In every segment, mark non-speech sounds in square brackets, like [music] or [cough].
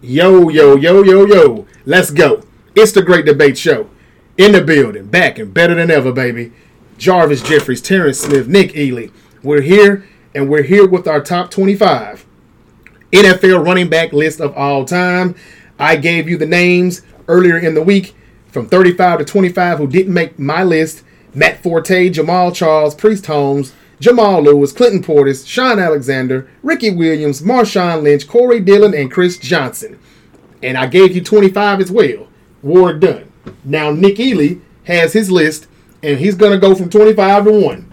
Yo, yo, yo, yo, yo. Let's go. It's the Great Debate Show. In the building, back and better than ever, baby. Jarvis Jeffries, Terrence Smith, Nick Ely. We're here, and we're here with our top 25 NFL running back list of all time. I gave you the names earlier in the week from 35 to 25 who didn't make my list Matt Forte, Jamal Charles, Priest Holmes, Jamal Lewis, Clinton Portis, Sean Alexander, Ricky Williams, Marshawn Lynch, Corey Dillon, and Chris Johnson. And I gave you 25 as well. Ward done. Now, Nick Ely has his list, and he's going to go from 25 to 1.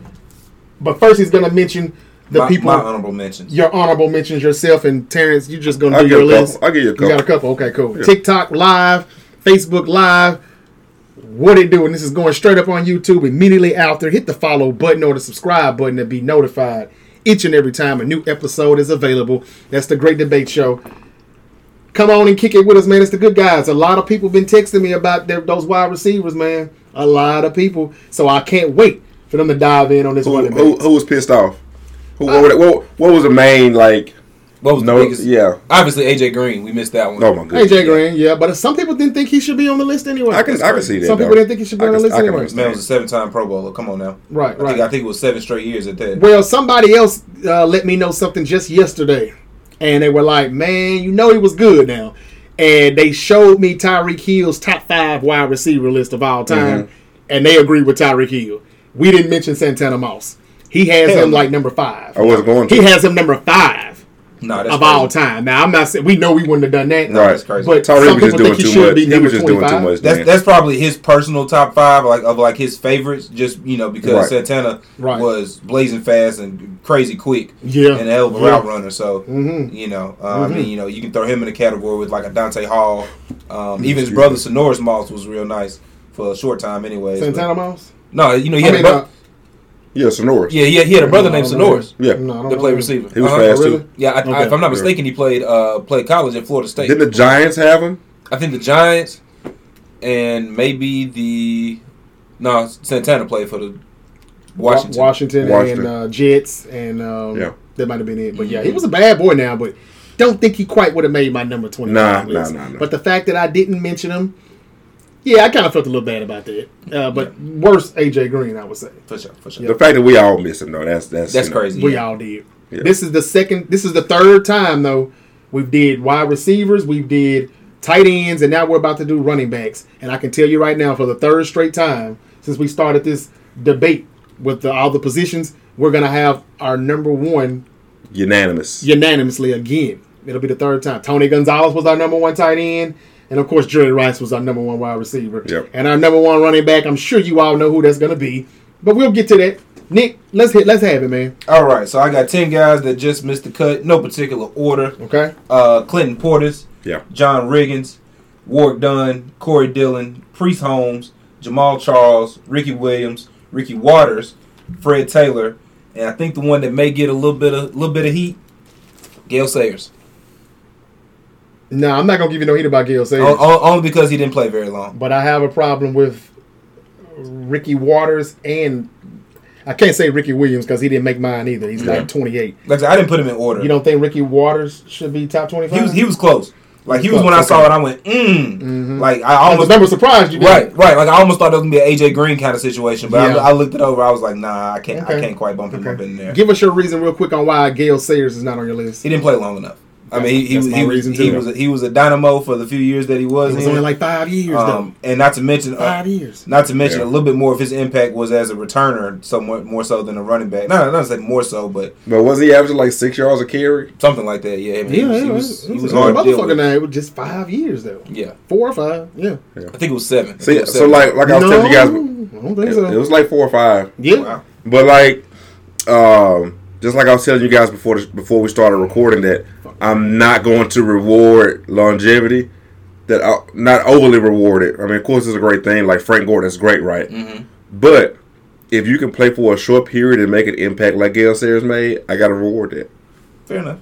But first, he's going to mention the my, people, my honorable mentions. your honorable mentions yourself, and Terrence, you're just going to I'll do give your a couple. list. I'll give you a You got a couple. couple. Okay, cool. TikTok live, Facebook live. What it do? And this is going straight up on YouTube immediately after. Hit the follow button or the subscribe button to be notified each and every time a new episode is available. That's the Great Debate Show. Come on and kick it with us, man. It's the good guys. A lot of people been texting me about their, those wide receivers, man. A lot of people. So I can't wait for them to dive in on this Who, running who, back. who was pissed off? Who, what, were they- what, what was the main like? What was No, the biggest? yeah. Obviously, AJ Green. We missed that one. Oh my goodness. AJ Green, yeah, but some people didn't think he should be on the list anyway. I can I can see that. Some though. people didn't think he should be I on the can- list I can anyway. Man, understand. was a seven-time Pro Bowler. Come on now. Right, I right. think, I think it was seven straight years at that. Well, somebody else uh, let me know something just yesterday, and they were like, "Man, you know he was good now," and they showed me Tyreek Hill's top five wide receiver list of all time, Mm-hmm. and they agreed with Tyreek Hill. We didn't mention Santana Moss. He has Hell him no. like number five. I wasn't going to. He has him number five Nah, that's of all crazy. time. Now I'm not saying we know we wouldn't have done that, Right. That's crazy. But Tyreek some was just people doing think he too should much. be He number was just doing too 25. much. That's man. that's probably his personal top five, like of like his favorites. Just you know because Right. Santana Right. was blazing fast and crazy quick, Yeah. and a hell of a Yeah. Mm-hmm. route runner. So you know, uh, I mean, you know, you can throw him in a category with like a Dante Hall. Mm-hmm. Um, even his brother Sonoris Moss was real nice for a short time, anyways. but- Santana Moss. No, you know, he I had mean, a bro- uh, yeah, Sonoris. yeah, he had, he had a brother named no, no. Sonoris Yeah. no, I don't that played know. Oh, receiver. He was Uh-huh. fast really? too. Yeah, I, I, Okay. if I'm not mistaken, he played uh, played college at Florida State. Didn't the Giants have him? I think the Giants and maybe the no Santana played for the Washington. Wa- Washington, Washington. and uh, Jets, and um, Yeah. that might have been it. But yeah, he was a bad boy now, but don't think he quite would have made my number twenty. Nah, nah, nah, nah. But the fact that I didn't mention him, yeah, I kind of felt a little bad about that. Uh, but worse, AJ Green, I would say. For sure, for sure. The fact that we all miss him though, that's that's That's you know, crazy. We yeah. all did. Yeah. This is the second. This is the third time though. We've did wide receivers. We've did tight ends, and now we're about to do running backs. And I can tell you right now, for the third straight time since we started this debate with the, all the positions, we're gonna have our number one Unanimous. unanimously again. It'll be the third time. Tony Gonzalez was our number one tight end. And of course, Jerry Rice was our number one wide receiver. Yep. And our number one running back. I'm sure you all know who that's going to be. But we'll get to that. Nick, let's hit. Let's have it, man. All right, so I got ten guys that just missed the cut, no particular order. Okay. Uh, Clinton Portis, Yeah. John Riggins, Warwick Dunn, Corey Dillon, Priest Holmes, Jamal Charles, Ricky Williams, Ricky Waters, Fred Taylor, and I think the one that may get a little bit of little bit of heat, Gail Sayers. No, I'm not gonna give you no heat about Gail Sayers, O- o- only because he didn't play very long. but I have a problem with Ricky Waters and I can't say Ricky Williams because he didn't make mine either. He's Yeah. like 28. Like I said, I didn't put him in order. You don't think Ricky Waters should be top 25? He was he was close. Like he Close, was when I okay. Mm-hmm. saw it, I went, mm. Like I I was almost never surprised you. did. right, right. Like I almost thought it was gonna be an AJ Green kind of situation, but Yeah. I, I looked it over. I was like, nah, I can't, Okay. I can't quite bump him up in there. Give us your reason real quick on why Gail Sayers is not on your list. he didn't play long enough. I mean, he he, That's was- my he, was, reason he too. was a, he was a dynamo for the few years that he was. It was in. only like five years, um, and not to mention though. uh, Five years. Not to mention Yeah. a little bit more of his impact was as a returner, somewhat more so than a running back. No, no, not to say more so, but But was he averaging like six yards a carry? something like that. Yeah, I mean, he yeah, was- he it was, was, he was a hard to deal motherfucker. with. Now it was just five years though. Yeah, Four or five. Yeah. I think it was seven. I So think it yeah, was so seven. like like I was no, telling you guys, I don't think so. it, it was like four or five. yeah. wow. But like, um, just like I was telling you guys before before we started recording that I'm not going to reward longevity. That I not overly rewarded. I mean, of course, it's a great thing. Like Frank Gordon is great, right? Mm-hmm. But if you can play for a short period and make an impact like Gail Sayers made, I got to reward that. Fair enough.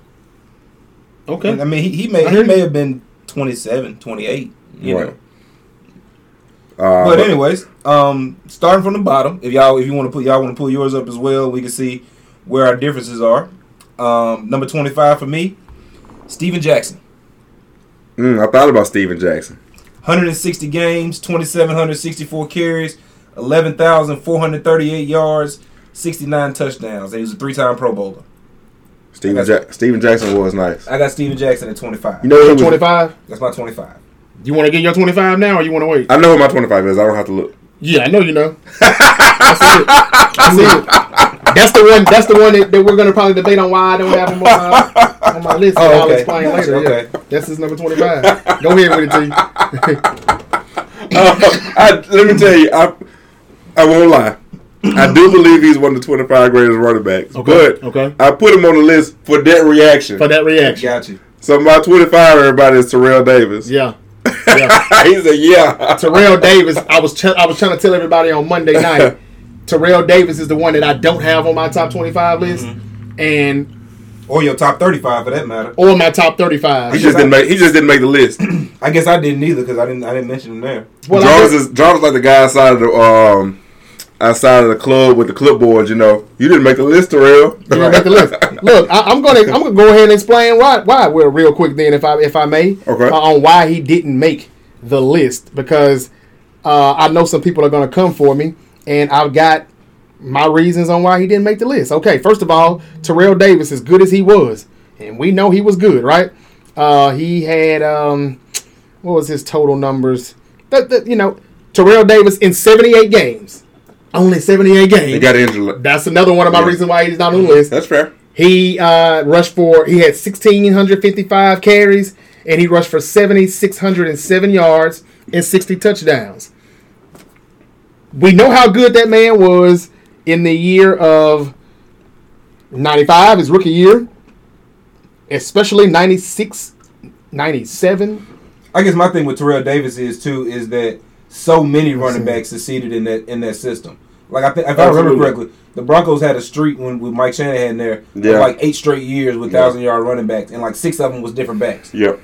Okay. I mean, he, he may I he hear may you. have been 27, 28, you right. know. Uh, But anyways, um, starting from the bottom, if y'all if you want to put y'all want to pull yours up as well, we can see where our differences are. Um, number twenty five for me, Steven Jackson. Mm, I thought about Steven Jackson. 160 games, 2,764 carries, 11,438 yards, 69 touchdowns. And he was a three-time Pro Bowler. Steven, got- ja- Steven Jackson was nice. I got Steven Jackson at 25. You know who Twenty was, five. That's my 25. You want to get your twenty five now, or you want to wait? I know who my 25 is. I don't have to look. Yeah, I know you know. That's it. That's it. That's the one. That's the one that, that we're gonna probably debate on why I don't have him on my, on my list. Oh, but I'll okay. explain later. yeah. Okay. That's his number twenty five. Go ahead with it, T. [laughs] Uh, [laughs] I, let me tell you, I, I won't lie. I do believe he's one of the 25 greatest running backs. But okay. I put him on the list for that reaction. For that reaction, Got you. So my 25, everybody, is Terrell Davis. yeah. yeah. [laughs] he's a yeah. Terrell Davis. I was tell I was trying to tell everybody on Monday [laughs] night. Terrell Davis is the one that I don't have on my top twenty five list, Mm-hmm. and Or your top 35 for that matter. or my top thirty He five. just didn't make. He just didn't make the list. I guess I didn't either because I didn't I didn't mention him there. [clears throat] Well, I Jarvis guess- is Jarvis like the guy outside of the um outside of the club with the clipboard. You know, you didn't make the list, Terrell. You know, make the list. Look, I, I'm gonna I'm gonna go ahead and explain why why well real quick then if I if I may Okay. uh, on why he didn't make the list because uh, I know some people are gonna come for me and I've got my reasons on why he didn't make the list. Okay, first of all, Terrell Davis as good as he was, and we know he was good, right? Uh, he had um, what was his total numbers? That, that you know, Terrell Davis in 78 games, only 78 games. [laughs] He got injured. That's another one of my Yeah. reasons why he's not on the list. That's fair. He uh, rushed for he had 1655 carries and he rushed for 7607 yards and 60 touchdowns. We know how good that man was in the year of 95 his rookie year, especially 96 97. I guess my thing with Terrell Davis is too is that so many running backs succeeded in that in that system. Like I think if I remember Absolutely. correctly, the Broncos had a streak when with Mike Shanahan there, of Yeah. like eight straight years with thousand yard running backs, and like six of them was different backs. You Yep.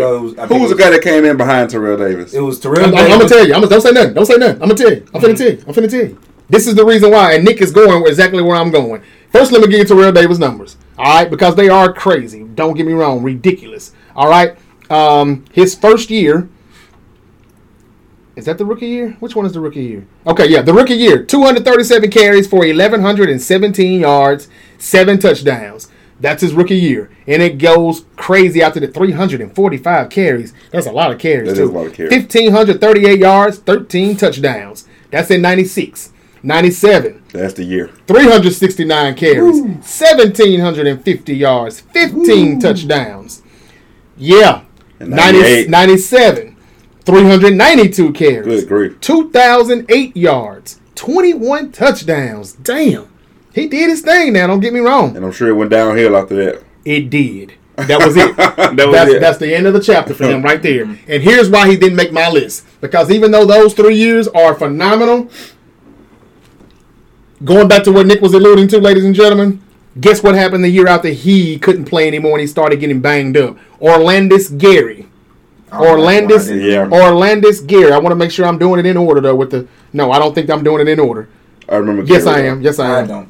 know, it was, I Who think was the it guy that came in behind Terrell Davis? It was Terrell. I'm, I'm- I'm Davis. gonna tell you. Mm. I'm gonna, don't say nothing. Don't say nothing. I'm gonna tell you. I'm finna tell you. I'm finna tell you. This is the reason why, and Nick is going exactly where I'm going. First, let me give you Terrell Davis numbers. All right, because they are crazy. Don't get me wrong, ridiculous. All right, um, his first year. Is that the rookie year? Which one is the rookie year? Okay, yeah, the rookie year. 237 carries for 1,117 yards, seven touchdowns. That's his rookie year. And it goes crazy after the 345 carries. That's a lot of carries, That is too. a lot of carries. 1,538 yards, 13 touchdowns. That's in 96. 97, That's the year. 369 carries, 1,750 yards, 15 touchdowns. Yeah. And 90, 98. 97, 392 carries. Good grief. 2,008 yards, 21 touchdowns. Damn. He did his thing now, don't get me wrong. And I'm sure it went downhill after that. It did. That was [laughs] it. that was that's, it. that's the end of the chapter for him right there. Mm-hmm. And here's why he didn't make my list. Because even though those three years are phenomenal, going back to what Nick was alluding to, ladies and gentlemen, guess what happened the year after he couldn't play anymore and he started getting banged up? Orlandis Gary. I don't know why I Orlandis- didn't. yeah. Orlandis Gary. I want to make sure I'm doing it in order though. With the no, I don't think I'm doing it in order. I remember. Yes, I Terrell. am. Yes, I I am. don't.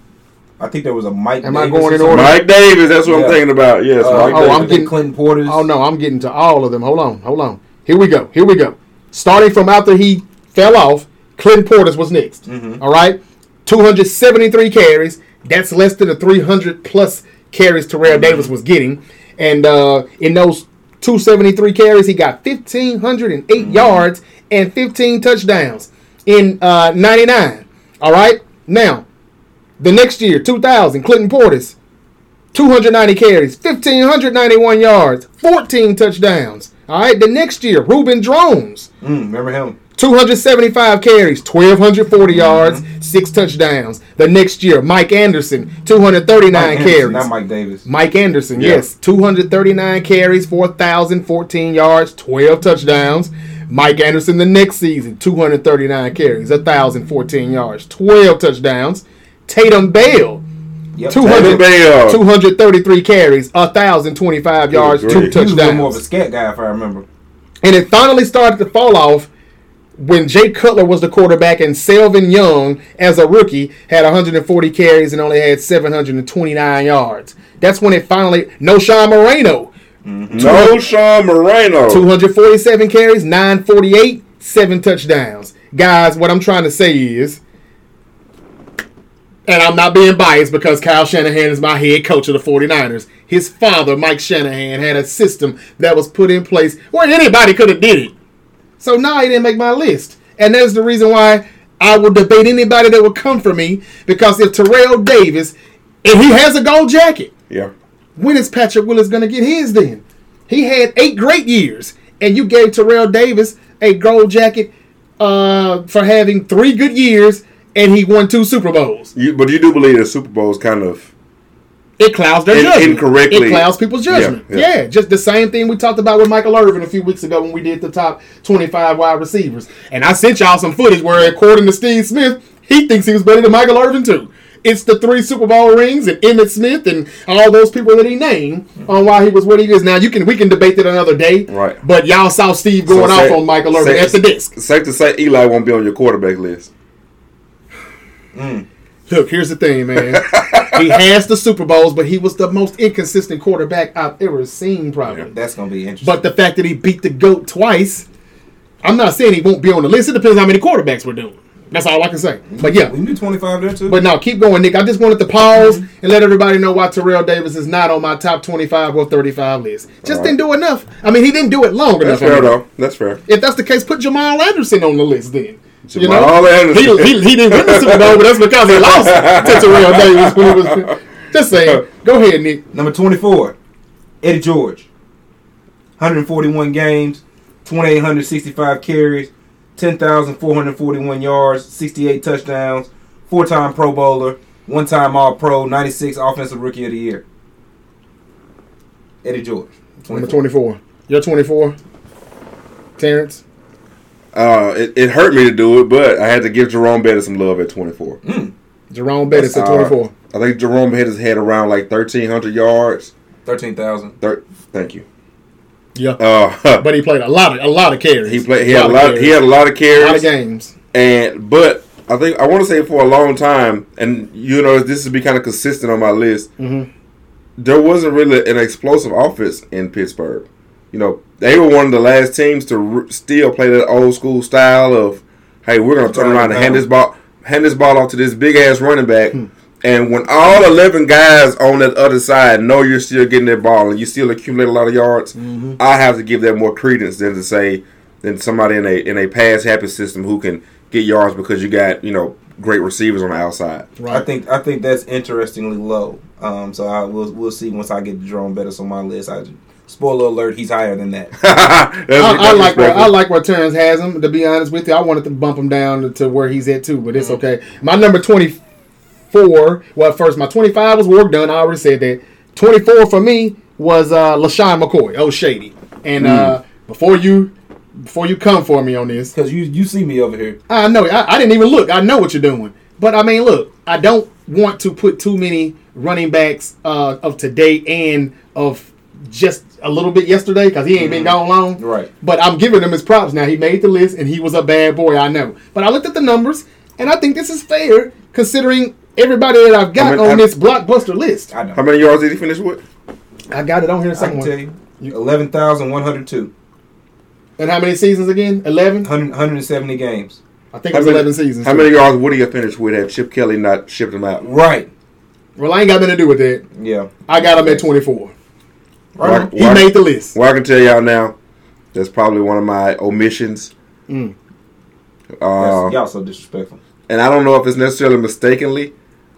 I think there was a Mike. Am I Davis going or in something. order? Mike Davis. That's what Yeah. I'm thinking about. Yes, Uh, Mike oh, Davis. I'm getting- Clinton Porter's. Oh no, I'm getting to all of them. Hold on, hold on. Here we go. Here we go. Starting from after he fell off, Clinton Portis was next. All right, 273 carries. That's less than the 300 plus carries Terrell Davis was getting, and uh, in those 273 carries, he got 1508 yards and 15 touchdowns in uh, 99. All right, now the next year, 2000, Clinton Portis, 290 carries, 1,591 yards, 14 touchdowns. All right, the next year, Ruben Drones, Mm, remember him? 275 carries, 1,240 yards, 6 touchdowns. The next year, Mike Anderson, 239 Mike Anderson, carries. not Mike Davis. Mike Anderson, Yeah. yes. 239 carries, 4,014 yards, 12 touchdowns. Mike Anderson the next season, 239 carries, 1,014 yards, 12 touchdowns. Tatum Bale, Yep. 200, Tatum Bale. 233 carries, 1,025 yards, Oh. Good two grief. He was a little more of touchdowns. a scat guy, if I remember. And it finally started to fall off when Jay Cutler was the quarterback and Selvin Young, as a rookie, had 140 carries and only had 729 yards. That's when it finally, no Sean Moreno No Sean Moreno. 247 carries, 948, seven touchdowns. Guys, what I'm trying to say is, and I'm not being biased because Kyle Shanahan is my head coach of the 49ers. His father, Mike Shanahan, had a system that was put in place where anybody could have did it. So now he didn't make my list. And that's the reason why I will debate anybody that will come for me because if Terrell Davis, and he has a gold jacket, Yeah. when is Patrick Willis going to get his then? He had eight great years, and you gave Terrell Davis a gold jacket uh, for having three good years, and he won two Super Bowls. You, but you do believe that Super Bowl is kind of It clouds their In- judgment. incorrectly. It clouds people's judgment. Yeah, Yeah, yeah. just the same thing we talked about with Michael Irvin a few weeks ago when we did the top 25 wide receivers. And I sent y'all some footage where, according to Steve Smith, he thinks he was better than Michael Irvin, too. It's the three Super Bowl rings and Emmett Smith and all those people that he named on why he was what he is. Now you can we can debate that another day. Right. But y'all saw Steve going So off say- on Michael Irvin say- at the desk. Safe to say Eli won't be on your quarterback list. Look, here's the thing, man. [laughs] he has the Super Bowls, but he was the most inconsistent quarterback I've ever seen, probably. That's gonna be interesting. But the fact that he beat the GOAT twice, I'm not saying he won't be on the list. It depends how many quarterbacks we're doing. That's all I can say. But yeah. we can do twenty five there too. But no, keep going, Nick. I just wanted to pause and let everybody know why Terrell Davis is not on my top 25 or 35 list. Just Alright. didn't do enough. I mean, he didn't do it long That's enough. I fair mean. though. That's fair. If that's the case, put Jamal Anderson on the list then. Jamal Anderson. He, he, he didn't win the Super Bowl, but that's because he lost to [laughs] Terrell Davis when he was. Just saying. Go ahead, Nick. Number 24, Eddie George. 141 games, 2,865 carries, 10,441 yards, 68 touchdowns, four time Pro Bowler, one time All Pro, 96 Offensive Rookie of the Year. Eddie George. Number 24. 24. You're 24. Terrence. Uh, it, it hurt me to do it, but I had to give Jerome Bettis some love at 24. Jerome Bettis at Uh, 24. I think Jerome had his head around like 1,300 yards. 13,000. Thir- thank you. yeah. Uh, [laughs] but he played a lot of a lot of carries. he played. He had a lot. of He had a lot of carries. carries. a lot of games. And but I think I want to say for a long time, and you know this has been kind of consistent on my list. Mhm. There wasn't really an explosive offense in Pittsburgh. You know, they were one of the last teams to r still play that old school style of, hey, we're going to turn around and hand this ball, hand this ball off to this big ass running back. Hmm. And when all eleven guys on that other side know you're still getting that ball and you still accumulate a lot of yards, Mm-hmm. I have to give that more credence than to say than somebody in a in a pass happy system who can get yards because you got you know great receivers on the outside. [laughs] I think I think that's interestingly low. Um, so I will we'll see once I get Jerome Bettis on my list. I spoiler alert, he's higher than that. That's- I, I that's like where I respectful. like where Terrence has him. To be honest with you, I wanted to bump him down to where he's at too, but it's Mm-hmm. okay. My number twenty four. Well, first my twenty five was work done. I already said that. Twenty four for me was uh, Lashawn McCoy. Oh, shady. And Mm. uh, before you before you come for me on this, Because you, you see me over here. I know. I, I didn't even look. I know what you're doing. But I mean, look, I don't want to put too many running backs uh, of today and of just a little bit yesterday because he ain't been gone Mm-hmm. long. Right. But I'm giving him his props now. He made the list and he was a bad boy. I know. But I looked at the numbers and I think this is fair considering everybody that I've got I mean, on I- this blockbuster list. I I, know. How many yards did he finish with? got it on here I can tell somewhere. you. 11,102. And how many seasons again? Eleven. 100 170 games. I think it How was many, eleven seasons. How many yards would he have finished with had Chip Kelly not shipped him out? Right. Well, I ain't got nothing to do with that. Yeah. I got him at twenty-four. Right. Right. He Why- made the list. Well, I can tell y'all now, that's probably one of my omissions. Mm. Uh, That's- y'all so disrespectful. and I don't know if it's necessarily mistakenly.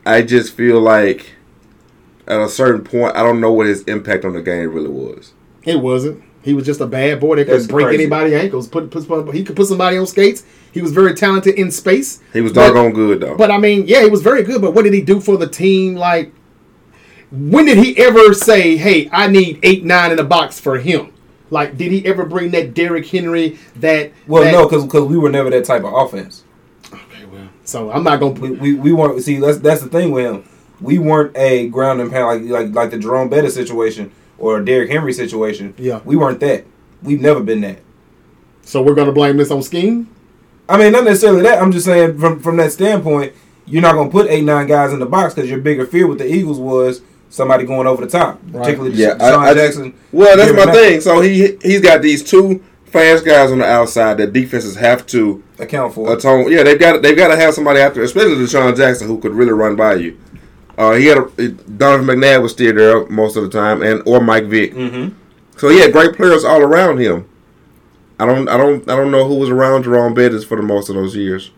I just feel like at a certain point, I don't know what his impact on the game really was. It wasn't. He was just a bad boy that That's could break crazy. anybody's ankles. Put, put, put- he could put somebody on skates. He was very talented in space. He was But- doggone good though. But I mean, yeah, he was very good. But what did he do for the team? Like, when did he ever say, "Hey, I need eight, nine in the box for him"? Like, did he ever bring that Derrick Henry? That Well, that, no, because we were never that type of offense. Okay, well, so I'm not gonna. We, we, we weren't. See, that's that's the thing with him. We weren't a ground and pound like like like the Jerome Bettis situation or Derrick Henry situation. Yeah. we weren't that. We've never been that. So we're gonna blame this on scheme. I mean, not necessarily that. I'm just saying from from that standpoint, you're not gonna put eight nine guys in the box because your bigger fear with the Eagles was somebody going over the top, particularly Yeah, yeah, I- Sean I- Jackson. Well, that's Giving my up thing. So he he's got these two fast guys on the outside that defenses have to Account for it. atone. Yeah, they've got they've got to have somebody after, especially Deshaun Jackson, who could really run by you. Uh, he had a, Donovan McNabb was still there most of the time, and or Mike Vick. Mm-hmm. So he had great players all around him. I don't, I don't, I don't know who was around Jerome Bettis for the most of those years.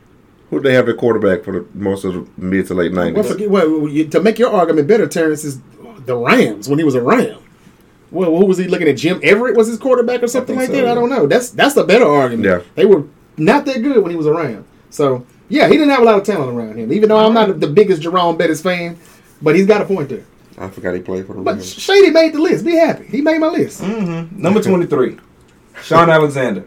Who did they have their quarterback for the most of the mid to late Well, nineties? forget, well, well, you- to make your argument better, Terrence is the Rams when he was a Ram. Well, who was he looking at? Jim Everett was his quarterback or something like that. think so, I yeah. don't know. That's that's the better argument. Yeah. they were not that good when he was a Ram. So yeah, he didn't have a lot of talent around him. Even though I'm not the biggest Jerome Bettis fan, but he's got a point there. I forgot he played for the But Rams. Shady made the list. Be happy. He made my list. Mm-hmm. Number twenty three, Sean Alexander.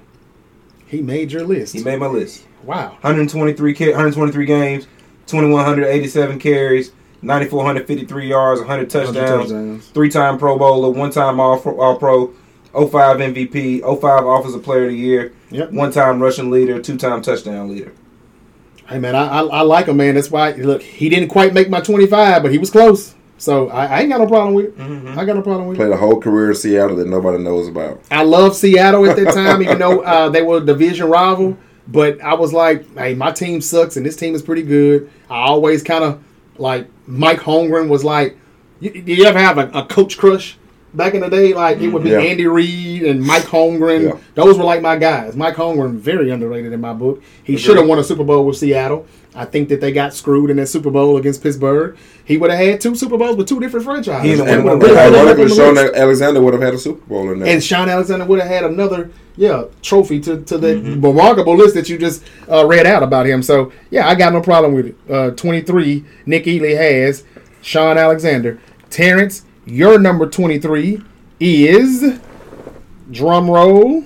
He made your list. He made my list. wow. 123 ca- 123 games, 2187 carries, 9453 yards, 100 touchdowns, touchdowns. three-time Pro Bowler, one-time All Pro, All Pro, 05 MVP, 05 Offensive Player of the Year, Yep. one-time rushing leader, two-time touchdown leader. Hey man, I, I I like him, man. That's why look, he didn't quite make my 25, but he was close. So I, I ain't got no problem with it. I got no problem with it. Played a whole career in Seattle that nobody knows about. I love Seattle at that time, even though uh, they were a division rival. But I was like, hey, my team sucks and this team is pretty good. I always kind of like Mike Holmgren was like, you, did you ever have a, a coach crush back in the day? Like it would be Yeah. Andy Reid and Mike Holmgren. Yeah. Those were like my guys. Mike Holmgren, very underrated in my book. He should have won a Super Bowl with Seattle. I think that they got screwed in that Super Bowl against Pittsburgh. He would have had two Super Bowls with two different franchises. He's the And one Really, really, really, ironically, really. Sean Alexander would have had a Super Bowl in there. And Sean Alexander would have had another, yeah, trophy to, to the Mm-hmm. remarkable list that you just uh, read out about him. So, yeah, I got no problem with it. Uh, 23, Nick Ely has Sean Alexander. Terrence, your number 23 is, drum roll,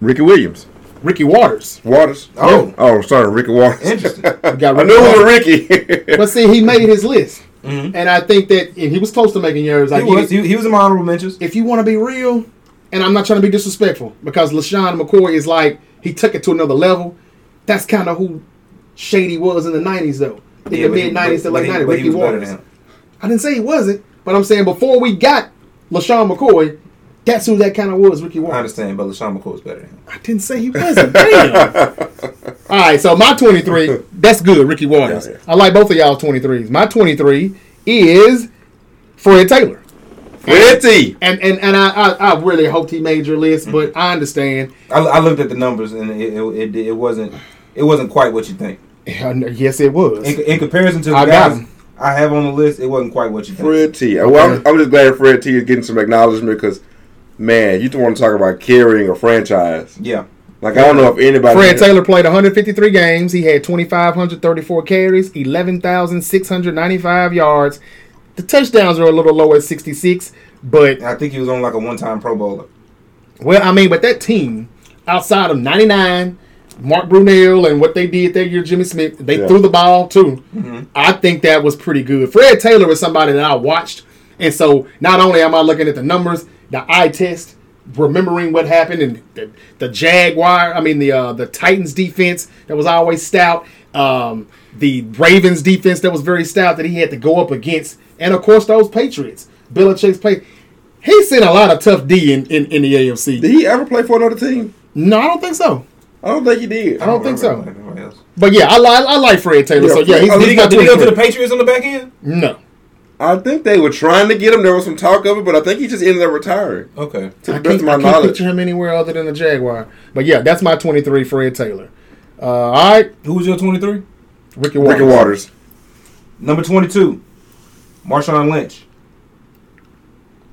Ricky Williams, Ricky Waters. Waters. Oh. oh, sorry, Ricky Waters. [laughs] Interesting. We got I Ricky knew Waters. it was Ricky. [laughs] But see, he made his list. And I think that and he was close to making yours. Mm-hmm. he, Like, was, he, he was in my honorable mentions. if you want to be real, and I'm not trying to be disrespectful because LaShawn McCoy is like he took it to another level. That's kind of who Shady was in the '90s, though. In Yeah, the but he- mid '90s to but late he- '90s, but he Ricky was better than Waters. him. I didn't say he wasn't, but I'm saying before we got LaShawn McCoy, that's who that kind of was, Ricky I Waters. understand, but LaShawn McCoy is better than him. I didn't say he wasn't. [laughs] Damn. All right, so my 23, that's good, Ricky Waters. Yeah, yeah. I like both of y'all 23s. My 23 is Fred Taylor. Ricky. And and, and I, I, I really hoped he made your list, but I understand. I, I looked at the numbers and it, it, it, it wasn't it wasn't quite what you think. Yeah, I know- [laughs] Yes, it was. In, in comparison to the I got guys him. I have on the list, it wasn't quite what you think. Fred T. Oh, Well, I'm, I'm just glad Fred T. is getting some acknowledgement because, man, you don't want to talk about carrying a franchise. Yeah. Like I don't know if anybody. Fred Taylor played 153 games. He had 2,534 carries, 11,695 yards. The touchdowns are a little low at 66, but I think he was on like a one-time Pro Bowler. Well, I mean, but that team, outside of '99, Mark Brunell and what they did that year, Jimmy Smith, they Yeah. threw the ball too. Mm-hmm. I think that was pretty good. Fred Taylor was somebody that I watched, and so not only am I looking at the numbers, the eye test, remembering what happened, and the, the Jaguar, I mean the uh, the Titans defense that was always stout, um, the Ravens defense that was very stout that he had to go up against, and of course those Patriots, Belichick's play. He's seen a lot of tough D in, in, in the AFC. Did he ever play for another team? No, I don't think so. I don't think he did. I don't think so. remember anybody else. But yeah, I, li- I like Fred Taylor. Yeah, so yeah, Fred- he's, oh, Did he, he's go, not did he go to the 23. Patriots on the back end? No, I think they were trying to get him. There was some talk of it, but I think he just ended up retiring. Okay. To I the best can't, of I my can't knowledge, picture him anywhere other than the Jaguar. But yeah, that's my 23, Fred Taylor. Uh, all right, Who was your 23? Ricky Waters. Ricky Waters. Number 22, Marshawn Lynch.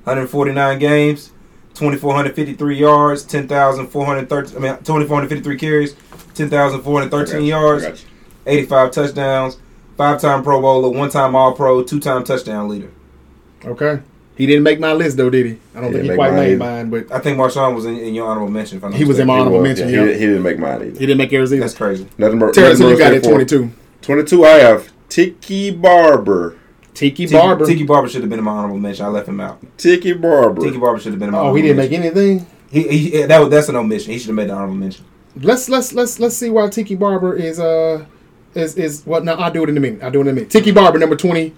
149 games, 2,453 yards, 10,413, I mean, 2,453 carries, 10,413 yards, 85 touchdowns, five-time Pro Bowler, one-time All-Pro, two-time touchdown leader. Okay, he didn't make my list though, did he? I don't think He he didn't quite made make mine, but I think Marshawn was in, in your honorable mention. If I'm not He was in mistaken. my- Honorable He was, mention, yeah, yeah. He, he didn't make mine he either. didn't make yours either. That's crazy. Nothing more- Terrence, who nothing you more got at straightforward. 22? Twenty-two. I have Tiki Barber. Tiki Tiki Barber. Barber. Tiki Barber should have been in my honorable mention. I left him out. Tiki Barber. Tiki Barber should have been in my oh, honorable he didn't make mention. anything. He, he, yeah, that was, that's an omission. He should have made the honorable mention. Let's let's let's let's see why Tiki Barber is uh is is what? Well, no, I'll do it in a minute. I'll do it in a minute. Tiki Barber, number 20,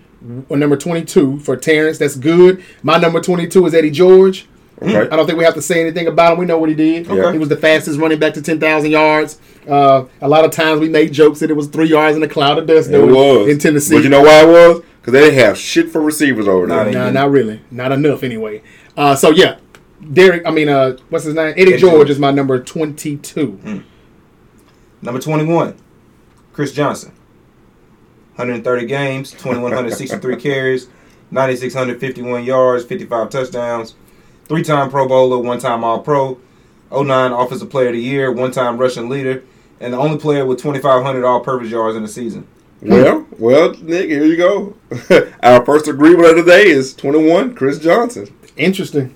or number 22 for Terrence. That's good. My number 22 is Eddie George. Okay. I don't think we have to say anything about him. We know what he did. Okay. He was the fastest running back to 10,000 yards. Uh, a lot of times we made jokes that it was three yards in a cloud of dust. though, It was In Tennessee. But you know why it was? Because they didn't have shit for receivers over Nah, there. they- Nah, not really. Not enough anyway. Uh, so yeah, Derek. I mean, uh, what's his name? Eddie, Eddie George, George. is my number twenty-two. Number 21, Chris Johnson. 130 games, [laughs] 2,163 carries, 9,651 yards, 55 touchdowns, three time Pro Bowler, one time All Pro, 09 Offensive Player of the Year, one time Russian leader, and the only player with 2,500 all purpose yards in the season. Well, well, Nick, here you go. [laughs] Our first agreement of the day is 21, Chris Johnson. Interesting.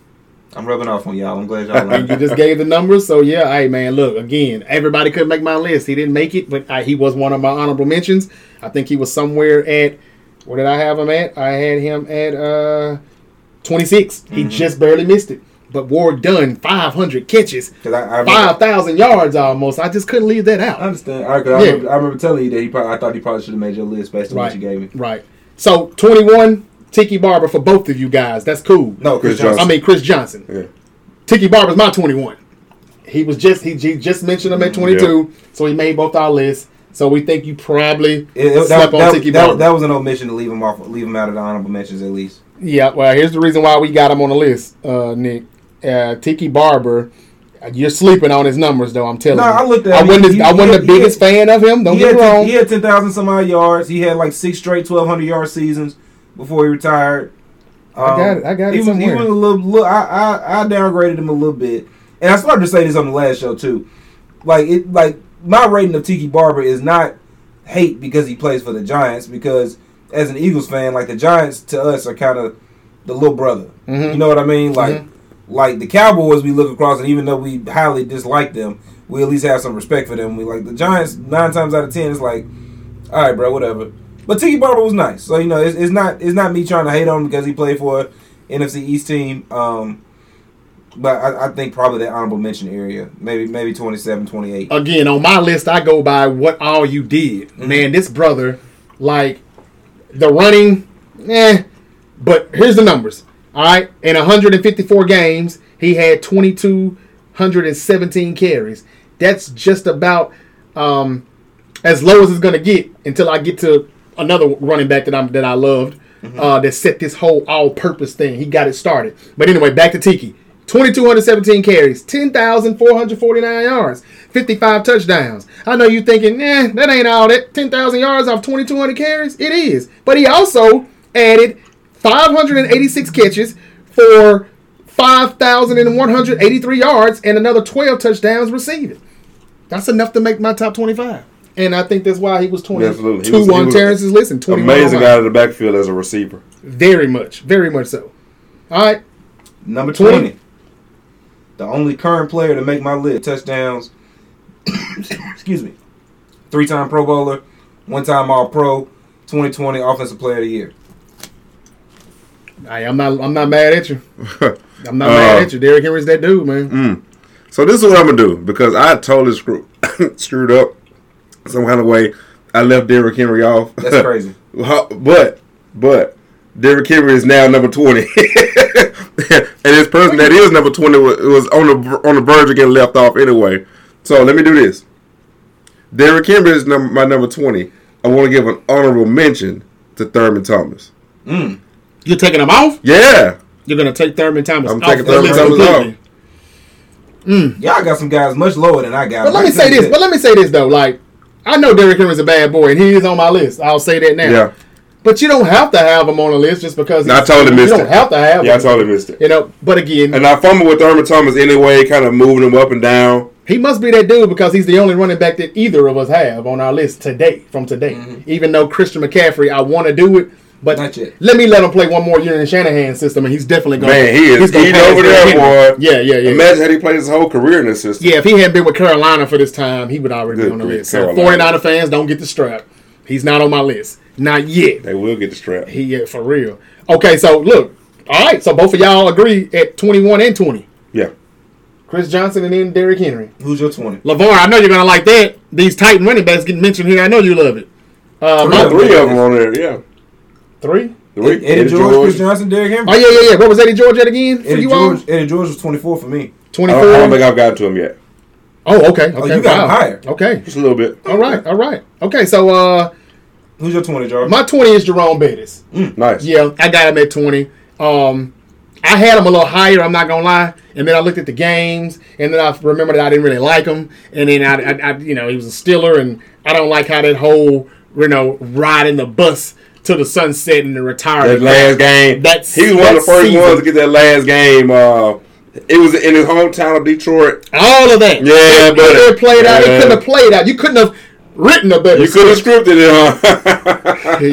I'm rubbing off on y'all. I'm glad y'all You learned. just gave the numbers, so yeah. Hey man, look again. Everybody couldn't make my list. He didn't make it, but I, he was one of my honorable mentions. I think he was somewhere at. Where did I have him at? I had him at uh, twenty-six. He Mm-hmm. just barely missed it. But Ward Dunn, five hundred catches, 'Cause I, I, five remember, thousand yards almost. I just couldn't leave that out. [laughs] I understand. All right, 'cause I, Yeah. remember, I remember telling you that he probably, I thought he probably should have made your list based on what you gave me. Right. So 21, Tiki Barber for both of you guys. That's cool. No, Chris, Chris Johnson. I mean Chris Johnson. Yeah. Tiki Barber's my 21. He was just he, he just mentioned him at Mm-hmm. 22, so he made both our lists. So we think you probably It- it- that, slept on that- Tiki that- Barber. that was an omission to leave him off, leave him out of the honorable mentions at least. Yeah, well, here's the reason why we got him on the list, uh, Nick. Uh, Tiki Barber, you're sleeping on his numbers, though. I'm telling No, you. I looked at I him. wasn't, He- I wasn't he- the biggest fan of him. Don't He get had, me ten, wrong. he had 10,000 some odd yards. He had like six straight 1,200 yard seasons before he retired. Um, I got it. I got it he was, he somewhere. was a little, little I, I, I downgraded him a little bit. And I started to say this on the last show too. Like it like my rating of Tiki Barber is not hate because he plays for the Giants because as an Eagles fan, like the Giants to us are kind of the little brother. Mhm. You know what I mean? Like like the Cowboys we look across and even though we highly dislike them, we at least have some respect for them. We like the Giants nine times out of ten it's like, all right, bro, whatever. But Tiki Barber was nice, so you know it's, it's not it's not me trying to hate on him because he played for a NFC East team. Um, but I, I think probably that honorable mention area, maybe maybe 27, 28. again on my list i go by what all you did man this brother like the running eh but here's the numbers all right in 154 games he had 2217 carries that's just about um as low as it's gonna get until i get to another running back that i'm that i loved uh that set this whole all-purpose thing he got it started but anyway back to tiki 2,217 carries, 10,449 yards, 55 touchdowns. I know you thinking, eh, that ain't all that. 10,000 yards off 2,200 carries? It is. But he also added 586 catches for 5,183 yards and another 12 touchdowns receiving. That's enough to make my top 25. And I think that's why he was 22 Absolutely. He was- he on was Terrence's list and 21 Amazing on mine. out of the backfield as a receiver. Very much. Very much so. All right. Number 20. 20. The only current player to make my list. Touchdowns. [coughs] Excuse me. Three time Pro Bowler, one time All Pro, 2020 Offensive Player of the Year. Hey, I'm not. I'm not mad at you. I'm not Uh, mm. mad at you. Derrick Henry's that dude, man. [laughs] So this is what I'm gonna do because I totally screwed [coughs] screwed up some kind of way. I left Derrick Henry off. [laughs] [laughs] That's crazy. Well, but but Derrick Henry is now number twenty, [laughs] and his person that is number twenty was, was on the on the verge of getting left off anyway. So let me do this. Derrick Henry is number, my number twenty. I want to give an honorable mention to Thurman Thomas. Mm. You're taking him off. Yeah, You're gonna take Thurman Thomas. I'm off taking the Thurman list Thomas completely. off. Y'all got some guys much lower than I got. But let me Like, say that's this. it. But let me say this though. Like, I know Derrick Henry's a bad boy, and he is on my list. I'll say that now. yeah, But you don't have to have him on the list just because. No, I he's- totally You missed don't it. have to have yeah. I him. totally missed it. you know. But again, And I fumbled with Thurman Thomas anyway, kind of moving him up and down. He must be that dude because he's the only running back that either of us have on our list today, from today. Even though Christian McCaffrey, I want to do it, but Mm-hmm. Not yet. let me let him play one more year in Shanahan's system, and he's definitely going. Man, he is he's gonna eating pass over Derrick there, Henry. boy. Yeah, yeah, yeah. Imagine had he played his whole career in this system. yeah, if he hadn't been with Carolina for this time, he would already be Good on the grief, list. So Carolina. 49er fans, don't get the strap. He's not on my list. Not yet. They will get the strap. He yet for real. Okay, so look. All right, so both of y'all agree at 21 and 20. Yeah. Chris Johnson and then Derrick Henry. Who's your 20? Lavar, I know you're gonna like that. These Titan running backs getting mentioned here. I know you love it. Uh, All my, three of them on there, yeah. Three? Three? Eddie, George, Chris Johnson, Derrick Henry. Oh yeah, yeah, yeah. What was Eddie George at again? For Eddie you George, Eddie George was 24 for all? me. I don't, I don't think Twenty-four. I've gotten to him yet. Oh, okay. Okay. you got wow. him higher. Okay. Just a little bit. Oh, All right. All right. Okay. So uh, Who's your 20, George? my twenty is Jerome Bettis. Nice. Yeah, I got him at 20. Um, I had him a little higher, I'm not going to lie. And then I looked at the games, and then I remembered that I didn't really like him. And then, I, I, I you know, he was a Steeler, and I don't like how that whole, you know, riding the bus to the sunset and the That retirement. last game. That's- he was one of the that first season. ones to get that last game. Uh, it was in his hometown of Detroit. All of that. Yeah, It couldn't buddy. have played out. It Yeah. couldn't have played out. You couldn't have written a better You could [laughs] have script. scripted it, huh? [laughs]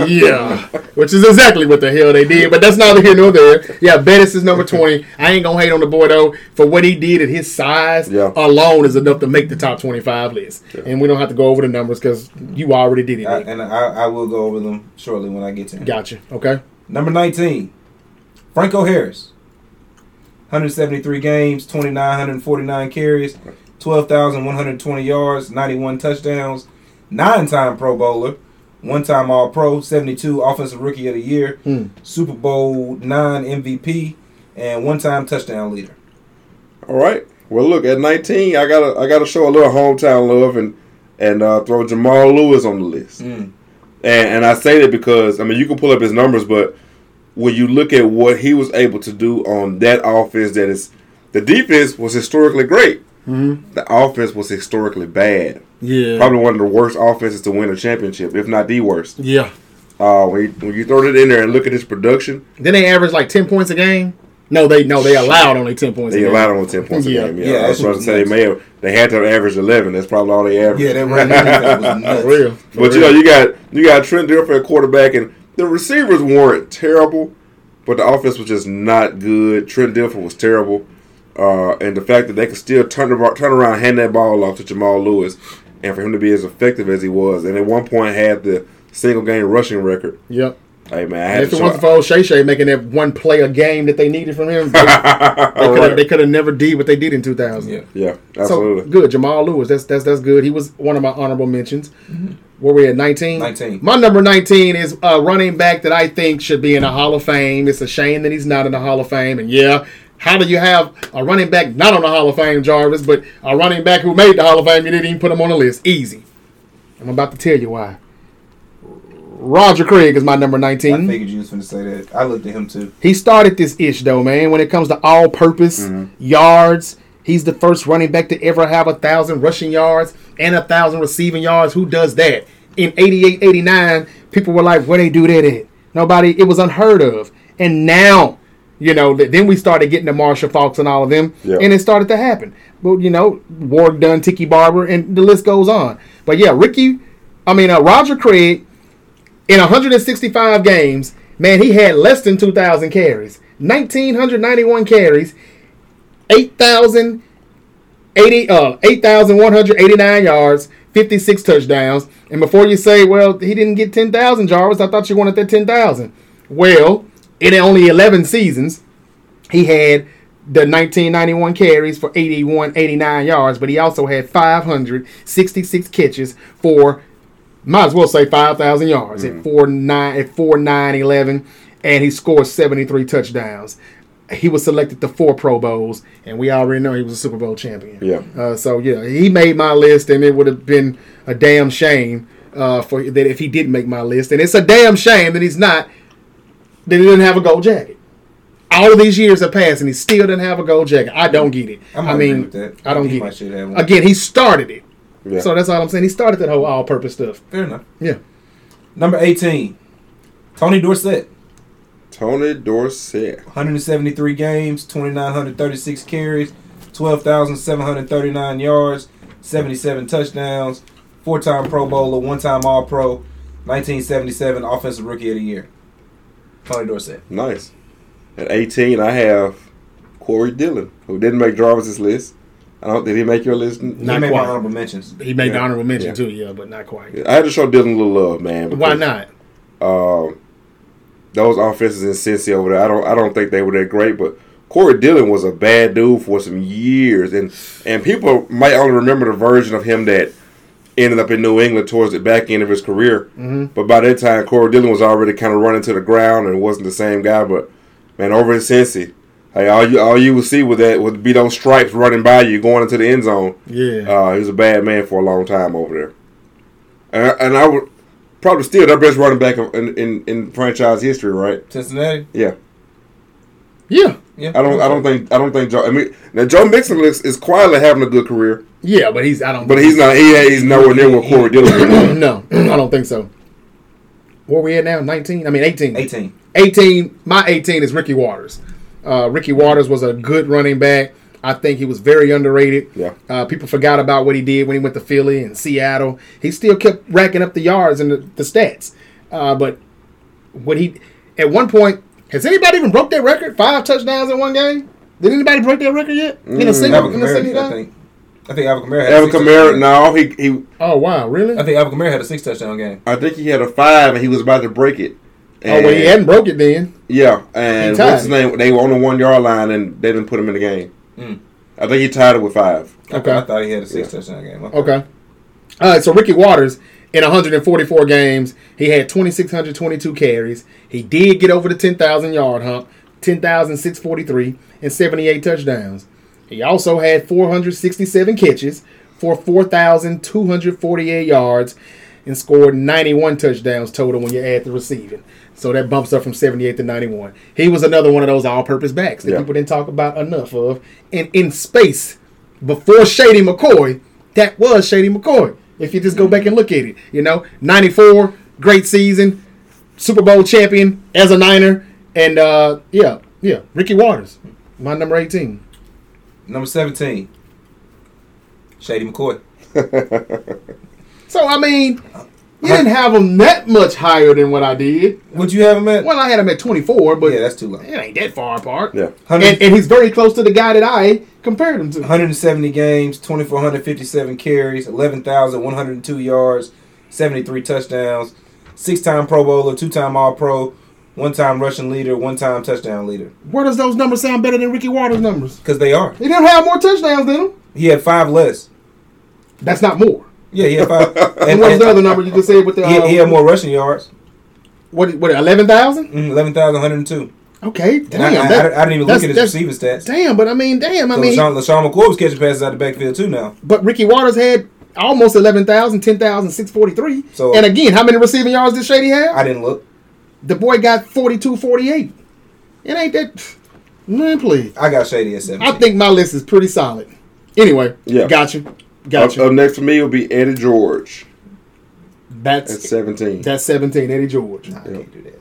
yeah, [laughs] which is exactly what the hell they did. But that's neither here nor there. Yeah, Bettis is number [laughs] twenty. I ain't gonna hate on the boy though for what he did at his size Yeah. alone is enough to make the top twenty-five list. And we don't have to go over the numbers because you already did it. Uh, I, Nick. and I, I will go over them shortly when I get to him. gotcha. Okay. Number 19, Franco Harris. 173 games, 2,949 carries, 12,120 yards, 91 touchdowns, nine time Pro Bowler, one time All Pro, 72 Offensive Rookie of the Year, Hmm. Super Bowl 9 MVP, and one time touchdown leader. All right. Well, look at 19. I gotta I gotta show a little hometown love and and uh, throw Jamal Lewis on the list. Mm. And, and I say that because I mean you can pull up his numbers, but when you look at what he was able to do on that offense, that is the defense was historically great. Mm-hmm. The offense was historically bad. Yeah. Probably one of the worst offenses to win a championship, if not the worst. Yeah. Uh, when, you, when you throw that in there and look at his production, Then they average like ten points a game. No, they no they allowed only ten points. they a game. allowed him on ten points a Yeah. game. Yeah, Yeah, I that's was trying to what's say they may have, they had to have averaged eleven. That's probably all they averaged. Yeah, that running [laughs] defense was nuts. For real. For But you know, real. you got you got Trent Dilfer at quarterback, and the receivers weren't terrible, but the offense was just not good. Trent Dilfer was terrible, uh, and the fact that they could still turn the, bar- turn around, hand that ball off to Jamal Lewis, and for him to be as effective as he was, and at one point had the single game rushing record. Yep. Hey man, I And had if to it wasn't [laughs] show. for old Shay Shay making that one play a game that they needed from him, they Right. could have never did what they did in two thousand. Yeah. Yeah, So absolutely. good, Jamal Lewis. That's that's that's good. He was one of my honorable mentions. Where we at nineteen? 19. My number nineteen is a running back that I think should be in the Hall of Fame. It's a shame that he's not in the Hall of Fame. And yeah, how do you have a running back not on the Hall of Fame, Jarvis, but a running back who made the Hall of Fame? You didn't even put him on the list. Easy. I'm about to tell you why. Roger Craig is my number nineteen. I figured you was going to say that. I looked at him too. He started this ish though, man. When it comes to all purpose yards, he's the first running back to ever have a thousand rushing yards and a thousand receiving yards. Who does that? In 88, 89, people were like, where they do that at? Nobody, it was unheard of. And now, you know, th- then we started getting to Marsha Fox and all of them, Yeah. and it started to happen. But, you know, Ward Dunn, Tiki Barber, and the list goes on. But yeah, Ricky, I mean, uh, Roger Craig, in 165 games, man, he had less than 2,000 carries, 1,991 carries, 8,000. 80, uh, 8,189 yards, 56 touchdowns. And before you say, well, he didn't get 10,000 yards, I thought you wanted that 10,000. Well, in only 11 seasons, he had the 1991 carries for 81, 89 yards, but he also had 566 catches for, might as well say 5,000 yards at 4 9 at 4 9 11, and he scored 73 touchdowns. He was selected to four Pro Bowls, and we already know he was a Super Bowl champion. Yeah. Uh, so yeah, he made my list, and it would have been a damn shame uh, for that if he did make my list. And it's a damn shame that he's not. That he didn't have a gold jacket. All of these years have passed, and he still didn't have a gold jacket. I don't get it. I'm I mean, with that. I don't think get I it. should have one. Again, he started it. Yeah. So that's all I'm saying. He started that whole all-purpose stuff. Fair enough. Yeah. Number 18, Tony Dorsett. Tony Dorsett. 173 games, 2,936 carries, 12,739 yards, 77 touchdowns, four time Pro Bowler, one time All Pro, 1977 Offensive Rookie of the Year. Tony Dorsett. Nice. At 18, I have Corey Dillon, who didn't make Jarvis's list. I don't. Did he make your list? He Not made quite. my honorable mentions. He made the Yeah. honorable mention Yeah. too. Yeah, but not quite. I had to show Dillon a little love, man. Why because, not? Um, those offenses in Cincy over there, I don't. I don't think they were that great, but. Corey Dillon was a bad dude for some years, and and people might only remember the version of him that ended up in New England towards the back end of his career. But by that time, Corey Dillon was already kind of running to the ground and wasn't the same guy. But man, over in Cincy, hey, all you all you would see with that would be those stripes running by you going into the end zone. Yeah. Uh, he was a bad man for a long time over there. And I, and I would probably still their best running back in, in in franchise history, right? Cincinnati. Yeah. yeah. Yeah, I don't. I don't think. I don't think. Joe, I mean, now Joe Mixon looks is quietly having a good career, Yeah, but he's I don't but he's not. He, he's nowhere near what Corey Dillon [clears throat] was. No, [clears throat] I don't think so. Where we at now? 19? I mean 18. Eighteen. 18 my 18 is ricky waters uh, ricky waters was a good running back i think he was very underrated Yeah. uh, people forgot about what he did when he went to philly and seattle he still kept racking up the yards and the, the stats uh, but what he at one point has anybody even broke that record five touchdowns in one game did anybody break that record yet in a single, Alvin in a single Kamara, Mm, I game? think. I think Alvin Kamara. Had Alvin six Kamara. touchdowns. No, he he. oh wow really I think Alvin Kamara had a six touchdown game. I think he had a five, and he was about to break it. oh well he And- hadn't broke it then Yeah, and He tied what's his name? They were on the one yard line, and they didn't put him in the game. Mm. I think he tied it with five. Okay. I thought he had a six touchdown game. Okay. All right, so Ricky Waters, in 144 games, he had 2,622 carries. He did get over the 10,000 yard hump, 10,643, and 78 touchdowns. He also had 467 catches for 4,248 yards and scored 91 touchdowns total when you add the receiving. So that bumps up from 78 to 91. He was another one of those all purpose backs that Yeah. people didn't talk about enough of. And in space, before Shady McCoy, that was Shady McCoy. If you just go back and look at it, you know, 94, great season, Super Bowl champion as a Niner. And uh, yeah, yeah, Ricky Waters, my number 18. Number seventeen. Shady McCoy. So, I mean, you didn't have him that much higher than what I did. Would you have him at? Well, I had him at 24, but yeah, that's too low. it ain't that far apart. Yeah, And, Hundred- and he's very close to the guy that I compared him to. 170 games, 2,457 carries, 11,102 yards, 73 touchdowns, six time Pro Bowler, two time All Pro, one time rushing leader, one time touchdown leader. Where does those numbers sound better than Ricky Waters' numbers? Because they are. He didn't have more touchdowns than him. He had five less. That's not more. Yeah, he had five. And [laughs] and, what's and the other number you just said with the? he, had, he uh, had more rushing yards, What? What? Eleven thousand? mm, 11,102. Okay. And I, Damn. I- that- I didn't even that's- look at his that's- receiving stats. Damn. But I mean, damn. I So mean, he- LaShawn, LaShawn McCoy was catching passes out the backfield too now. but Ricky Waters had almost 11,000, 10,643. So- uh, and again, how many receiving yards did Shady have? I didn't look. the boy got 42, 48. It ain't that. Man, please. I got Shady at I 17. think my list is pretty solid. Anyway, Yeah. Uh, gotcha, up, gotcha. up next for me will be Eddie George at that's seventeen. that's seventeen. Eddie George. I can't do that.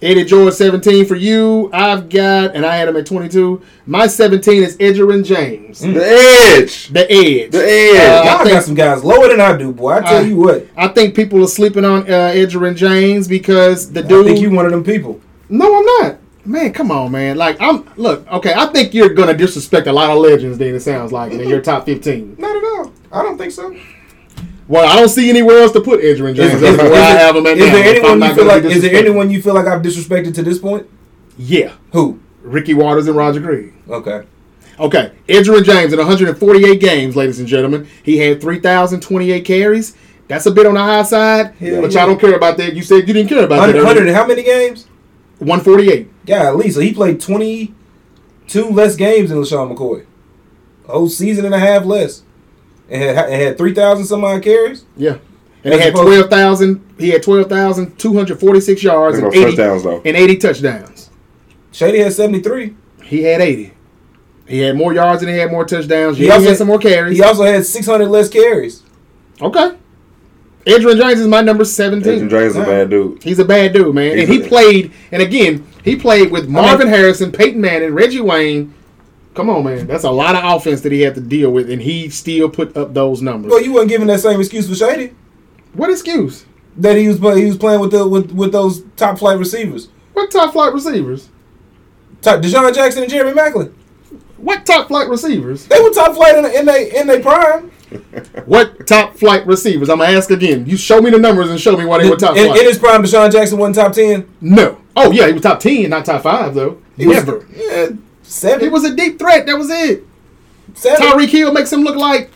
Eddie George, seventeen for you. I've got, and I had him at twenty-two. My seventeen is Edgerrin James, the edge. the Edge. The edge. Uh, Mm. Y'all think- got some guys lower than I do, boy. I tell I- you what. I think people are sleeping on uh, Edgerrin James because the dude. I think you one of them people. no, I'm not. Man, come on, man. Like I'm. Look, okay. I think you're gonna disrespect a lot of legends. Then it sounds like in your top fifteen. Not at all. I don't think so. Is, Well, I don't see anywhere else to put Edgerrin James. is- That's is- where I have him at is now, there if I'm anyone not you feel gonna like? be Is there disrespectful. anyone you feel like I've disrespected to this point? Yeah. Who? Ricky Waters and Roger Greig. Okay. Okay, Edgerrin James in 148 games, ladies and gentlemen. He had 3,028 carries. That's a bit on the high side, Yeah, but yeah. y'all don't care about that. You said you didn't care about that. 100, earlier. and how many games? 148. Yeah, at least. So he played 22 less games than LaShawn McCoy. A whole season and a half less. And had, and had 3,000 some odd carries. Yeah. And he As had opposed- 12,000. He had 12,246 yards There and goes 80, touchdowns, though. and 80 touchdowns. Shady had 73. He had 80. He had more yards and he had more touchdowns. He Yeah, he, also- had some more carries. He also had 600 less carries. okay. Edgerrin James is my number 17. Adrian James is a bad dude. He's a bad dude, man. He's and he a- played, and again, he played with Marvin mean- Harrison, Peyton Manning, Reggie Wayne. Come on, man. That's a lot of offense that he had to deal with, and he still put up those numbers. Well, you weren't giving that same excuse for Shady. what excuse? That he was he was playing with the with, with those top flight receivers. What top flight receivers? Top, Deshaun Jackson and Jeremy Macklin. What top flight receivers? They were top flight in in they in they prime. What top flight receivers? I'm gonna ask again. You show me the numbers and show me why they were top in, flight. in his prime, Deshaun Jackson wasn't top ten. no. Oh yeah, he was top ten, not top five though. He Never. was yeah, seven. He was a deep threat. That was it. seven. Tyreek Hill makes him look like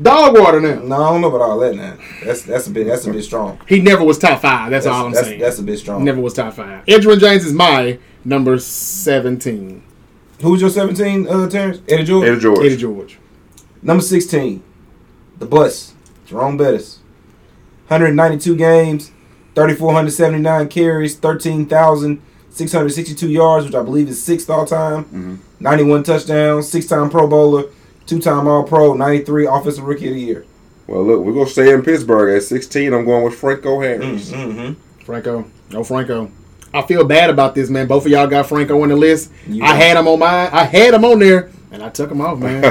Dog water now. No, I don't know about all that now. That's that's a bit that's a bit strong. He never was top five. That's, That's, all I'm that's, saying. that's a bit strong. never was top five. Edgerrin James is my number 17. Who's your 17, uh, Terrence? Eddie Jordan? Eddie George. Eddie George. Number 16, the bus, Jerome Bettis. 192 games, 3,479 carries, 13,662 yards, which I believe is sixth all time. Mm-hmm. 91 touchdowns, six time Pro Bowler, two time All Pro, 93 Offensive Rookie of the Year. Well, look, we're gonna stay in Pittsburgh at 16. I'm going with Franco Mm. Harris. Mm-hmm. Franco. No Franco. I feel bad about this, man. Both of y'all got Franco on the list. You I don't. had him on mine. I had him on there, and I took him off, [laughs] man.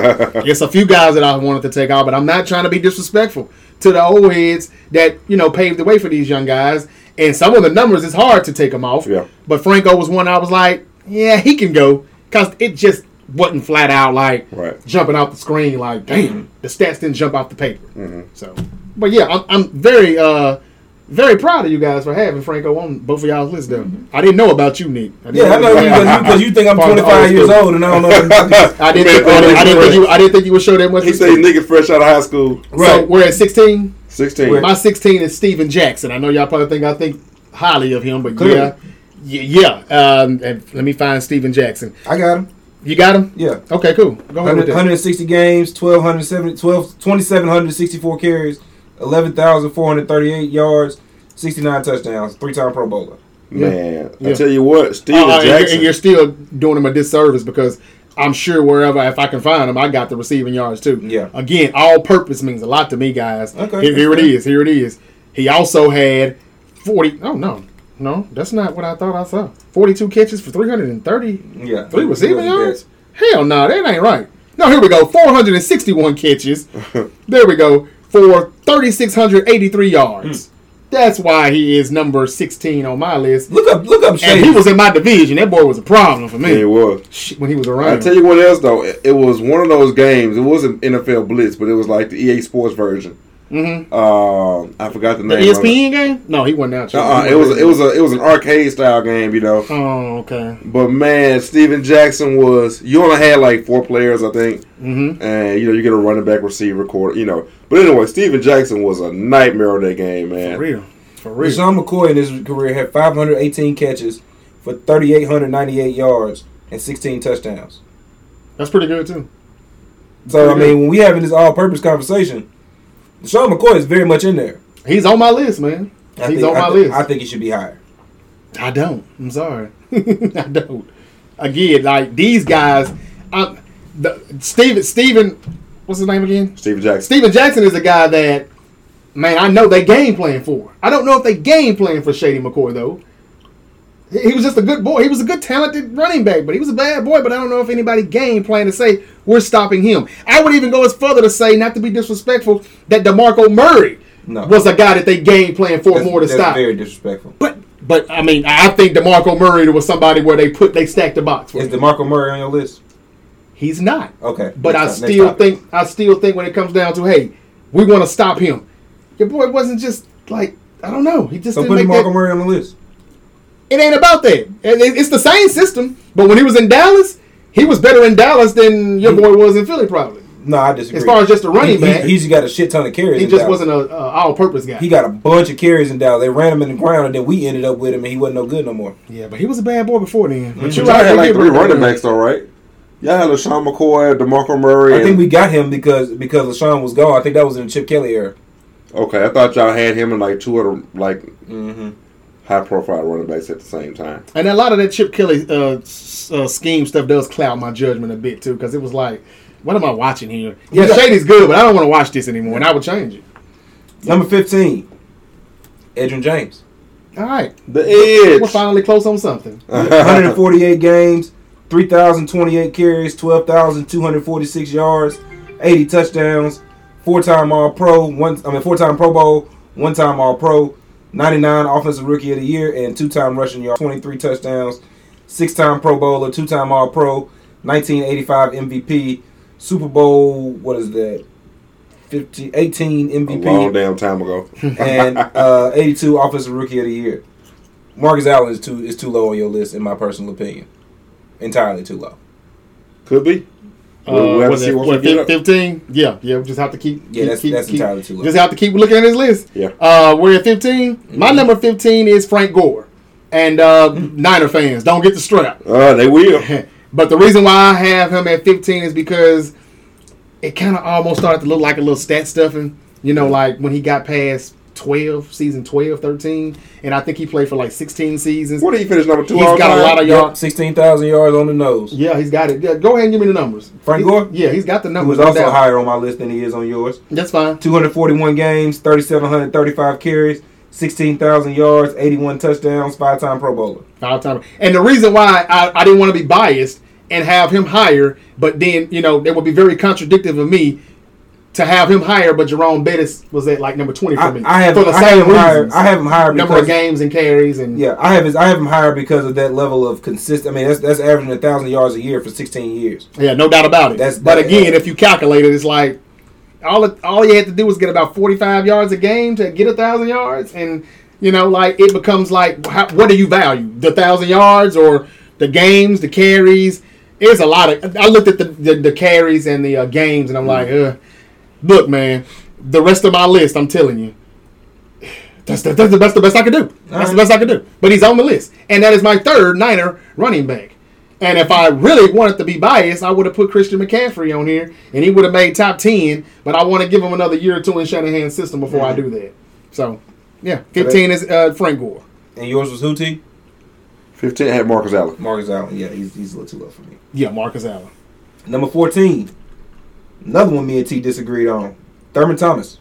it's a few guys that I wanted to take out, but I'm not trying to be disrespectful to the old heads that you know paved the way for these young guys. And some of the numbers, it's hard to take them off. Yeah. But Franco was one I was like, yeah, he can go, cause it just wasn't flat out like Right. jumping off the screen like, damn, the stats didn't jump off the paper. So, but yeah, I'm, I'm very, uh, very proud of you guys for having Franco on both of y'all's list. Though I didn't know about you, Nick. I didn't Mm-hmm. Yeah, I know you about you. because you, think I'm Part of the 25 years old old and I don't know. nothing [laughs] about this. I didn't, think, I, Man, didn't, I didn't think you. right. I didn't think you would show that much. He said respect. nigga fresh out of high school. So Right. we're at 16. 16. My 16 is Steven Jackson. I know y'all probably think I think highly of him, but Clearly. yeah, Y- yeah. Um, and let me find Steven Jackson. I got him. You got him? Yeah. Okay, cool. Go ahead with 100, that. 160 games, 1,270 12 2,764 carries, 11,438 yards, 69 touchdowns, three time Pro Bowler. Man, Yeah. I tell you what, Steven Uh, uh, and you're- Jackson. and you're still doing him a disservice because I'm sure wherever if I can find him, I got the receiving yards too. Yeah. Again, all purpose means a lot to me, guys. Okay. Here, here it is. Here it is. He also had 40. Oh no, no, that's not what I thought I saw. 42 catches for 330 Yeah. Three receiving He wasn't yards? Hell no, that ain't right. No, here we go. 461 [laughs] catches. there we go. For 3,683 Hmm. yards. That's why he is number 16 on my list. bad. Look up, look up, And he Shady. was in my division. That boy was a problem for yeah, he me was. Shit, when he was I around. tell you what else though, it it was one of those games. It wasn't NFL Blitz, but it was like the EA Sports version. Mhm. Um, I forgot the the E name. of it. ESPN game? No, he wasn't out. Uh-uh, it was it was a it was an arcade style game, you know. Oh, okay. But man, Steven Jackson was you only had like four players, I think, Mm-hmm. and you know you get a running back, receiver, quarter, you know. But anyway, Steven Jackson was a nightmare on that game, For man. real. For real. Rashawn McCoy in his career had 518 catches for 3,898 yards and 16 touchdowns. That's pretty good, too. So, I Pretty good. mean, when we having this all purpose conversation, Rashawn McCoy is very much in there. He's on my list, man. I He's think, on my I thi- list. I think he should be higher. I don't. I'm sorry. [laughs] I don't. Again, like these guys, I, the, Steven Steven, what's his name again? Steven Jackson. Steven Jackson is a guy that, man, I know they game plan for. I don't know if they game plan for Shady McCoy though. He he was just a good boy. He was a good, talented running back, but he was a bad boy. But I don't know if anybody game plan to say we're stopping him. I would even go as further to say, not to be disrespectful, that Demarco Murray No. was a guy that they game plan for That's, more to that's stop. very disrespectful. But but I mean, I think Demarco Murray was somebody where they put they stacked the box. For Is him. DeMarco Murray on your list? He's not. Okay. But I Next top- next still topic. think I still think when it comes down to hey, we want to stop him. Your boy wasn't just like I don't know. He just So didn't make put DeMarco that. Murray on the list. It ain't about that. It- it- it's the same system. But when he was in Dallas, he was better in Dallas than your boy was in Philly. Probably. No, I disagree. As far as just a running He- back, he, he's got a shit ton of carries. He in just Dallas. wasn't a, a all-purpose guy. He got a bunch of carries in Dallas. They ran him in the ground, and then we ended up with him, and he wasn't no good no more. yeah, but he was a bad boy before then. But Y'all right, had they like did bring three him running in. backs, though, right? Y'all had LaShawn McCoy, DeMarco Murray. I think and- we got him because because Lashawn was gone. I think that was in the Chip Kelly era. okay, I thought y'all had him and like two other like Mm-hmm. high profile running backs at the same time. And a lot of that Chip Kelly uh, s- uh, scheme stuff does cloud my judgment a bit too, because it was like, what am I watching here? Yeah, Yeah. Shady's good, but I don't want to watch this anymore, and I would change it. Number fifteen, Edrin James, All right, The we're edge. finally close on something. [laughs] one hundred forty-eight games, three thousand twenty-eight carries, twelve thousand two hundred forty-six yards, eighty touchdowns, four-time All-Pro, one I mean four-time Pro Bowl, one-time All-Pro, ninety-nine Offensive Rookie of the Year, and two-time rushing yard, twenty-three touchdowns, six-time Pro Bowler, two-time All-Pro, nineteen eighty-five MVP, Super Bowl. What is that? 15, 18 A MVP. long damn [laughs] time ago. [laughs] and uh, 82 offensive rookie of the year. Marcus Allen is too is too low on your list, in my personal opinion. Entirely too low. Could be. We'll have to was see it what we what get up. fifteen? Yeah, yeah. We just have to keep. keep, Yeah, that's- keep, that's keep- entirely too low. Just have to keep looking at this list. Yeah. Uh, we're at 15 My number fifteen is Frank Gore, and uh, Niner fans don't get the strap. [laughs] Uh, they will. But the reason why I have him at 15 is because it kind of almost started to look like a little stat stuffing. You know, like when he got past 12, season 12, 13, and I think he played for like 16 seasons. What did he finish number two? He's all got a time? lot of yards. sixteen thousand yards on the nose. Yeah, he's got it. Yeah, go ahead and give me the numbers. Frank He- Gore? Yeah, he's got the He numbers. was no also doubt. higher on my list than he is on yours. That's fine. Two hundred forty-one games, thirty-seven hundred thirty-five carries, sixteen thousand yards, eighty-one touchdowns, five-time Pro Bowler. Five time. And the reason why I, I didn't want to be biased and have him higher, but then, you know, that would be very contradictive of me to have him higher, but Jerome Bettis was at like number 20 for I, me. I have, for the I same have him higher. reasons. I have him higher number of because games and carries and yeah, I have his, I have him higher because of that level of consist. I mean, that's that's averaging a thousand yards a year for sixteen years. yeah, no doubt about it. That's- but that- uh, again, if you calculate it, it's like all it, all you had to do was get about forty five yards a game to get a thousand yards, and you know, like it becomes like how, what do you value the thousand yards or the games, the carries? It's a lot of. I looked at the the, the carries and the uh, games, and I'm like, Mm-hmm. Ugh. look, man, the rest of my list, I'm telling you. That's the, that's the best the best I could do. That's the best I could do. But he's on the list, and that is my third Niner running back. And if I really wanted to be biased, I would have put Christian McCaffrey on here, and he would have made top ten. But I want to give him another year or two in Shanahan's system before I do that. So, yeah, fifteen is uh, Frank Gore. And yours was who? T. Fifteen had Marcus Allen. Marcus Allen. Yeah, he's he's a little too low for me. Yeah, Marcus Allen. Number fourteen, another one me and T disagreed on. Thurman Thomas,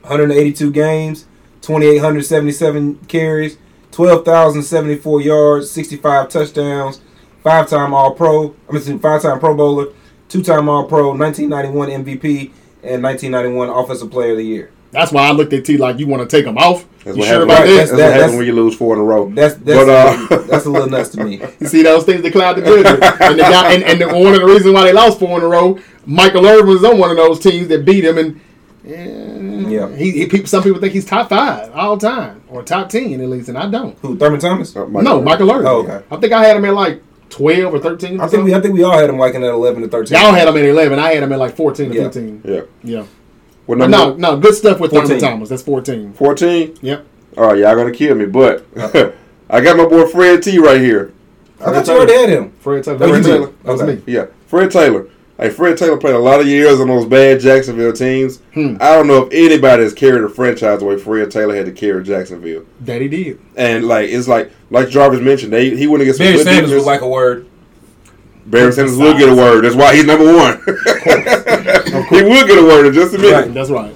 one hundred eighty-two games, twenty-eight hundred seventy-seven carries, twelve thousand seventy-four yards, sixty-five touchdowns, five-time All-Pro. I mean, five-time Pro Bowler, two-time All-Pro, nineteen ninety-one MVP, and nineteen ninety-one Offensive Player of the Year. That's why I looked at T like you want to take him off. That's you what sure happens. about Right, that? That's, that? what happens that's- when you lose four in a row. That's [laughs] that's But, [laughs] uh, [laughs] that's a little nuts to me. You see those things that cloud the [laughs] judgment. and the guy, and, and the, one of the reasons why they lost four in a row, Michael Irvin was on one of those teams that beat him, and eh, Yeah. he, he people, some people think he's top five all time or top ten at least, and I don't. Who Thurman Thomas? Uh, no, Michael Irvin. Oh, okay. I think I had him at like twelve or thirteen. Or I think we I something. think we all had him like in that eleven to thirteen. y'all had him at eleven. I had him at like fourteen or Yeah. fifteen. Yeah. Yeah. Well, But number no, no, good stuff with Thurman 14. Thomas. That's fourteen. fourteen. Yep. All right, y'all gonna kill me, but [laughs] I got my boy Fred T right here. I thought you already had him. Fred Taylor. That Fred was me. Taylor. That was Oh, Okay. me. Yeah, Fred Taylor. Hey, Fred Taylor played a lot of years on those bad Jacksonville teams. Hmm. I don't know if anybody has carried a franchise the way Fred Taylor had to carry Jacksonville. That he did. And like it's like like Jarvis mentioned, they he wouldn't get some Barry good Sanders defense. was like a word. Barry Sanders will get a word. That's why he's number one. [laughs] he will get a word in just a minute. Right. That's right.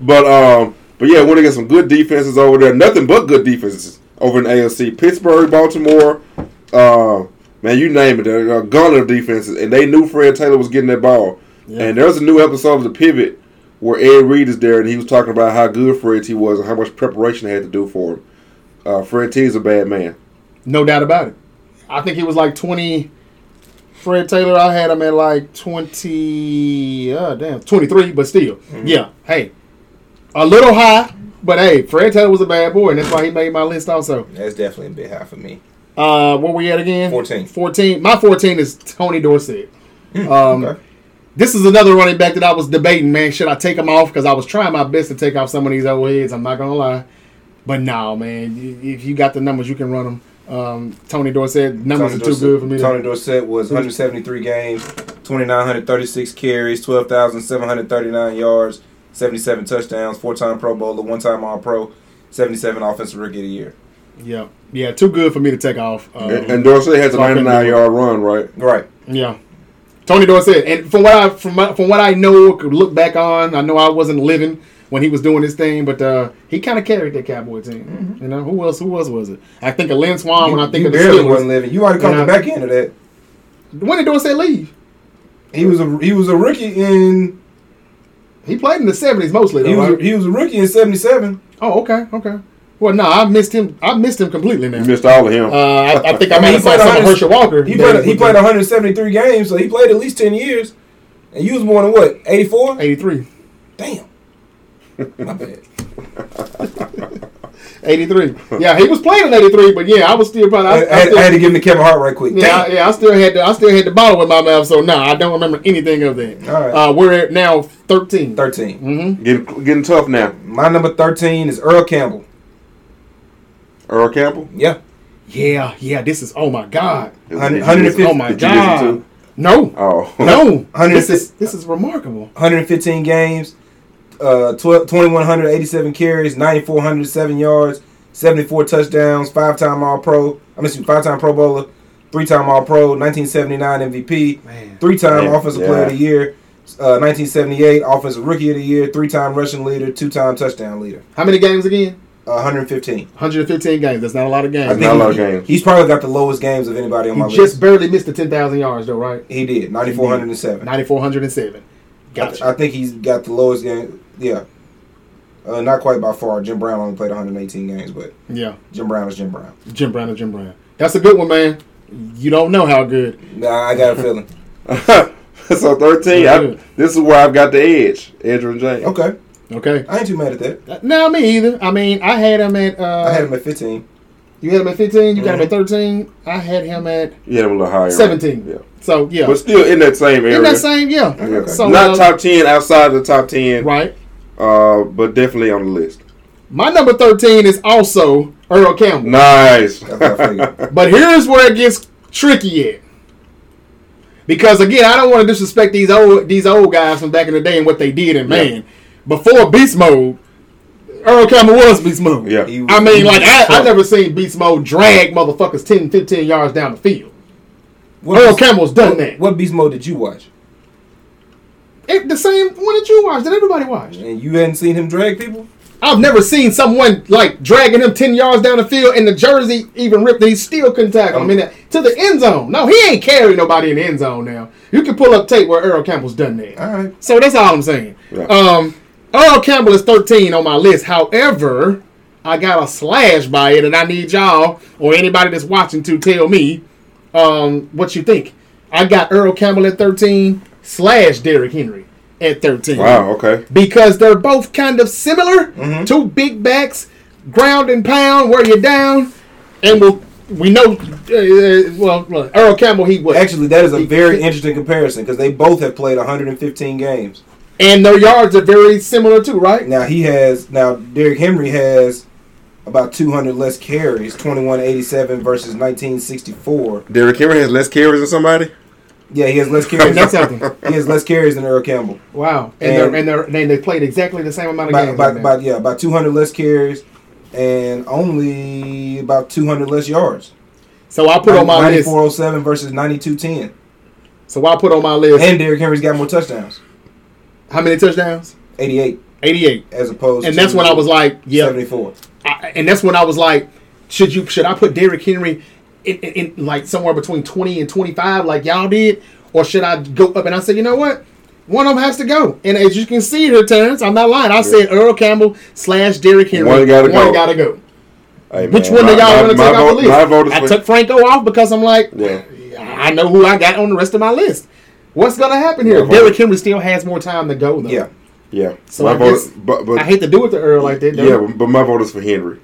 But um, but yeah, want to get some good defenses over there. Nothing but good defenses over in AFC. Pittsburgh, Baltimore, uh, man, you name it. They're uh, a gun of defenses, and they knew Fred Taylor was getting that ball. Yeah. And there was a new episode of The Pivot where Ed Reed is there, and he was talking about how good Fred T was and how much preparation they had to do for him. Uh, Fred T is a bad man. No doubt about it. I think he was like 20. Fred Taylor, I had him at like 20. Uh, damn, 23, but still. Yeah, hey. A little high, but hey, Fred Taylor was a bad boy, and that's why he made my list also. That's definitely a bit high for me. Uh, where we at again? 14. 14. My 14 is Tony Dorsett. Um, okay. This is another running back that I was debating, man. Should I take him off? Because I was trying my best to take off some of these old heads. I'm not going to lie. But no, man. y- If you got the numbers, you can run them. Um, Tony Dorsett, numbers are too good for me. to- Tony Dorsett was 173 games, 2,936 carries, 12,739 yards, 77 touchdowns, four-time Pro Bowler, one-time All-Pro, 77 Offensive Rookie of the Year. Yeah, yeah, too good for me to take off. Um, And, and Dorsey has a Fucking 99 yard run, right? Right. yeah, Tony Dorsett, and from what I from my, from what I know, could look back on, I know I wasn't living when he was doing his thing, but uh, he kind of carried that Cowboy team. You know who else? Who else was it? I think of Lynn Swan you Oh, when I think you of the barely Steelers. wasn't living. You already caught And the I- back end of that. When did Dorsett leave? He was a he was a rookie in He played in the seventies mostly. Though, he was right? a, he was a rookie in 77. oh, okay, okay. Well, no, I missed him. I missed him completely, You man. missed all of him. Uh, I, I think I, I mean, might he have saw played some of 100 Herschel Walker. He days played he with played them. 173 games, so he played at least 10 years. And you was born in what? 84? 83. Damn. My bad. [laughs] 83. Yeah, he was playing in 83, but yeah, I was still probably. I, I, I had, still, I had to give him to Kevin Hart right quick. yeah, I, Damn. yeah, I still had the, I still had the bottle in my mouth, so no, I don't remember anything of that. All right. uh, we're at now 13. 13. Mm-hmm. Getting getting tough now. My number 13 is Earl Campbell. Earl Campbell. Yeah. Yeah, yeah, this is oh my god. Is- Hun- is- 150 Oh my Did you listen god. to- No, Oh. no, Hundred this and is this is remarkable. 115 games, uh, 12 2,187 carries, 9,407 yards, 74 touchdowns, five time All Pro. I'm excuse me, five time Pro Bowler, three time All Pro, 1979 MVP, Man, three time Man, Offensive Player of the yeah. Year, uh, 1978 Offensive Rookie of the Year, three time rushing leader, two time touchdown leader. how many games again? Uh, 115. 115 games. That's not a lot of That's games. not a lot of games. He's probably got the lowest games of anybody on my He list. just barely missed the 10,000 yards though, right? He did 9,407. 9407. Gotcha. I think he's got the lowest game. Yeah. Uh, not quite by far. Jim Brown only played 118 games, but yeah, Jim Brown is Jim Brown. Jim Brown and Jim Brown. That's a good one, man. You don't know how good. Nah, [laughs] I got a feeling. [laughs] so thirteen. I, this is where I've got the edge. Edgerrin James. Oh. Okay, Okay. I ain't too mad at that. No, me either. I mean, I had him at. Uh, I had him at 15. You had him at 15. You got him at 13. I had him at. Yeah, a little higher. 17. Yeah. So yeah, But still in that same area. in that same yeah. Yeah. So Not uh, top ten, outside of the top ten, right. uh, but definitely on the list. My number 13 is also Earl Campbell. Nice. That's what I figured. But here's where it gets tricky at. Because again, I don't want to disrespect these old these old guys from back in the day and what they did. And man, before Beast Mode, Earl Campbell was Beast Mode. yeah. He was- I he mean, like was I, I tough. never seen Beast Mode drag motherfuckers 10, 15 yards down the field. What Earl beast- Campbell's done that. What Beast Mode did you watch? It, the same one that you watched, that everybody watched. And you hadn't seen him drag people? I've never seen someone like dragging him ten yards down the field and the jersey even ripped. and He still couldn't tackle Um, him in that, to the end zone. No, he ain't carrying nobody in the end zone now. You can pull up tape where Earl Campbell's done that. All right. So that's all I'm saying. Ah. Yeah. Um, Earl Campbell is 13 on my list. However, I got a slash by it, and I need y'all or anybody that's watching to tell me um, what you think. I got Earl Campbell at 13 slash Derrick Henry at 13 [laughs] Wow. Okay. because they're both kind of similar. Mm-hmm. Two big backs, ground and pound, wear you down, and we'll, we know. Uh, well, well, Earl Campbell, he was, Actually, that is a very interesting comparison because they both have played 115 games. and their yards are very similar too, right? Now he has now Derrick Henry has about 200 less carries, 2187 versus 1964. Derrick Henry has less carries than somebody. Yeah, he [laughs] has less carries. And that's something. he has less carries than Earl Campbell. Wow, and, they're, And- and they're, they they played exactly the same amount of About, games. about, man. about- yeah, about 200 less carries and only about 200 less yards. so I put on my list. 9407 versus 9210. So I put on my list. And Derrick Henry's got more touchdowns, how many touchdowns? 88 Eighty-eight. as opposed And to that's when I was like, yeah, 74. I, and that's when I was like, should you should I put Derrick Henry in, in, in like somewhere between twenty and twenty five, like y'all did, or should I go up? And I said, you know what, one of them has to go. And as you can see here, Terrence, I'm not lying. I said Earl Campbell slash Derrick Henry. One gotta go. gotta go. Hey, Which one man, do y'all my- my- want to take my off the vote- list? My vote is I for- took Franco off because I'm like, Yeah. I know who I got on the rest of my list. What's gonna happen here? My vote- Derrick Henry still has more time to go though. Yeah. Yeah. So my I vote, guess- but, but I hate to do it to Earl like that. yeah, though. but, but my vote is for Henry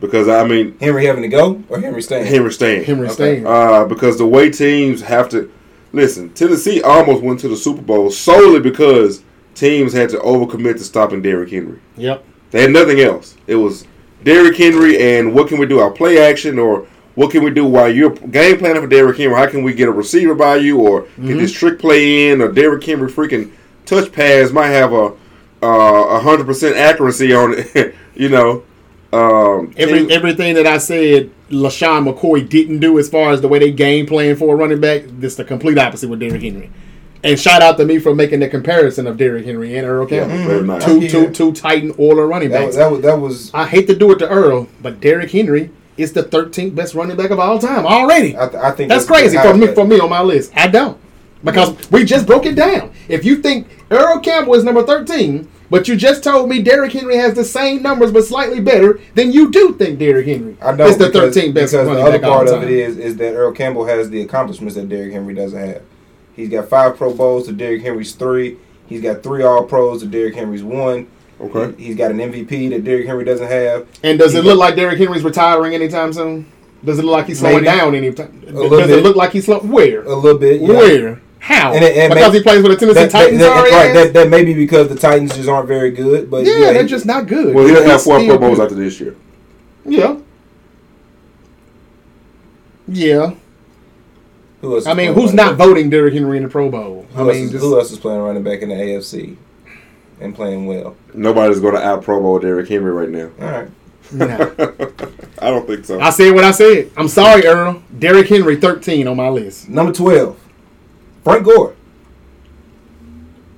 because I mean Henry having to go or Henry staying? Henry staying. Henry Okay. staying. Uh, because the way teams have to listen, Tennessee almost went to the Super Bowl solely because teams had to overcommit to stopping Derrick Henry. yep. They had nothing else. It was Derrick Henry and what can we do? Our play action or what can we do while you're game planning for Derrick Henry? How can we get a receiver by you or get this trick play in or Derrick Henry freaking touch pass might have a uh, a hundred percent accuracy on it, [laughs] you know. Um, Every, everything that I said LaShawn McCoy didn't do as far as the way they game plan for a running back, this the complete opposite with Derrick Henry. And shout out to me for making the comparison of Derrick Henry and Earl Campbell. very nice. Mm-hmm. Two, Yeah. Mm-hmm. two, two Titan Oiler running That backs. was, that was, that was I hate to do it to Earl, but Derrick Henry is the 13th best running back of all time already. I, th- I think That's crazy for me that- for me on my list. I don't. Mm-hmm. Because we just broke it down. If you think Earl Campbell is number 13, but you just told me Derrick Henry has the same numbers but slightly better, then you do think Derrick Henry I know is the because- 13th best because running the other back all part the of time. it is is that Earl Campbell has the accomplishments that Derrick Henry doesn't have. He's got five Pro Bowls to Derrick Henry's three. He's got three All Pros to Derrick Henry's one. Okay. He, has got an MVP that Derrick Henry doesn't have. And does it look like Derrick Henry's retiring anytime soon? Does it look like he's slowing Maybe. down anytime? little Does it bit. look like he's slow? Where? A little bit. yeah. Where? How? And it- and because may- he plays for the Tennessee That, that, Titans. that- already? right, that, that may be because the Titans just aren't very good. But yeah, they're he- just not good. Well, he'll He's have four still Pro Bowls good. after this year. Yeah. Yeah. Who else is I mean, playing who's running not back? voting Derrick Henry in the Pro Bowl? I Who, else mean, is, just, who else is playing running back in the AFC and playing well? Nobody's going to out Pro Bowl Derrick Henry right now. [laughs] All right. nah. I don't think so. I said what I said. I'm sorry, Earl. Derrick Henry, 13 on my list. Number 12, Frank Gore.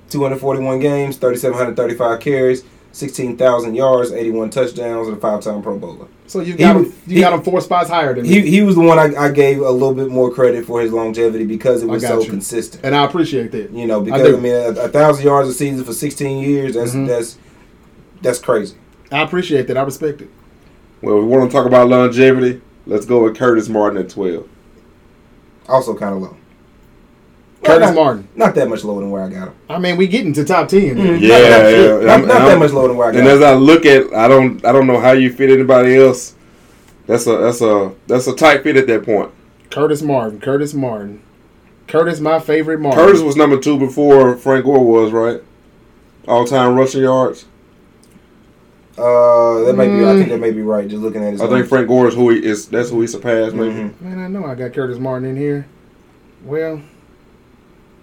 241 games, 3,735 carries, 16,000 yards, 81 touchdowns, and a five time Pro Bowler. So you He got was- him, you he- got him four spots higher than He, me, he was the one I, I gave a little bit more credit for his longevity because it I was got so you. consistent. and I appreciate that. You know, do. because I, mean, a, a thousand yards a season for 16 years, that's Mhm. that's that's crazy. I appreciate that. I respect it. well, if we want to talk about longevity, let's go with Curtis Martin at 12. Also, kind of low. Curtis not, Martin. Not that much lower than where I got him. I mean, we getting to top 10. Mhm. Yeah, Not- not- yeah. not- I'm- not I'm- that much lower than where I got And him. as I look at, I don't, I don't know how you fit anybody else. That's a, that's a, that's a tight fit at that point. Curtis Martin. Curtis Martin. Curtis, my favorite Martin. Curtis was number two before Frank Gore was, right? All time rushing yards. Uh, that may be. I Mm. think that may be right. Just looking at his. I think Frank Gore is who he is. That's who he surpassed, maybe. Mhm. Man, I know I got Curtis Martin in here. Well,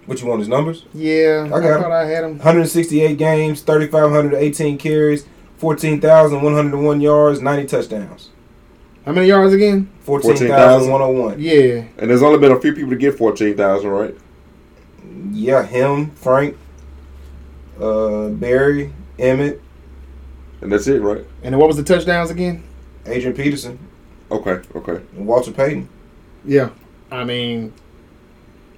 What you want his numbers? yeah, I got I him. thought I had him. 168 games, 3,518 carries, 14,101 yards, 90 touchdowns. How many yards again? 14,101. Yeah. And there's only been a few people to get fourteen thousand, right? Yeah, him, Frank, uh, Barry, Emmett, And that's it, right? And then what was the touchdowns again? Adrian Peterson, Okay, okay. and Walter Payton. Yeah. I mean,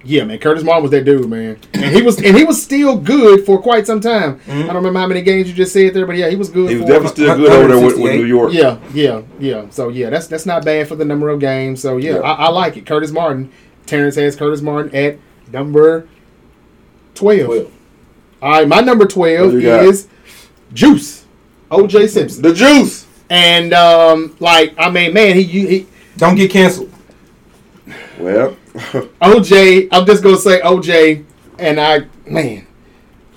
yeah, man. Curtis Martin was that dude, man, and he was and he was still good for quite some time. I Mhm. don't remember how many games you just said there, but yeah, he was good. Mm-hmm. He was for definitely still good over there with, with New York. Yeah, yeah, yeah. So yeah, that's that's not bad for the number of games. So yeah, Yeah. I, I like it. Curtis Martin. Terrence has Curtis Martin at number twelve. Well, All right, my number twelve Who you got? is Juice, O.J. Simpson, The juice. and um, like I mean, man, he, he don't get canceled. Well, OJ, I'm just gonna say OJ, and I man,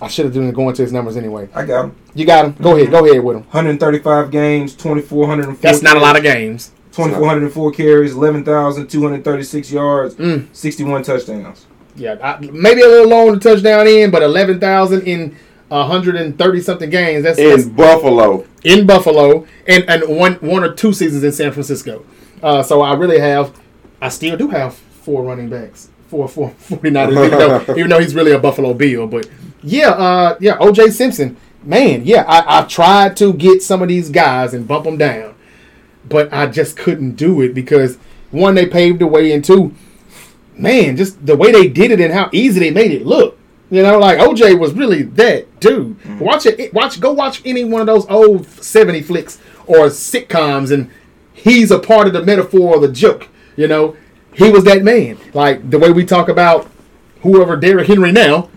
I should have been going to his numbers anyway. I got him. You got him. Go ahead. Go ahead with him. 135 games, 2,404. That's not a lot of games. 2,404 carries, 11,236 yards, Mm. 61 touchdowns. Yeah, I, maybe a little low on the touchdown in, but eleven thousand in hundred and thirty something games. That's that's- in Buffalo, in, Buffalo, and and one one or two seasons in San Francisco. Uh, so I really have, I still do have four running backs. Four, four, [laughs] 49 even, though, even though he's really a Buffalo Bill, but yeah, uh, yeah, OJ Simpson, man, yeah, I, I tried to get some of these guys and bump them down, but I just couldn't do it because one, they paved the way, and two, man, just the way they did it and how easy they made it look. You know, like OJ was really that dude. Watch it, watch, go watch any one of those old seventy flicks or sitcoms, and he's a part of the metaphor or the joke. You know, he was that man. Like the way we talk about whoever Derrick Henry now,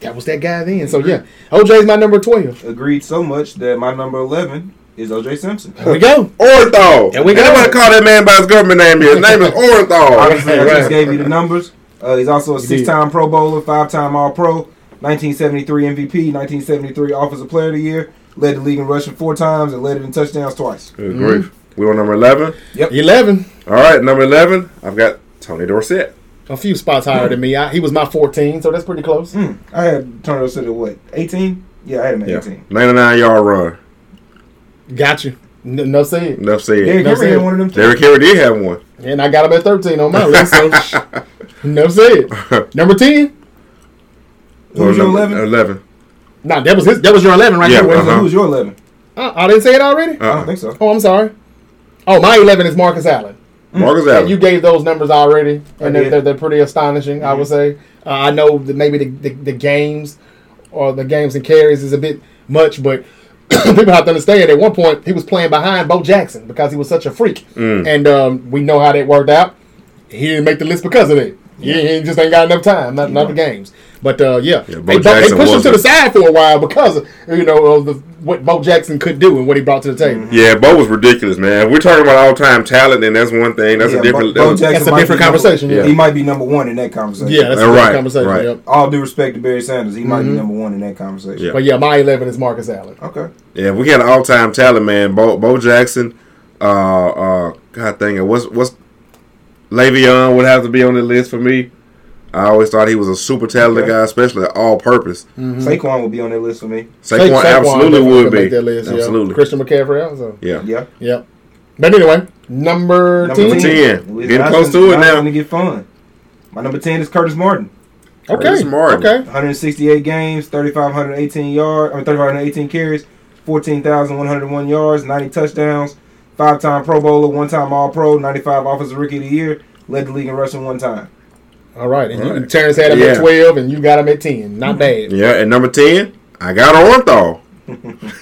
that was that guy then. So yeah, OJ's my number twelve. Agreed so much that my number 11 is OJ [laughs] Simpson. There we go. Orthol. There we go. Anybody call that man by his government name? His name is Obviously, I just Orthol. gave you the numbers. Uh, he's also a did. six-time Pro Bowler, five-time All-Pro, 1973 MVP, 1973 Offensive Player of the Year. Led the league in rushing four times and led it in touchdowns twice. Good grief. We on number eleven. Eleven, All right, number eleven. I've got Tony Dorsett. a few spots higher than me. I, he was my fourteen, so that's pretty close. Hmm. I had Turner City what 18? Yeah, I had him at Yeah, 18. ninety-nine yard run. Got you. N- no say it. Enough said. Derrick No, Henry sir. had one of them. too. Derrick Henry did have one. And I got him at thirteen on my list. So shh. no say it. Number ten. Who was your Or number- 11? Eleven. Nah, that was his. That was your eleven right Yeah, there. wasn't So uh-huh. Who was your 11? it? Uh, I didn't say it already. I don't Uh-uh. think so. Oh, I'm sorry. Oh, my eleven is Marcus Allen. Marcus And you Allen. gave those numbers already, I and they're, did. they're, they're pretty astonishing. I would say. Mm-hmm. Uh, I know that maybe the, the, the games or the games and carries is a bit much, but [clears throat] people have to understand. At one point, he was playing behind Bo Jackson because he was such a freak, Mm. and um, we know how that worked out. He didn't make the list because of that. He, he just ain't got enough time, not enough games. But uh, yeah, Yeah, Bo they, bu- they Jackson pushed him was to a- the side for a while because you know of the, what Bo Jackson could do and what he brought to the table. Yeah, Bo was ridiculous, man. If we're talking about all time talent, then that's one thing. That's Yeah, a different. Bo- Bo that's a- Jackson That's a might be different number- conversation, yeah. He might be number one in that conversation. Yeah, that's Mm-hmm. a Right, different conversation. right. Yep. All due respect to Barry Sanders, he might be number one in that conversation. Yeah. But yeah, my eleven is Marcus Allen. Okay. yeah, if we had all time talent, man. Bo, Bo Jackson, uh, uh, God dang it, what's what's Le'Veon would have to be on the list for me. I always thought he was a super talented Okay. guy, especially all purpose. Mm-hmm. Saquon would be on that list for me. Saquon, Saquon absolutely definitely would could be. make that list, yeah. absolutely, Christian McCaffrey also. yeah. Yeah. Yep. But anyway, number, Number 10. 10. It's Getting not- close to it not now. gonna get fun. My number ten is Curtis Martin. Okay. Curtis Martin. Okay. 168 games, 3,518 yards, I mean, 3,518 carries, 14,101 yards, 90 touchdowns, five-time Pro Bowler, one-time All-Pro, 95 Offensive Rookie of the Year, led the league in rushing one time. All right. And All you, right. Terrence had him at Yeah. 12, and you got him at 10. Not bad. Yeah, and number ten, I got Orthol.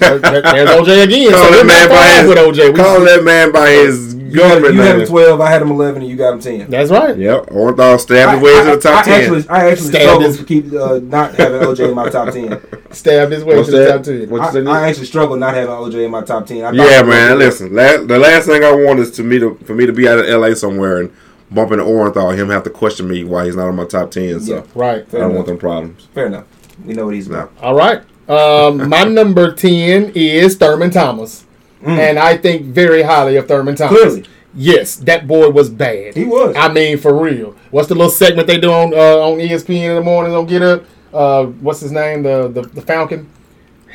There- there- There's OJ again. Call so that we're not man by far off his- with OJ. We- Call that man by his You had, government you had him name. 12, I had him 11, and you got him 10. That's right. Yep, Orthol stabbed his way I, to the top I- I ten. actually, I actually Stand struggled is- to keep uh, not having OJ in my top [laughs] 10. Stabbed his way What's to the that? top two. What- What'd I, you say, I Nick? actually struggled not having OJ in my top 10. I Yeah, thought- man. Listen, la the last thing I want is to me to for me to be out of L.A. somewhere and bump into Orenthal, him have to question me why he's not on my top ten. So Yeah. Right. I don't want them problems. Fair enough. We know what he's No. about. All right. Um, [laughs] my number 10 is Thurman Thomas. And I think very highly of Thurman Thomas. Mm. Clearly. Yes, that boy was bad. He was. I mean, for real. What's the little segment they do on uh, on ESPN in the morning on Get Up? Uh, what's his name? The the, the Falcon?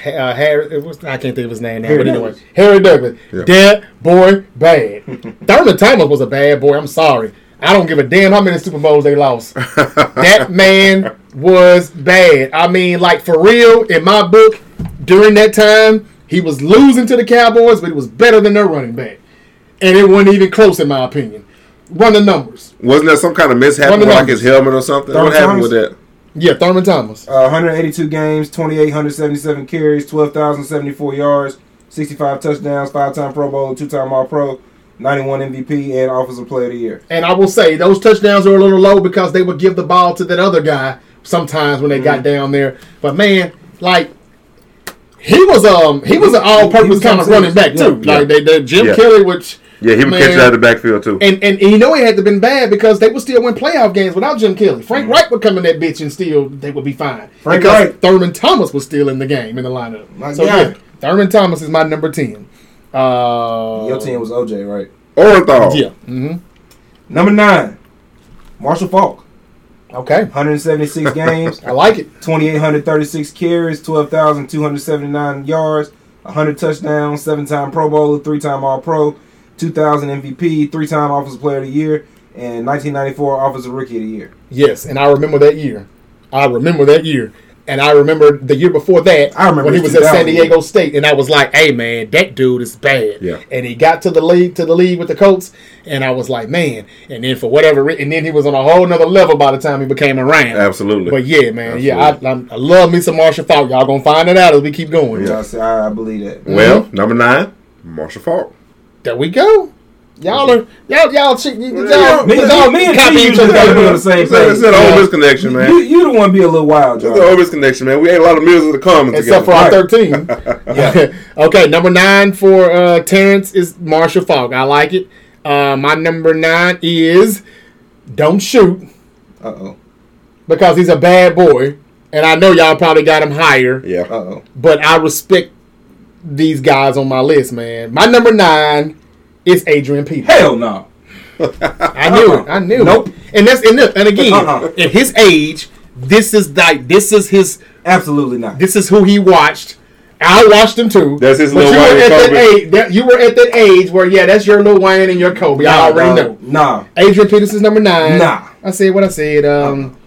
Ha- Uh, Harry, it was- I can't think of his name now, Harry but anyway. Douglas. Harry Douglas. Yeah. That boy bad. Thurman Thomas was a bad boy. I'm sorry. I don't give a damn how many Super Bowls they lost. that man was bad. I mean, like for real, in my book, during that time, he was losing to the Cowboys, but he was better than their running back. And it wasn't even close, in my opinion. Run the numbers. Wasn't there some kind of mishap Run the with like numbers. his helmet or something? Thurman What happened Thomas? with that? Yeah, Thurman Thomas. Uh, 182 games, 2,877 carries, 12,074 yards, 65 touchdowns, five-time Pro Bowler, two-time All-Pro, 91 MVP, and Offensive Player of the Year. And I will say, those touchdowns are a little low because they would give the ball to that other guy sometimes when they got down there. But man, like, he was um he was an all He was purpose kind of something running back serious. too. Yeah. Like they, they Jim Yeah. Kelly, which Yeah, he would catch Man. it out of the backfield too. And, and and you know it had to been bad because they would still win playoff games without Jim Kelly. Frank Wright would come in that bitch and still they would be fine. Frank because Wright. Thurman Thomas was still in the game in the lineup. My so God. yeah, Thurman Thomas is my number ten. Uh, Your team was OJ, right? Orenthal. Yeah. hmm Number nine, Marshall Falk. Okay. 176 [laughs] games, I like it. 2,836 carries, 12,279 yards, 100 touchdowns, seven-time Pro Bowler, three-time All-Pro, 2,000 MVP, three-time Offensive Player of the Year, and 1994 Offensive Rookie of the Year. Yes, and I remember that year. I remember that year. And I remember the year before that I remember when he his was at San 2000 year. Diego State, and I was like, "Hey, man, that dude is bad." Yeah. And he got to the league to the league with the Colts, and I was like, "Man." And then for whatever, re- and then he was on a whole nother level by the time he became a Ram. Absolutely. But yeah, man, yeah, I, I'm- I, I love me some Marshall Falk. Y'all gonna find it out as we keep going. I, said, I, I believe that. Well, Mm-hmm. number nine, Marshall Falk. There we go. Y'all are y'all y'all cheat. Y'all, y'all, Me, me, me and copy T each usually gotta be on other. the same It's that it's that page. old Yeah. misconnection, man. You, you the one be a little wild, It's that John. old misconnection, man. We ate a lot of meals at the common Except together. for our 13. Right. [laughs] Yeah. [laughs] okay, number nine for uh, Terrence is Marshall Falk. I like it. Uh, my number nine is Don't Shoot Uh oh. because he's a bad boy. And I know y'all probably got him higher, yeah. Uh oh. but I respect these guys on my list, man. My number nine is Adrian Peterson. Hell no. I knew Uh-uh. it. I knew Nope. it. And that's and look, and again, Uh-uh. at his age, this is like this is his Absolutely not. this is who he watched. I watched him too. That's his Lil you Wayne were at and that Kobe. age. That, you were at that age where yeah, that's your Lil Wayne and your Kobe. I already know. Nah. Adrian Peterson's number nine. Nah. I said what I said. Um,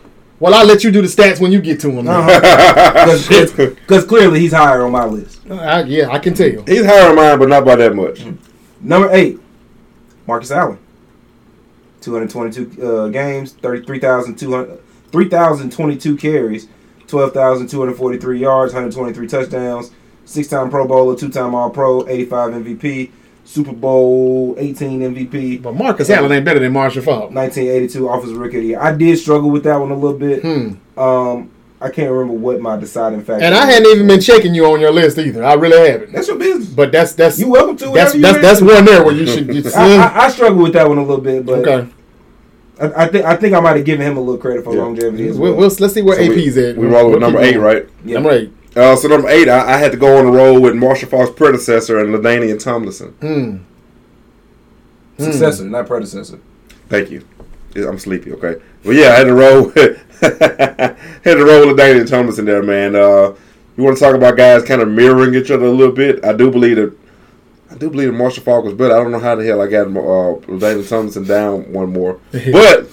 well, I'll let you do the stats when you get to him. Uh-huh. man. Uh-huh. Because clearly he's higher on my list. [laughs] I, yeah, I can tell you. [laughs] He's higher than mine, but not by that much. Number eight, Marcus Allen. 222 uh, games, 33,200 3,022 carries, 12,243 yards, 123 touchdowns, six time Pro Bowler, two time All Pro, 85 MVP, Super Bowl 18 MVP. But Marcus Allen ain't better than Marshall Falk. 1982 Offensive Rookie of the Year. I did struggle with that one a little bit. Hmm. Um, I can't remember what my deciding factor. And I was. hadn't even been checking you on your list either. I really haven't. That's your business. But that's that's you welcome to that's whatever you that's, in. that's one there where you should. [laughs] You I, see. I, I struggle with that one a little bit, but okay, I, I think I think I might have given him a little credit for Yeah. longevity as we'll, well. we'll, let's see where So we- AP's at. We rolling We'll with number keep eight, going. right? Yeah. Number eight. Uh, so number eight, I, I had to go on the road with Marshall Falk's predecessor and Ladainian Tomlinson. Hmm. Successor, not predecessor. Thank you. Yeah, I'm sleepy, okay. But yeah, I had to roll [laughs] had to roll with Ladainian Tomlinson there, man. Uh, you want to talk about guys kind of mirroring each other a little bit? I do believe that I do believe that Marshall Falk was better. I don't know how the hell I got uh, Ladainian Tomlinson down one more, but [laughs]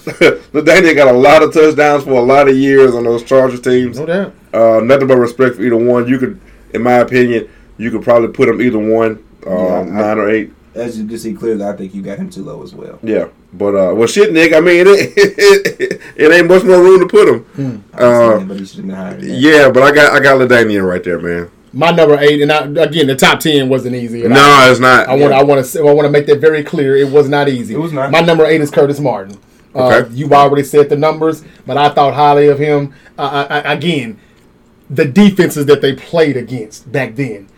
Ladainian got a lot of touchdowns for a lot of years on those Charger teams. No doubt. Uh, nothing but respect for either one. You could, in my opinion, you could probably put them either one, uh, Yeah, I- nine or eight. As you can see clearly, I think you got him too low as well. Yeah. But uh, well, shit, Nick. I mean, [laughs] it, it, ain't much more room to put them. I understand, Uh, but he should have been higher. Than that. Yeah, but I got I got Ladainian right there, man. My number eight, and I, again, the top ten wasn't easy. and I- No, it's not. I want I want to I want to make that very clear. It was not easy. It was not. My number eight is Curtis Martin. Uh, Okay. you've already said the numbers, but I thought highly of him. Uh, I, I, again, the defenses that they played against back then.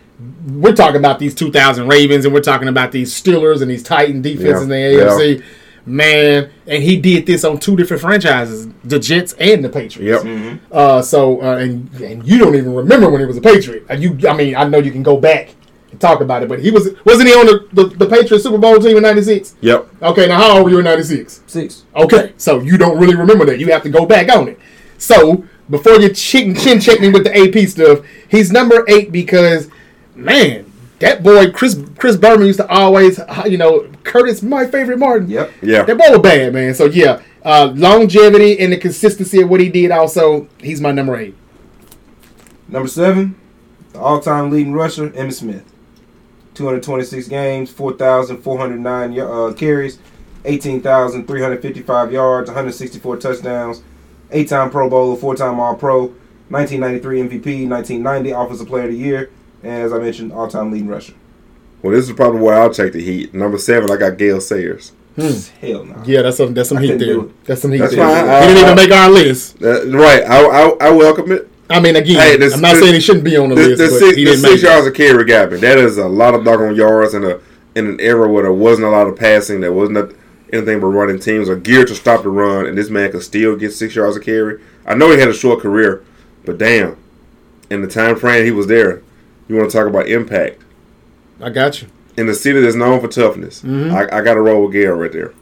We're talking about these 2000 Ravens, and we're talking about these Steelers and these Titan defenses Yeah, in the AFC. Man, and he did this on two different franchises, the Jets and the Patriots. Yep. Uh, so uh, and and you don't even remember when he was a Patriot. Uh, You, I mean, I know you can go back and talk about it, but he was wasn't he on the the, the Patriot Super Bowl team in '96? Yep. Okay, now how old were you in '96? Six. Okay, so you don't really remember that. You have to go back on it. So before you chin chin check me with the AP stuff, he's number eight because man, that boy Chris Chris Berman used to always uh, you know Curtis my favorite Martin. Yep. Yeah. That boy was bad, man. So yeah, uh, longevity and the consistency of what he did. Also, he's my number eight. Number seven, the all-time leading rusher, Emmitt Smith. 226 games, 4,409 y- uh, carries, 18,355 yards, 164 touchdowns, eight-time Pro Bowler, four-time All-Pro, 1993 MVP, 1990 Offensive Player of the Year, and as I mentioned, all-time leading rusher. Well, this is probably where I'll take the heat. Number seven, I got Gail Sayers. Hell no. Hmm. Yeah, that's some that's some I heat couldn't there. do it. That's some heat That's there. fine. I- he didn't I- even make our list. Uh, right. I, I I welcome it. I mean, again, Hey, this- I'm not this- saying he shouldn't be on the The, list, the but six, he the didn't make six it. yards of carry got me. That is a lot of doggone yards in a in an era where there wasn't a lot of passing. There wasn't anything but running teams are geared to stop the run, and this man could still get six yards of carry. I know he had a short career, but damn, in the time frame he was there, you want to talk about impact I got you. in the city that's known for toughness. Mm-hmm. I, I got to roll with Gail right there.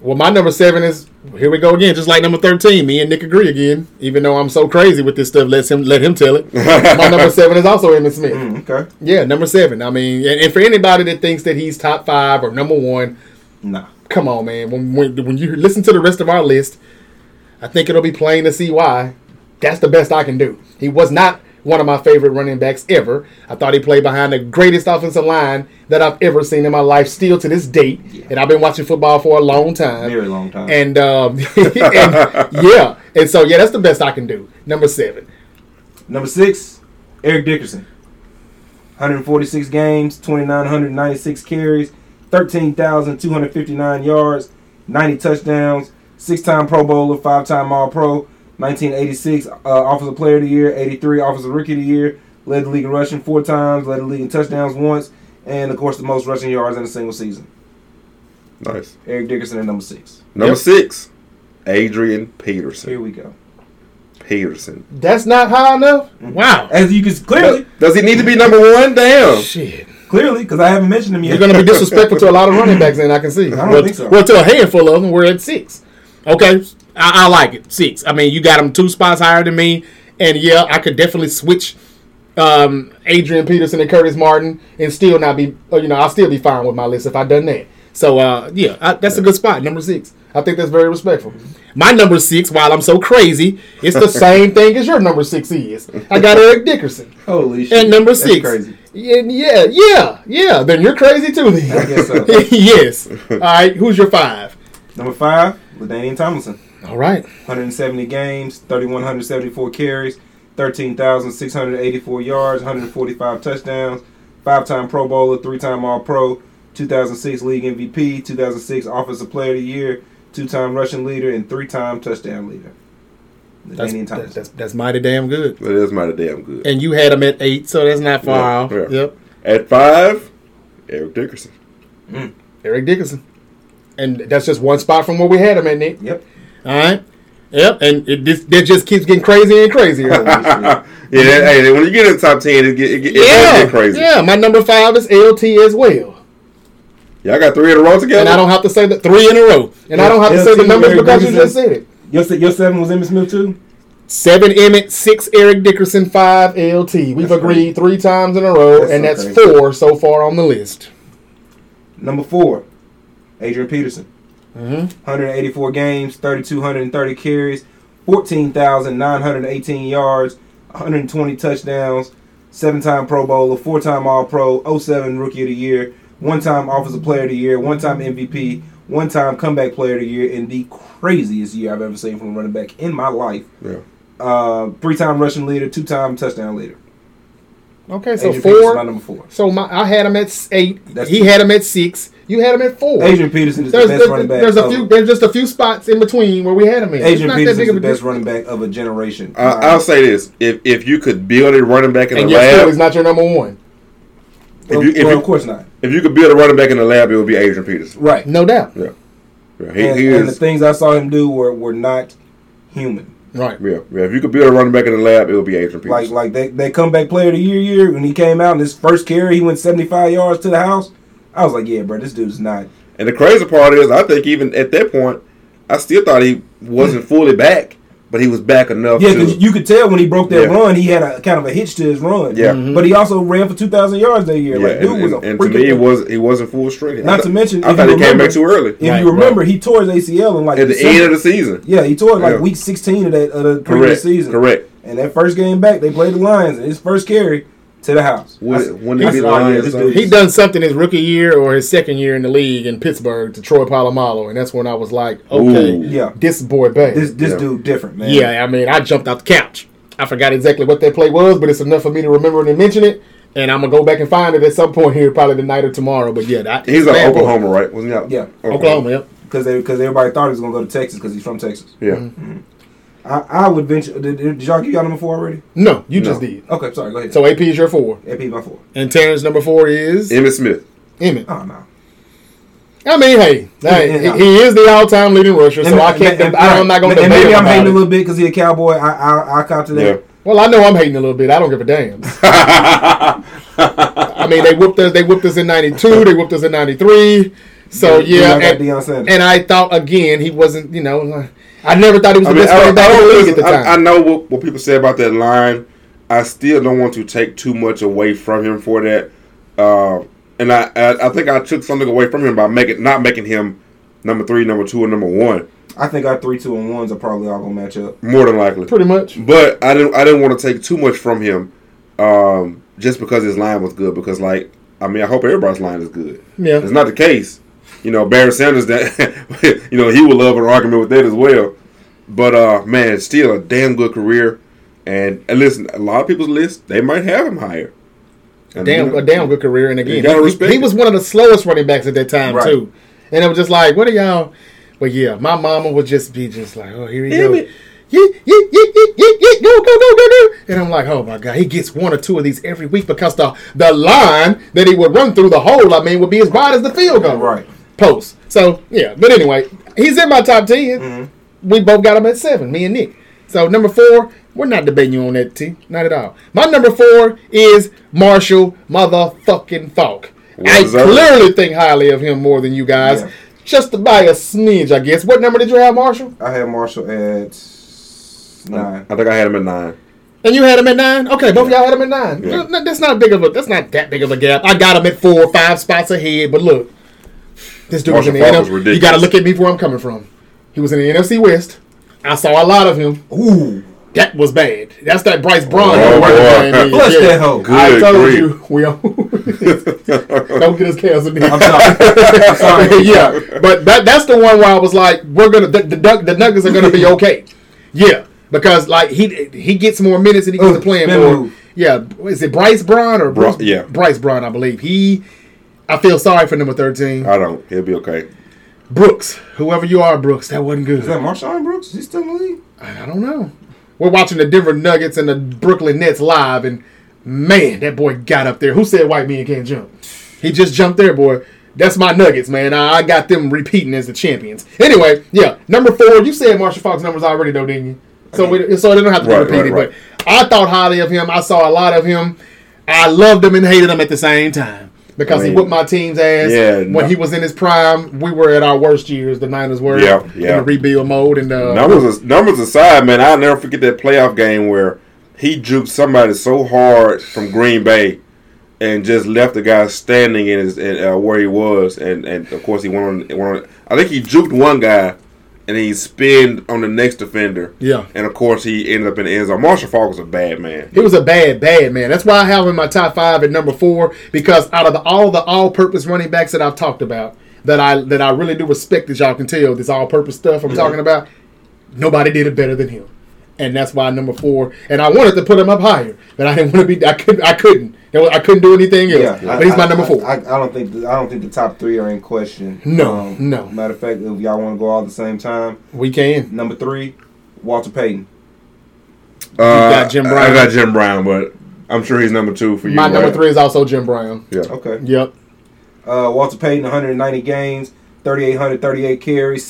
Well, my number seven is here. We go again, just like number thirteen. Me and Nick agree again, even though I'm so crazy with this stuff. Let him let him tell it. my number seven is also Emmitt Smith. Mm, okay. Yeah, number seven. I mean, and, and for anybody that thinks that he's top five or number one, Nah. come on, man. When, when when you listen to the rest of our list, I think it'll be plain to see why. That's the best I can do. He was not one of my favorite running backs ever. I thought he played behind the greatest offensive line that I've ever seen in my life, still to this date. And I've been watching football for a long time. Very long time. And, um, [laughs] and yeah, and so yeah, that's the best I can do. Number seven. Number six, Eric Dickerson. 146 games, 2,996 carries, 13,259 yards, 90 touchdowns, six time Pro Bowler, five time All Pro, 1986 uh, Offensive Player of the Year, 83 Offensive Rookie of the Year, led the league in rushing four times, led the league in touchdowns once, and of course the most rushing yards in a single season. Nice. Eric Dickerson at number six. Number Yep. six, Adrian Peterson. Here we go. Peterson. That's not high enough. Wow. As you can clearly, Does he need to be number one? Damn. Shit. clearly, because I haven't mentioned him yet. You're going to be disrespectful to a lot of running backs, then I can see. I don't well, think so. well, to a handful of them, we're at six. Okay, I, I like it. Six. I mean, you got them two spots higher than me, and yeah, I could definitely switch um, Adrian Peterson and Curtis Martin, and still not be, uh, you know, I'll still be fine with my list if I done that. So uh, yeah, I, that's a good spot, number six. I think that's very respectful. My number six, while I'm so crazy, it's [laughs] the same thing as your number six is. I got Eric Dickerson. Holy shit. And number That's six. crazy. Yeah, yeah, yeah, yeah. Then you're crazy too. Then. I guess so. [laughs] [laughs] yes. All right. Who's your five? Number five, Ladainian Tomlinson. All right. 170 games, 3,174 carries, 13,684 yards, 145 touchdowns, five time Pro Bowler, three time All Pro, 2006 League MVP, 2006 Offensive Player of the Year, two time rushing leader, and three time touchdown leader. That's, Danny and Thomas. that- that's, that's mighty damn good. It is mighty damn good. And you had him at eight, so that's not far Yeah, off. yeah. Yep. At five, Eric Dickerson. [laughs] Eric Dickerson. And that's just one spot from where we had him at, Nick. yep. All right. Yep. And it just, that just keeps getting crazier and [laughs] crazier. yeah. yeah, that, hey, when you get in the top ten, it get, it, get, it does get [laughs] crazy. Yeah. My number five is LT as well. Y'all got three in a row together. And I don't have to say the three in a row. And I don't have to say the LT numbers Eric because you Dickerson. just said it. Your, se- your seven was Emmitt Smith too. Seven Emmett, six Eric Dickerson, five LT. We've That's agreed three times in a row, That's and so that's crazy. four so far on the list. Number four, Adrian Peterson. hmm 184 games, 3,230 carries, 14,918 yards, 120 touchdowns, seven time Pro Bowler, four time All Pro, 07 Rookie of the Year, one time Offensive Player of the Year, one time MVP, one time Comeback Player of the Year, and the craziest year I've ever seen from a running back in my life. Yeah. Uh, three time rushing leader, two time touchdown leader. Okay, so Adrian Peterson's my four. number four. So my, I had him at s- eight. That's he two. had him at six. You had him at four. Adrian Peterson is there's, the best there's- running back. there's a of- few. There's just a few spots in between where we had him in. It's Adrian not that Peterson big is of the a best difference. running back of a generation. I, I'll say this: if if you could build a running back in And the yet still, lab, he's not your number one. well, you- if well, you- of course not. if you could build a running back in the lab, it would be Adrian Peterson. Right. No doubt. Yeah, he, and, he and the is. things I saw him do were, were not human. Right. yeah, yeah, if you could build a running back in the lab, it would be Adrian Peterson. Like like that that comeback player of the year year when he came out and his first carry he went seventy five yards to the house. I was like, yeah, bro, this dude's not. and the crazy part is, I think even at that point, I still thought he [laughs] wasn't fully back, but he was back enough. Yeah, to, because you could tell when he broke that Yeah. run, he had a kind of a hitch to his run. Yeah. Mhm. but he also ran for two thousand yards that year. yeah, like, dude and, was a and- and to freaking. me, it was he wasn't full strength. I not thought- to mention, I if you thought he came remember- back too early If Right, you remember, he tore his ACL in like at the December. end of the season. yeah, he tore it like Yeah. week sixteen of that of the previous Correct. season. Correct. And that first game back, they played the Lions, and his first carry to the house. I s- When, when I they beat the saw, yeah, Lions, this son. dude- He done something his rookie year or his second year in the league in Pittsburgh to Troy Polamalu, and that's when I was like, okay, Ooh. Yeah. this boy bad. This this Yeah. dude different, man. yeah, I mean, I jumped out the couch. I forgot exactly what that play was, but it's enough for me to remember it and mention it. And I'm gonna go back and find it at some point here, probably tonight or tomorrow. But yeah, that, he's a like bad boy. Oklahoma, right? Wasn't he out? Yeah. Oklahoma, yep. because they because everybody thought he was gonna go to Texas because he's from Texas. Yeah. I, I would venture. Did, did y'all give y'all number four already? No, you just No. did. Okay, sorry. Go ahead. So AP is your four, AP my four. and Terrence number four is Emmitt Smith. [laughs] Emmett. Oh no. I mean, hey, hey, yeah. he, he is the all-time leading rusher, so I can't. and- I, am not gonna and- and debate maybe him I'm about hating it. a little bit because he's a cowboy. I I I cop to that. Well, I know I'm hating a little bit. I don't give a damn. I mean, they whooped us. They whooped us in '92. They whooped us in '93. So Then yeah, I got and, Deion Sanders. and I thought again he wasn't. You know, like, I never thought he was [laughs] I the mean, best I, running don't- back I in don't the league at listen, the I- I time. know what, what people say about that line. I still don't want to take too much away from him for that. Uh, and I, I, I think I took something away from him by making not making him number three, number two, and number one. I think our three, two, and ones are probably all gonna match up. More than likely. Pretty much. But I didn't I didn't want to take too much from him, um, just because his line was good. Because like I mean I hope everybody's line is good. Yeah. It's not the case. You know Barry Sanders that [laughs] you know he would love an argument with that as well. But uh man, still a damn good career. And, and listen, a lot of people's list they might have him higher. And, you Damn, know, a damn good career. And again, gotta he- he, respect it. was one of the slowest running backs at that time Right. too. And it was just like, what are y'all? But yeah, my mama would just be just like, oh, here he Damn go. it. Yeet, yeet, yeet, yeet, yeet, yeet, go, go, go, go, go. And I'm like, oh my God, he gets one or two of these every week because the the line that he would run through the hole, I mean, would be as wide as the field goal Right. post. So yeah, but anyway, he's in my top 10 Mhm. We both got him at seven, me and Nick. So number four, we're not debating you on that, T. Not at all. My number four is Marshall motherfucking Falk. Well I deserved. clearly think highly of him more than you guys. Yeah. Just by a smidge, I guess. What number did you have, Marshall? I had Marshall at nine. I think I had him at nine. [laughs] And you had him at nine. Okay, both y'all had him at nine. Yeah. No, no, That's not big of a. That's not that big of a gap. I got him at four, five spots ahead. But look, this dude Marshall was in Falk the was NFL. You got to ridiculous. look at me where I'm coming from. He was in the NFC West. I saw a lot of him. Ooh, That was bad. That's that Bryce Braun. Oh, boy. Oh, flush that hoe. Good I told grief. you. We all, [laughs] don't get us canceled. [laughs] Nick. [laughs] I'm sorry. I'm sorry. yeah, but that, that's the one where I was like, we're gonna the the, Duck- the Nuggets are gonna be okay. Yeah, because like he he gets more minutes and he gets Oh, to playing spin more. move. Yeah, is it Bryce Braun or Bra- Bruce, yeah. Bryce Braun? I believe he. I feel sorry for number thirteen, I don't. He'll be okay. Brooks. Whoever you are, Brooks, that wasn't good. Is that Marshawn Brooks? Is he still in the league? I I don't know. We're watching the Denver Nuggets and the Brooklyn Nets live, and man, that boy got up there. Who said white men can't jump? He just jumped there, boy. That's my Nuggets, man. I, I got them repeating as the champions. Anyway, yeah, number four. You said Marshall Fox numbers already, though, didn't you? So we, so they don't have to Right, be repeated. right, right. But I thought highly of him. I saw a lot of him. I loved him and hated him at the same time because I he mean, whooped my team's ass. yeah, when no- he was in his prime, we were at our worst years. The Niners were Yeah, in yeah. the rebuild mode, and uh, Numbers numbers aside, man, I'll never forget that playoff game where he juked somebody so hard from Green Bay and just left the guy standing in his in, uh, where he was, and, and of course he went on, went on. I think he juked one guy, and he spinned on the next defender. Yeah. and of course he ended up in the end zone. Marshall Falk was a bad man. He was a bad, bad man. That's why I have him in my top five at number four because out of the, all the all-purpose running backs that I've talked about, that I that I really do respect, as y'all can tell, this all-purpose stuff I'm talking about, nobody did it better than him, and that's why number four. And I wanted to put him up higher, but I didn't want to be. I couldn't. I couldn't. There was- I couldn't do anything else. Yeah, but he's my number I, four. I, I don't think the, I don't think the top three are in question. Um, No, no. Matter of fact, if y'all want to go all at the same time, we can. number three, Walter Payton. Uh, got Jim Brown. I got Jim Brown, but I'm sure he's number two for you. My right? number three is also Jim Brown. Yeah. Okay. Yep. Uh, Walter Payton, 190 games, 3,838 carries,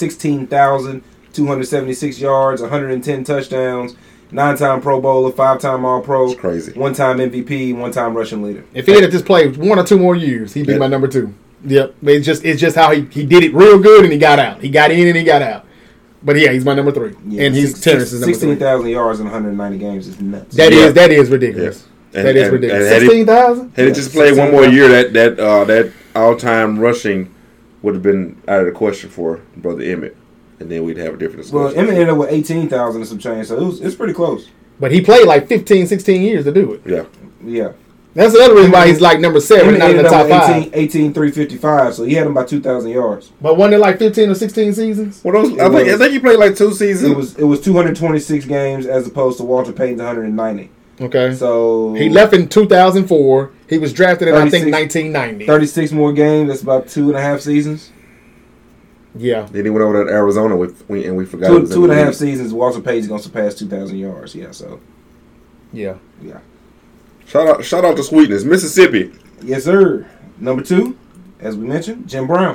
16,276 yards, 110 touchdowns, nine-time Pro Bowler, five-time All-Pro, It's crazy. one-time MVP, one-time rushing leader. If he had just played one or two more years, he'd be Yeah. my number two. Yep. It's just it's just how he, he did it real good and he got out. He got in and he got out. But yeah, he's my number three. Yeah, and he's six- Terrence's number sixteen three. thousand yards in 190 games is nuts. That is Yeah. that is ridiculous. Yeah. And- that is and- ridiculous. and had he- Sixteen thousand? Had he just played one more year, that that uh, that all time rushing would have been out of the question for brother Emmett, and then we'd have a different well, discussion. Emmett ended up with 18,000 and some change, so it was, it's pretty close. But he played like 15, 16 years to do it. yeah, Yeah. That's another reason why he's like number seven, Emmett not in the ended up top with five. 18, 18,355, so he had him by 2,000 yards. But wasn't it like fifteen or sixteen seasons? well, those, I think I think he played like two seasons. Mm-hmm. It was it was 226 games as opposed to Walter Payton's 190. Okay. So Mm-hmm. he left in two thousand four. He was drafted in I think 36 nineteen ninety. 36 more games. That's about two and a half seasons. Yeah. then he went over to Arizona with we and we forgot he Two was in two and a the half league. seasons. Walter Payton's gonna surpass 2,000 yards. Yeah. So Yeah. yeah. Shout out shout out to Sweetness, Mississippi. Yes, sir. Number two, as we mentioned, Jim Brown.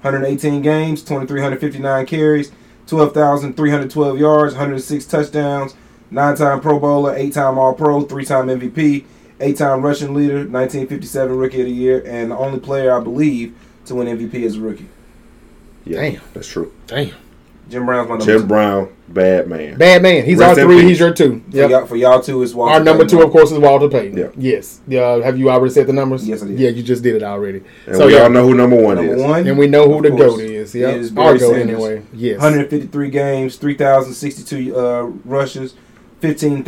118 games, 2,359 carries, 12,312 yards, 106 touchdowns, nine time Pro Bowler, eight time All Pro, three time MVP, eight time rushing leader, 1957 Rookie of the Year, and the only player, I believe, to win MVP as a rookie. Yeah, Damn. that's true. Damn. Jim Brown's my number Jim two. Brown, bad man. Bad man. He's Rest our in three, peace. he's your two. For, Yep. y'all, for y'all two, it's Walter Our number Payton. two, of course, is Walter Payton. Yeah. Yes. Yeah. Have you already said the numbers? Yes, I did. Yeah, you just did it already. and so we yeah, all know who number one Number is. one. and we know who of the course, goat is. Yeah. is our Barry goat Sanders. anyway. Yes. 153 games, 3,062 uh, rushes,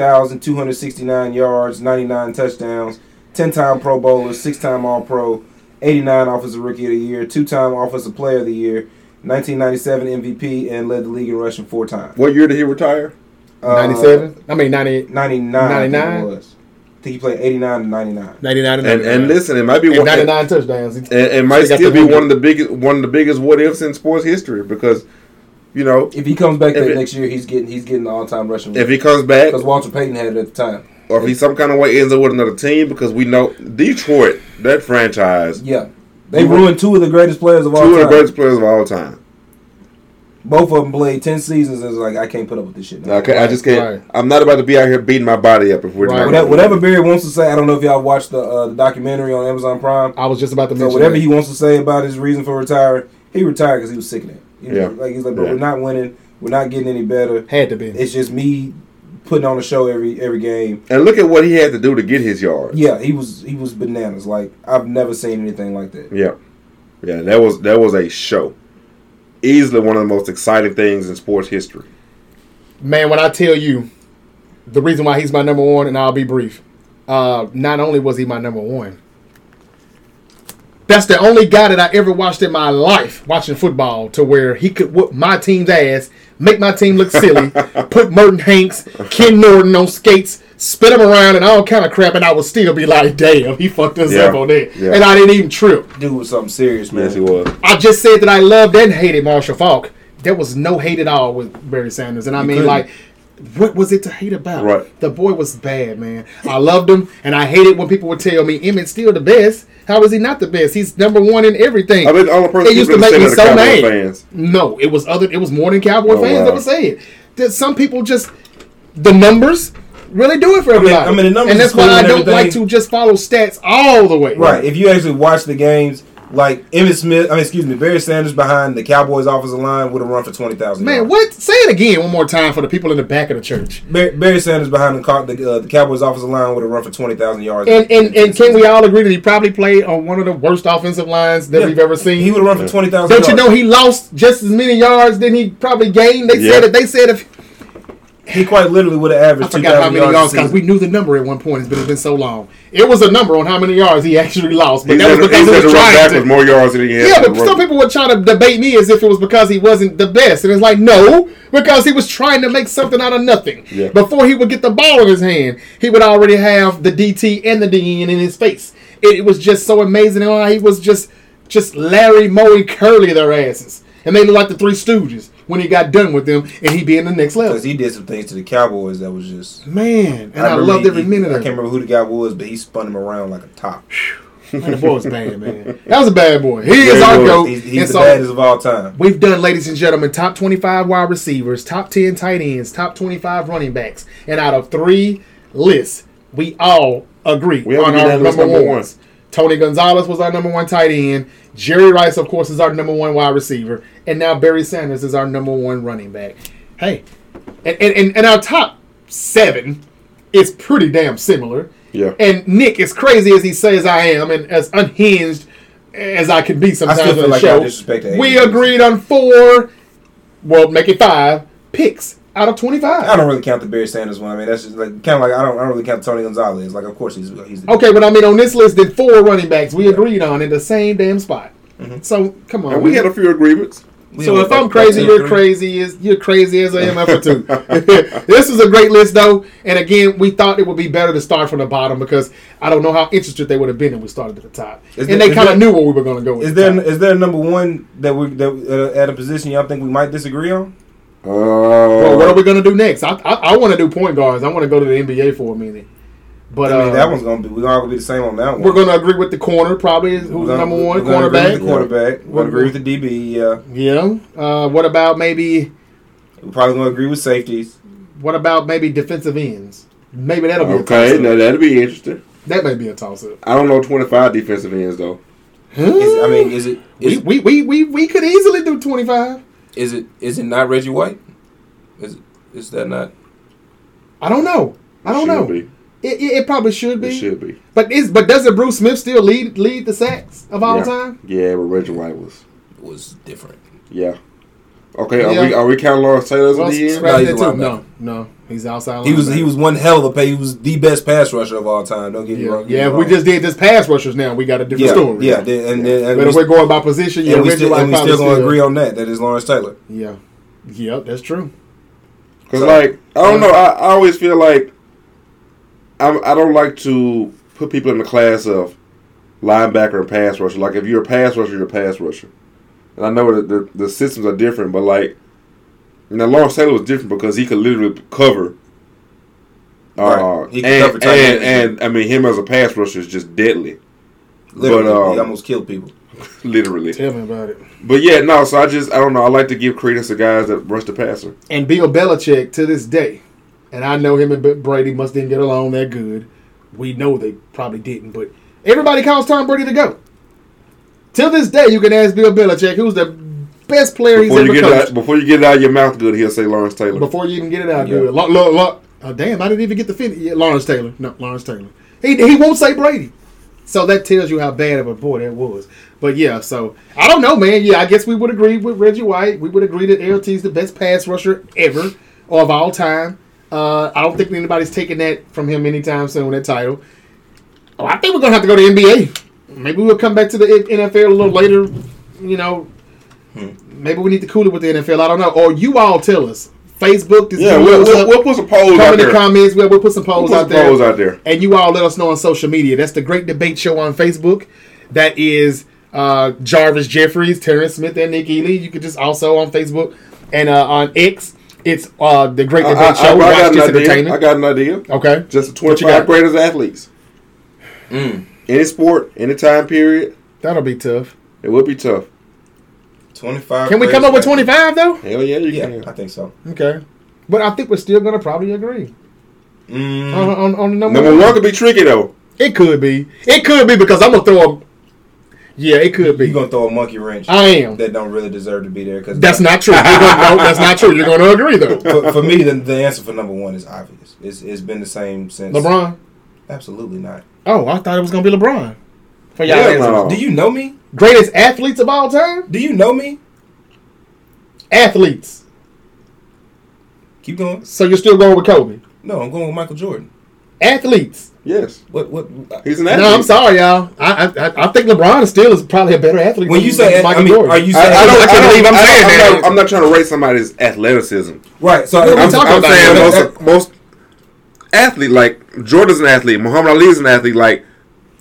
15,269 yards, 99 touchdowns, 10 time Pro Bowler, 6 time All Pro, 89 Offensive Rookie of the Year, 2 time Offensive Player of the Year, 1997 MVP, and led the league in rushing four times. What year did he retire? Uh, Ninety-seven. I mean, 90, 99. 99? 99? I think, it was. I think he played 89 and 99. 99 And and listen, it might be and one, it, ninety-nine touchdowns. He- it might Still got still the be hundred. one of the biggest one of the biggest what ifs in sports history because you know If he comes back If that it- next year, he's getting he's getting the all time rushing if he comes back because Walter Payton had it at the time. or if he some kind of way ends up with another team because we know Detroit, that franchise, Yeah, they You- ruined two of the greatest players of all two of time. the greatest players of all time. Both of them played ten seasons. and It's like I can't put up with this shit. I, can't, I just can't. Right. I'm not about to be out here beating my body up if we're Right. not. Whatever, whatever Barry wants to say, I don't know if y'all watched the, uh, the documentary on Amazon Prime. I was just about to So mention whatever that. he wants to say about his reason for retiring, he retired because he was sick of it. You know, Yeah. like he's like, but Yeah. we're not winning, we're not getting any better. had to be. It's just me putting on a show every every game. And look at what he had to do to get his yards. Yeah, he was he was bananas. Like I've never seen anything like that. Yeah, yeah. That was that was a show. Easily one of the most exciting things in sports history. man, when I tell you the reason why he's my number one, and I'll be brief. Uh, not only was he my number one, that's the only guy that I ever watched in my life watching football to where he could whoop my team's ass, make my team look [laughs] silly, put Merton Hanks, Ken Norton on skates, spin him around, and all kind of crap, and I would still be like, damn, he fucked us Yeah, up on that. yeah. And I didn't even trip. Dude was something serious, man. Yes, he was. I just said that I loved and hated Marshall Falk. There was no hate at all with Barry Sanders, and I mean couldn't. like What was it to hate about? Right. The boy was bad, man. I loved him, and I hated when people would tell me Emmitt's still the best. How is he not the best? He's number one in everything. I bet the only person It used who to make really me said that so are mad. Cowboy fans. No, it was other. It was more than Cowboy Oh, fans wow. that would say it. That some people just the numbers really do it for everybody. I mean, the numbers and that's is cool why I and don't like everything. to just follow stats all the way. Right. If you actually watch the games, like Emmitt Smith, I mean, excuse me, Barry Sanders behind the Cowboys' offensive line would have run for twenty thousand. Man, what? Say it again one more time for the people in the back of the church. Barry, Barry Sanders behind the Cow- the, uh, the Cowboys' offensive line would have run for twenty thousand yards. And and, and can we all agree that he probably played on one of the worst offensive lines that Yeah, we've ever seen? He would have run for twenty thousand. Don't you know he lost just as many yards than he probably gained? They said Yeah. it. They said if he quite literally would have I averaged two forgot how thousand many yards. yards a because season. we knew the number at one point, but it's been so long. It was a number on how many yards he actually lost, but He that said, was he because he said the was run trying back to. was more yards than he had. Yeah, than but the run- some people were trying to debate me as if it was because he wasn't the best, and it's like no, because he was trying to make something out of nothing. Yeah. Before he would get the ball in his hand, he would already have the DT and the DN in his face. It, it was just so amazing how he was just just Larry Moe and Curly their asses, and they looked like the Three Stooges when he got done with them, and he'd be in the next level. because he did some things to the Cowboys that was just. Man, and I, remember loved he- every he- minute of I can't it. remember who the guy was, but he spun him around like a top. Man, the boy [laughs] was bad, man. That was a bad boy. He is he our was. goat. He's, and he's the so- baddest of all time. We've done, ladies and gentlemen, top 25 wide receivers, top 10 tight ends, top 25 running backs. And out of three lists, we all agree We on haven't our done number, list number one. ones. Tony Gonzalez was our number one tight end. Jerry Rice, of course, is our number one wide receiver. And now Barry Sanders is our number one running back. Hey, and, and, and, and our top seven is pretty damn similar. Yeah. And Nick, as crazy as he says I am, and as unhinged as I can be sometimes feel on the like y'all show, disrespected we Aiden. agreed on four. Well, make it five picks out of I twenty-five. don't really count the Barry Sanders one. I mean, that's just like kind of like I don't. I don't really count Tony Gonzalez. Like, of course he's he's. The, Okay, but I mean on this list, then four running backs we agreed on in the same damn spot. Mm-hmm. So come on, And we man. had a few agreements. we so don't if fuck I'm with crazy, that you're team. crazy. As you're crazy as I am for [laughs] two. [laughs] this is a great list though, and again, we thought it would be better to start from the bottom because I don't know how interested they would have been if we started at the top, and Is there- they is kind there- of knew where we were going to go. with Is the there top. is there a number one that we that uh, at a position y'all think we might disagree on? Uh, Well, what are uh, we gonna do next? I I, I want to do point guards. I want to go to the NBA for a minute. But I mean, uh, that one's gonna be we're all gonna be the same on that one. we're gonna agree with the corner probably is We're who's gonna- number one we're gonna agree cornerback. with The quarterback. We're gonna agree with the DB. Yeah, Yeah. Uh, what about maybe we're probably gonna agree with safeties. what about maybe defensive ends? Maybe that'll be a okay, toss now that'd be interesting. That may be a toss up. I don't know 25 defensive ends, though. Is, I mean, is it we, is, we, we, we, we could easily do twenty five. is it is it not Reggie White? Is is that not? I don't know. I don't Should know. Be. It, it, it probably should It be. should be. But is but doesn't Bruce Smith still lead lead the sacks of all yeah. time? Yeah, but Reggie White was. was different. Yeah. Okay, are Yeah. we are we counting Lawrence Taylor as Well, a DN? No, scratch he's that a too. linebacker. No, no, he's outside. He was linebacker. he was one hell of a pay. He was the best pass rusher of all time. Don't get me Yeah, wrong. yeah if we just did just pass rushers now, we got a different yeah, story. yeah, then- and then and But we, if we're going by position, yeah, and we Reggie still, White and we probably still gonna agree on that. That is Lawrence Taylor. Yeah. Yep, that's true. Because, like, I don't know. I, I always feel like I'm, I don't like to put people in the class of linebacker and pass rusher. Like, if you're a pass rusher, you're a pass rusher. And I know that the, the systems are different, but, like, you know, Lawrence Taylor was different because he could literally cover. Uh, Right. He could and, cover tight and, ends. and, I mean, him as a pass rusher is just deadly, Literally, um, he almost killed people. literally. Tell me about it. But yeah, no. So I just I don't know. I like to give credence to guys that rush the passer. And Bill Belichick to this day, and I know him and B- Brady must didn't get along that good. We know they probably didn't, but everybody calls Tom Brady the GOAT. Till this day, you can ask Bill Belichick who's the best player Before you he's get ever it out, coached. before you get it out of your mouth, good. He'll say Lawrence Taylor. Before you even get it out, Yeah. good. Lo- lo- lo- oh, damn, I didn't even get the finish. Yeah, Lawrence Taylor. No, Lawrence Taylor. He, he won't say Brady. So that tells you how bad of a boy that was. But yeah, so I don't know, man. Yeah, I guess we would agree with Reggie White. We would agree that LT is the best pass rusher ever or of all time. Uh, I don't think anybody's taking that from him anytime soon, that title. Oh, I think we're going to have to go to NBA. Maybe we'll come back to the NFL a little later, you know. Hmm. Maybe we need to cool it with the NFL. I don't know. Or you all tell us. Facebook, this yeah, video we'll, is we'll, up. we'll put some polls Come out in the there. comments. We'll, we'll put some polls We'll put out some there. polls out there. And you all let us know on social media. That's the Great Debate Show on Facebook. That is uh, Jarvis Jeffries, Terrence Smith, and Nick Ely. You could just also on Facebook and uh, on X. It's uh, the Great I, Debate I, I, Show. I Watch got this an idea. I entertainment. got an idea. okay. Just the What you got? 25 greatest athletes. Mm, Any sport, any time period, That'll be tough. it would be tough. twenty five. Can we come up with 25 though? Hell yeah, you Yeah, can. I think so. Okay. But I think we're still going to probably agree Mm, on, on, on number, Number one could be tricky though. It could be. It could be because I'm going to throw a. Yeah, it could You're be. gonna throw a monkey wrench I am. that don't really deserve to be there because That's not true. You're gonna, no, that's not true. You're going to agree though. [laughs] for, for me, the, the answer for number one is obvious. It's, it's been the same since LeBron. Absolutely not. Oh, I thought it was going to be LeBron. For y'all. Yeah. answer. no. Do you know me? Greatest athletes of all time? Do you know me? Athletes. Keep going. So you're still going with Kobe. No, I'm going with Michael Jordan. Athletes. Yes, What? What? he's an athlete. No, I'm sorry, y'all. I I- I, I think LeBron is still is probably a better athlete. When than- you say, than I mean, are you I, saying? I don't. I I can't don't believe I'm I'm saying saying that. I'm not, I'm not trying to rate somebody's athleticism. right. So What are we I'm, talking I'm about saying that. most, most athlete like Jordan's an athlete, Muhammad Ali's an athlete. Like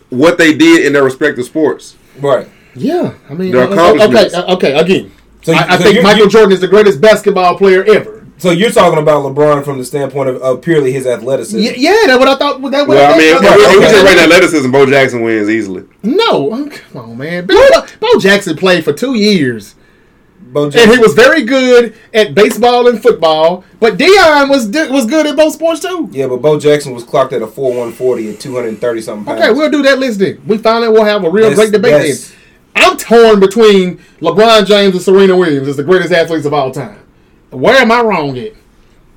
what they did in their respective sports. right. Yeah, I mean, Their uh, okay, accomplishments. uh, okay, again. So you- I, I so think you- Michael you- Jordan is the greatest basketball player ever. So you're talking about LeBron from the standpoint of, of purely his athleticism. Yeah, yeah that's what I thought. That what Well, I mean, if we- if we okay. just rate athleticism, Bo Jackson wins easily. no, um, come on, man. Bo, Bo- Bo Jackson played for two years, Bo and he Jackson, was very good at baseball and football. But Dion was di- was good at both sports too. yeah, but Bo Jackson was clocked at a four one forty at two hundred and thirty something pounds. Okay, we'll do that list then. We finally will have a real That's- great debate that's- then. I'm torn between LeBron James and Serena Williams as the greatest athletes of all time. Where am I wrong at?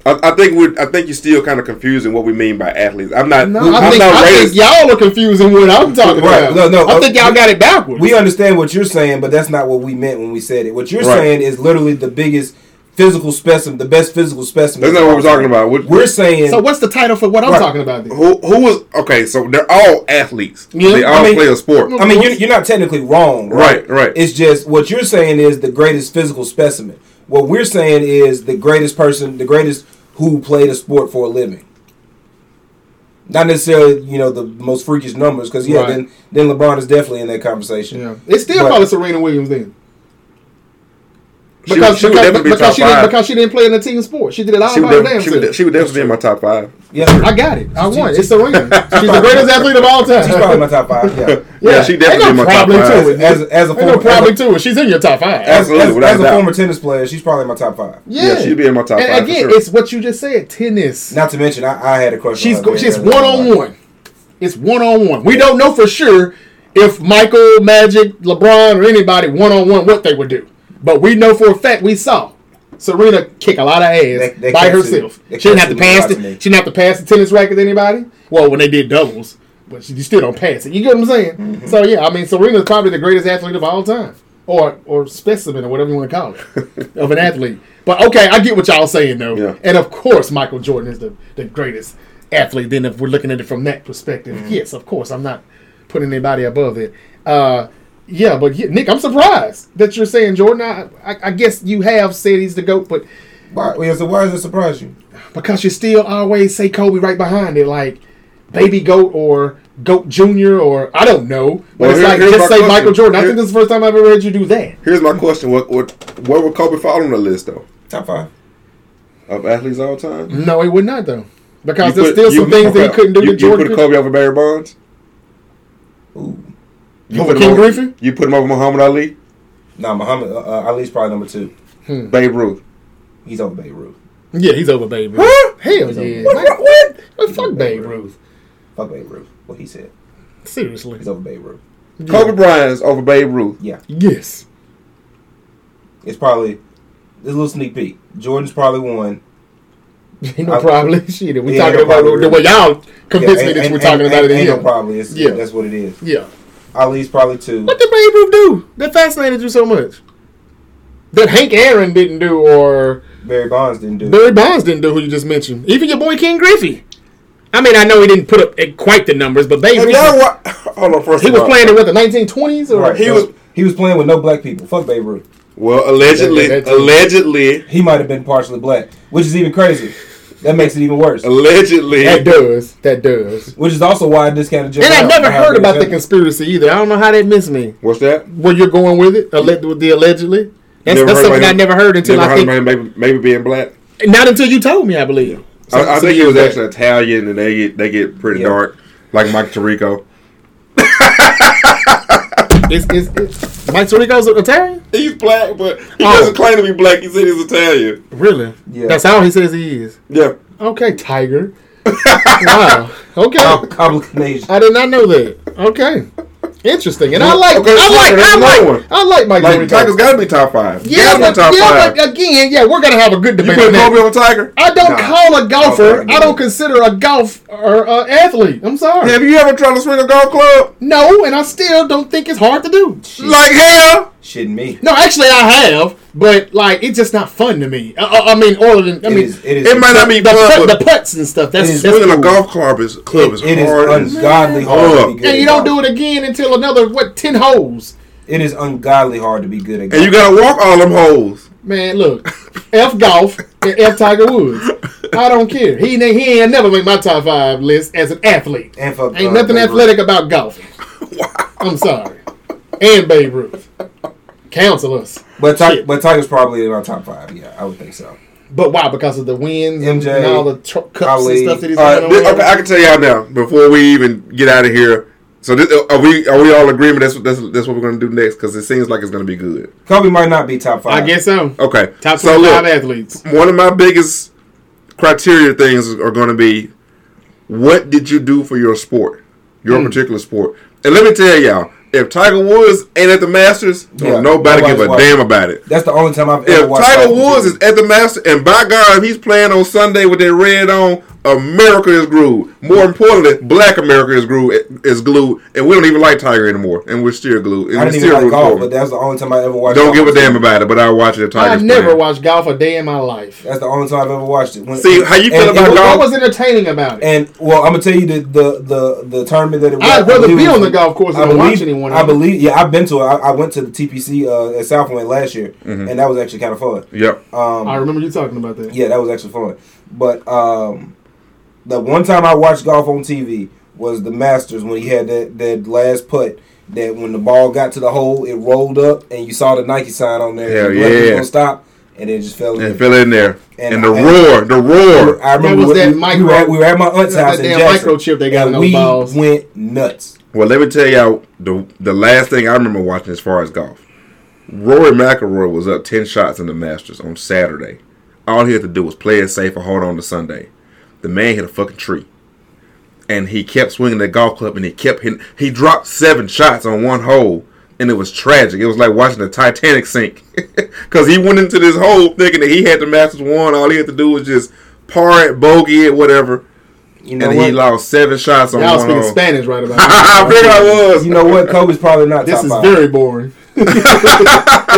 I, I think we. are I think you're still kind of confusing what we mean by athletes. I'm not. No, I'm I think, not I think racist. y'all are confusing what I'm talking Right, about. no, no, I uh, think y'all got it backwards. we understand what you're saying, but that's not what we meant when we said it. What you're Right. saying is literally the biggest physical specimen, the best physical specimen. That's not what we're talking about. We're- We're saying so what's the title for what I'm Right. talking about? Then? Who who was okay? So they're all athletes. Yeah, they all I mean- play a sport. I mean, you're, you're not technically wrong, right? Right, right. It's just what you're saying is the greatest physical specimen. What we're saying is the greatest person, the greatest who played a sport for a living. Not necessarily, you know, the most freakish numbers, because yeah, Right. then then LeBron is definitely in that conversation. Yeah. It's still But- probably Serena Williams then. She Because, would- she would because, definitely be because top she didn't, five. because she didn't play in the team sport. She did it all She would, by her def- damn she, would, de- self. she would definitely be in my top five. yeah. I got it. I She- won. she- It's [laughs] Serena. She's the greatest athlete of all time. She's [laughs] probably in my top five. Yeah, Yeah, she definitely Ain't in no my top problem five. to it. as as Ain't a no former, problem as a, to it. She's in your top five. As- as, as, Absolutely, without as a a doubt. former tennis player, she's probably in my top five. yeah. she'd be in my top and five for Again, sure. it's what you just said. Tennis. Not to mention, I, I had a crush. She's on her go- she's very one early on one. It's one on one. We don't know for sure if Michael, Magic, LeBron, or anybody one on one what they would do, but we know for a fact we saw Serena kick a lot of ass That- that by can't herself. see- She that didn't can't have to see pass. The, nobody to me. she didn't have to pass the tennis racket to anybody. Well, when they did doubles, but she you still don't pass it. You get what I'm saying? So yeah, I mean Serena's probably the greatest athlete of all time. Or, or specimen or whatever you want to call it of an athlete, but okay, I get what y'all saying though. Yeah. And of course, Michael Jordan is the, the greatest athlete. Then, if we're looking at it from that perspective, yes, of course, I'm not putting anybody above it. Uh, yeah, but yeah, Nick, I'm surprised that you're saying Jordan. I, I, I guess you have said he's the goat, but Why, well, so why does it surprise you? because you still always say Kobe right behind it, like baby goat or goat junior or I don't know. But Well, it's here- like here's just my say question. Michael Jordan. I Here- think this is the first time I've ever heard you do that. Here's my question: What what where would Kobe fall on the list though Top five. of athletes all time? No, it would not though, because Mm-hmm. You there's put- still you- some things that he okay, couldn't do You, that you Jordan. put could. Kobe over Barry Bonds. Ooh. You Over put King him over, Griffey? You put him over Muhammad Ali, Nah, Muhammad uh, uh, Ali's probably number two. Mm. Babe Ruth. He's over Babe Ruth. Yeah, he's over Babe Ruth. Huh? Hell He's yeah. over- What, What? what? fuck Babe Ruth. Fuck Babe Ruth. What he said. Seriously. He's over Babe Ruth. Kobe Bryant's over Babe Ruth. Yeah, Yes. [laughs] it's probably it's a little sneak peek. Jordan's probably one. Ain't no I- problem. Shit, we Yeah, talking no about problem. the way y'all Yeah, convinced me ain't- that you were ain't- talking ain't- about it ain't in no him. Probably. It's, Yeah. that's what it is. Yeah. Ali's probably two. What did Babe Ruth do that fascinated you so much? That Hank Aaron didn't do or Barry Bonds didn't do. it. Barry Bonds didn't do who you just mentioned. Even your boy King Griffey. I mean, I know he didn't put up eh, quite the numbers, but Babe Have Ruth, y'all wa- [laughs] Hold on, first he of was all. playing in what the 1920s or Right. He He was was- he was playing with no black people. Fuck Babe Ruth. Well, allegedly, That- that- that- allegedly, He might have been partially black, which is even crazy. That makes it even worse. allegedly. that does that does. Which is also why I discounted Joe. And I Brown never for how heard he about the was in- conspiracy either. I don't know how that missed me. What's that? where you're going with it, alle- with the allegedly. That's, Never that's heard something about I him- never heard until Never I heard think. about him maybe, maybe being black. Not until you told me, I believe. So- I, I so think you it was back. actually Italian, and they get they get pretty Yeah. dark, like Mike Tirico. It's, it's, it's, Mike Tirico's Italian? He's black, but he Oh. doesn't claim to be black. He said he's Italian. Really? Yeah. That's how he says he is. Yeah, Okay, Tiger. wow. Okay. Com- complicated. I did not know that. Okay. Interesting. And I like Okay, I like that's I like another one. I like Mike like Tirico. Tiger's got to be top five. yeah, Gotta but, be yeah, but again, yeah, we're gonna have a good you debate. on put that. Kobe on Tiger? I don't Nah. call a golfer. Okay, I I don't get it. consider a golf or uh, athlete. I'm sorry. Have you ever tried to swing a golf club? No, and I still don't think it's hard to do. Like hell. Shit, me. No, actually, I have, but like it's just not fun to me. I, I, I mean, other than I It mean, is. It is. It might not be the, put, fun, the but putts and stuff. That's, It is that's swinging a cool. golf club is club is It is hard. as- ungodly hard. Hold To up. be good And you at don't do golf. it again until another what ten holes. It is ungodly hard to be good at. And you golf. gotta walk all them holes. Man, look, F golf and F Tiger Woods. I don't care. He ain't- he ain't never made my top five list as an athlete. and fuck Ain't Don nothing Draper. athletic about golf. [laughs] I'm sorry. And Babe Ruth. Counsel us. But Ti- Shit. but Tiger's probably in my top five. Yeah, I would think so. But why? Because of the wins MJ, and all the tr- cups Ali. and stuff that he's All right, won or this- whatever. okay, I can tell y'all now before we even get out of here. So this, are we are we all in agreement? That's that's that's what we're gonna do next because it seems like it's gonna be good. Kobe might not be top I, five. guess so. Okay, Top Oh, so 25 look, athletes. one of my biggest criteria things are gonna be what did you do for your sport, your Hmm. particular sport? And let me tell y'all, if Tiger Woods ain't at the Masters, Yeah, don't nobody give a nobody's watching. damn about it. that's the only time I've ever If watched. Tiger golf with Woods you. is at the Master, and by God, if he's playing on Sunday with that red on, America is glued. More importantly, Black America is glued. Is glued, and we don't even like Tiger anymore, and we're still glued. And I we didn't still even like root golf, for but him. that's the only time I ever watched. Don't golf give a with damn you. about it. But I watch it. if I've Tiger's never playing. watched golf a day in my life. That's the only time I've ever watched it. When- See, how you feel and- about and- golf? What was entertaining about it? And well, I'm gonna tell you the the the, the tournament that it was. I'd rather I believe be it on was- the golf course I than to believe- watch anyone I else. believe. Yeah, I've been to it. I, I went to the TPC uh, at Southland last year, Mm-hmm. and that was actually kind of fun. Yep. Um, I remember you talking about that. yeah, that was actually fun. But um, the one time I watched golf on TV was the Masters when he had that that last putt. That when the ball got to the hole, it rolled up, and you saw the Nike sign on there. Hell and you left it yeah. gonna Stop, and it just fell in. And fill in there, And and, the I- roar, the roar. I remember was when that we, we, micro- were at, we were at my aunt's that house in damn Jackson, microchip they got and in those we balls. went nuts. Well, let me tell y'all the the last thing I remember watching as far as golf. Rory McIlroy was up ten shots in the Masters on Saturday. All he had to do was play it safe or hold on to Sunday. The man hit a fucking tree, and he kept swinging that golf club, and he kept hitting. He dropped seven shots on one hole, and it was tragic. It was like watching the Titanic sink, [laughs] because he went into this hole thinking that he had the Masters won. All he had to do was just par it, bogey it, whatever, You know and what? he lost seven shots on Y'all one [laughs] speaking hole. Spanish right about now. [laughs] I figured I was. You know what? Kobe's probably not This top is five. very [laughs] boring. this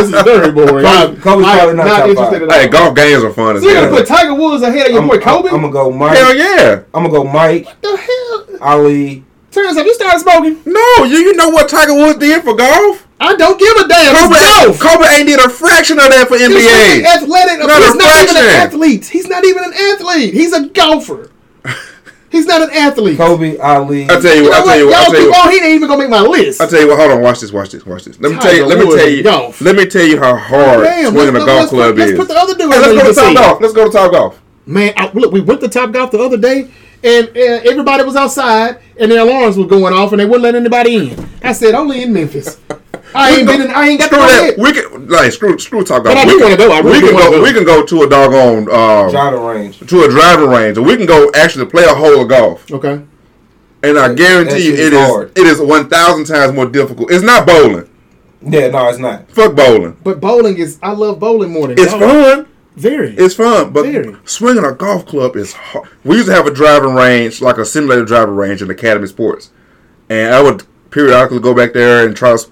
is very boring. I'm, Kobe's I'm probably not not, top interested five. in Hey, that. golf games are fun as So you're hell. gonna put Tiger Woods ahead of your I'm, boy Kobe? I'm, I'm gonna go Mike. hell yeah. I'm gonna go Mike, the hell? Ali. Terrence, have you started smoking? No, you, you know what Tiger Woods did for golf? I don't give a damn. Kobe, It's golf. Kobe ain't did a fraction of that for He's not an NBA. athletic. Not he's a not even an fraction. athlete. He's not even an athlete. He's a golfer. He's not an athlete. Kobe, Ali. I tell you You what, know I tell you what? what, I Y'all tell you keep what. on. He ain't even gonna make my list. I tell you what, hold on, watch this, watch this, watch this. Let me Tiger tell you, let me Woods tell and you, golf. let me tell you how hard Damn, swinging a let's- golf let's put- club let's is. put the other dude Hey, on let's the go to scene. top golf. Let's go to top golf. Man, I, look, we went to Top Golf the other day, and uh, everybody was outside, and their alarms were going off, and they wouldn't let anybody in. I said, only in Memphis. I ain't been. In, I ain't got Screw no that. head. We can like screw screw top golf. I do we wanna can go. I really we can wanna go. go. We can go to a doggone um, John range. to a driving range, or we can go actually play a hole of golf. Okay. And That- I that guarantee you, shit is it is hard. it is one thousand times more difficult. It's not bowling. Yeah, no, it's not. Fuck bowling. But bowling is. I love bowling more than It's golf. fun. Very. It's fun, but Very. swinging a golf club is hard. We used to have a driving range, like a simulated driving range in Academy Sports, and I would periodically go back there and try. to s-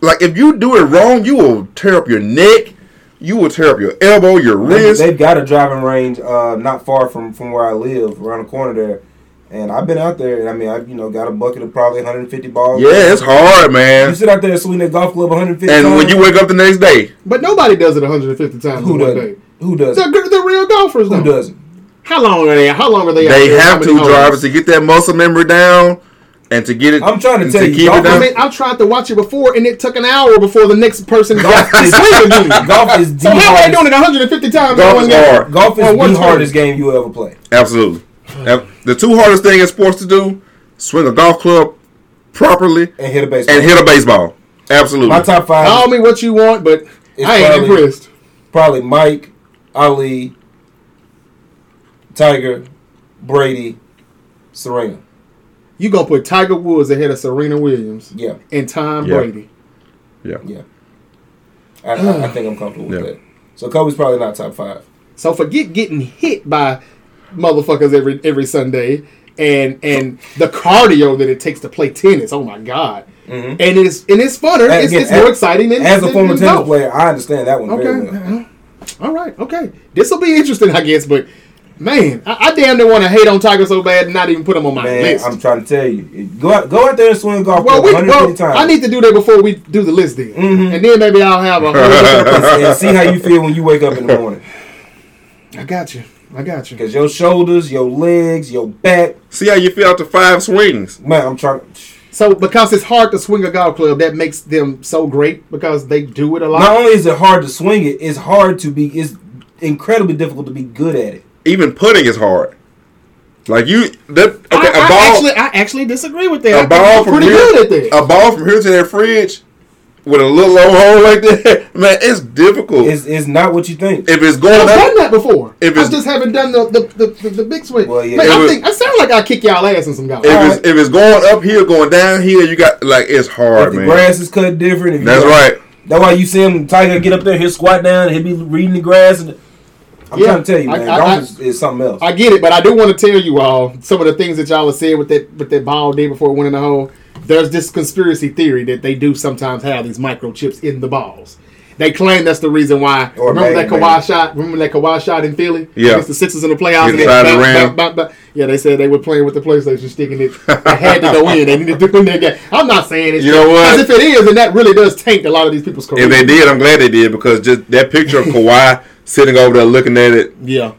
Like if you do it wrong, you will tear up your neck, you will tear up your elbow, your They, wrist. they've got a driving range uh, not far from, from where I live, around the corner there. And I've been out there, and I mean, I you know got a bucket of probably 150 balls. yeah, it's hard, You man. sit out there and swing that golf club 150. And when times, you wake up the next day, but nobody does it 150 times who in one day. doesn't? Who doesn't? The, gr- the real golfers Who don't. doesn't? How long are they? How long are they? out they there? How have many to holes? drivers to get that muscle memory down. and to get it, I'm trying to tell you, keep y'all it down, I mean, I tried to watch it before, and it took an hour before the next [laughs] person got to sleep again. golf is the So how are they hardest. doing it 150 times in Golf one is game? hard. Golf is Well, what's the hardest game you ever play. absolutely. Now, the two hardest thing in sports to do: swing a golf club properly And hit a baseball. and hit a baseball. Absolutely. My top five Call me what you want, but It's I ain't probably- impressed. probably Mike, Ali, Tiger, Brady, Serena. You gonna put Tiger Woods ahead of Serena Williams Yeah, and Tom Yeah. Brady? yeah. yeah. I, I, I think I'm comfortable with Yeah. that. So Kobe's probably not top five. So forget getting hit by motherfuckers every every Sunday and and the cardio that it takes to play tennis. Oh my god! And it's and it's funner. Mm-hmm. And It's, again, it's more as- exciting than As a than- former than tennis golf. player, I understand that one very Okay. well. uh-huh. All right. Okay. This will be interesting, I guess. But man, I, I damn near want to hate on Tiger so bad and not even put him on my Man, list. I'm trying to tell you, it- go out, go out there and swing golf well, well, we, 150 well times. Mm-hmm. I need to do that before we do the list then, and then maybe I'll have a. [laughs] Whole and and see how you feel when you wake up in the morning. I got you. I got you. Because your shoulders, your legs, your back. See how you feel after five swings. Man, I'm trying. So because it's hard to swing a golf club, that makes them so great because they do it a lot. Not only is it hard to swing it, it's hard to be. It's incredibly difficult to be good at it. Even putting is hard. Like you, that okay. I, a I ball, actually, I actually disagree with that. I a think ball I'm from pretty here, good at that. a ball from here to that fridge with a little old hole like that. [laughs] Man, it's difficult. It's, it's not what you think. if it's I've going up, done that before. if I it's- just haven't done the the, the, the, the big swing. Well, yeah. Man, It I was- think I sound like I kick y'all ass in some golf. if All it's if it's going up here, going down here, you got like it's If hard, the man. grass is cut different. If you That's got- right. That's why you see him Tiger get up there, he'll squat down, he'll be reading the grass. And I'm Yeah, trying to tell you, I- man, I- golf I- is, is something else. I get it, but I do want to tell you all some of the things that y'all have said with that with that ball day before it went in the hole. There's this conspiracy theory that they do sometimes have these microchips in the balls. They claim that's the reason why. Or remember that maybe- Kawhi maybe. shot? Remember that Kawhi shot in Philly? Yeah. Against the Sixers in the playoffs. and it Inside the bounced, rim. bounced, bounced, bounced. Yeah, they said they were playing with the PlayStation, sticking it. They had to go in. They needed to do that. game. I'm not saying it's You know what? Because if it is, then that really does tank a lot of these people's careers. If they did, I'm glad they did because just that picture [laughs] of Kawhi sitting over there looking at it, Yeah.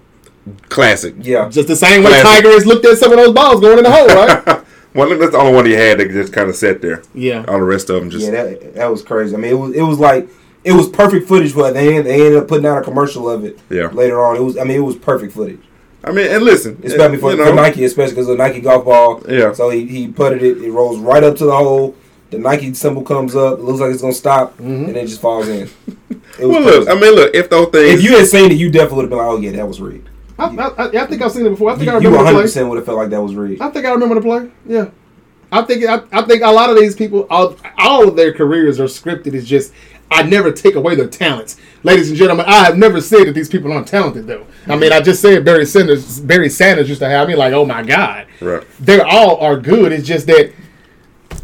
classic. yeah. Just the same way Classic. Tiger has looked at some of those balls going in the hole, right? Well, look, that's the only one he had that just kind of sat there. Yeah. All the rest of them just Yeah, that, that was crazy. I mean, it was it was like it was perfect footage. But they they ended up putting out a commercial of it. Yeah. Later on, it was I mean it was perfect footage, I mean, and listen, uh, especially you for, know, for Nike, especially because the Nike golf ball. Yeah. So he, he putted it. It rolls right up to the hole. The Nike symbol comes up. It looks like it's gonna stop, Mm-hmm. and it just falls [laughs] in. It was Well, look, crazy. I mean, look, if those things, if you had seen it, you definitely would have been like, "Oh yeah, that was rigged." I, I, I think I've seen it before. I think I You, you remember the play. 100% would have felt like that was rigged. I think I remember the play. Yeah, I think I, I think a lot of these people, all, all of their careers are scripted. It's just I never take away their talents, ladies and gentlemen. I have never said that these people aren't talented, though. I mean, I just said Barry Sanders. Barry Sanders used to have me like, oh my god, Right. They all are good. It's just that.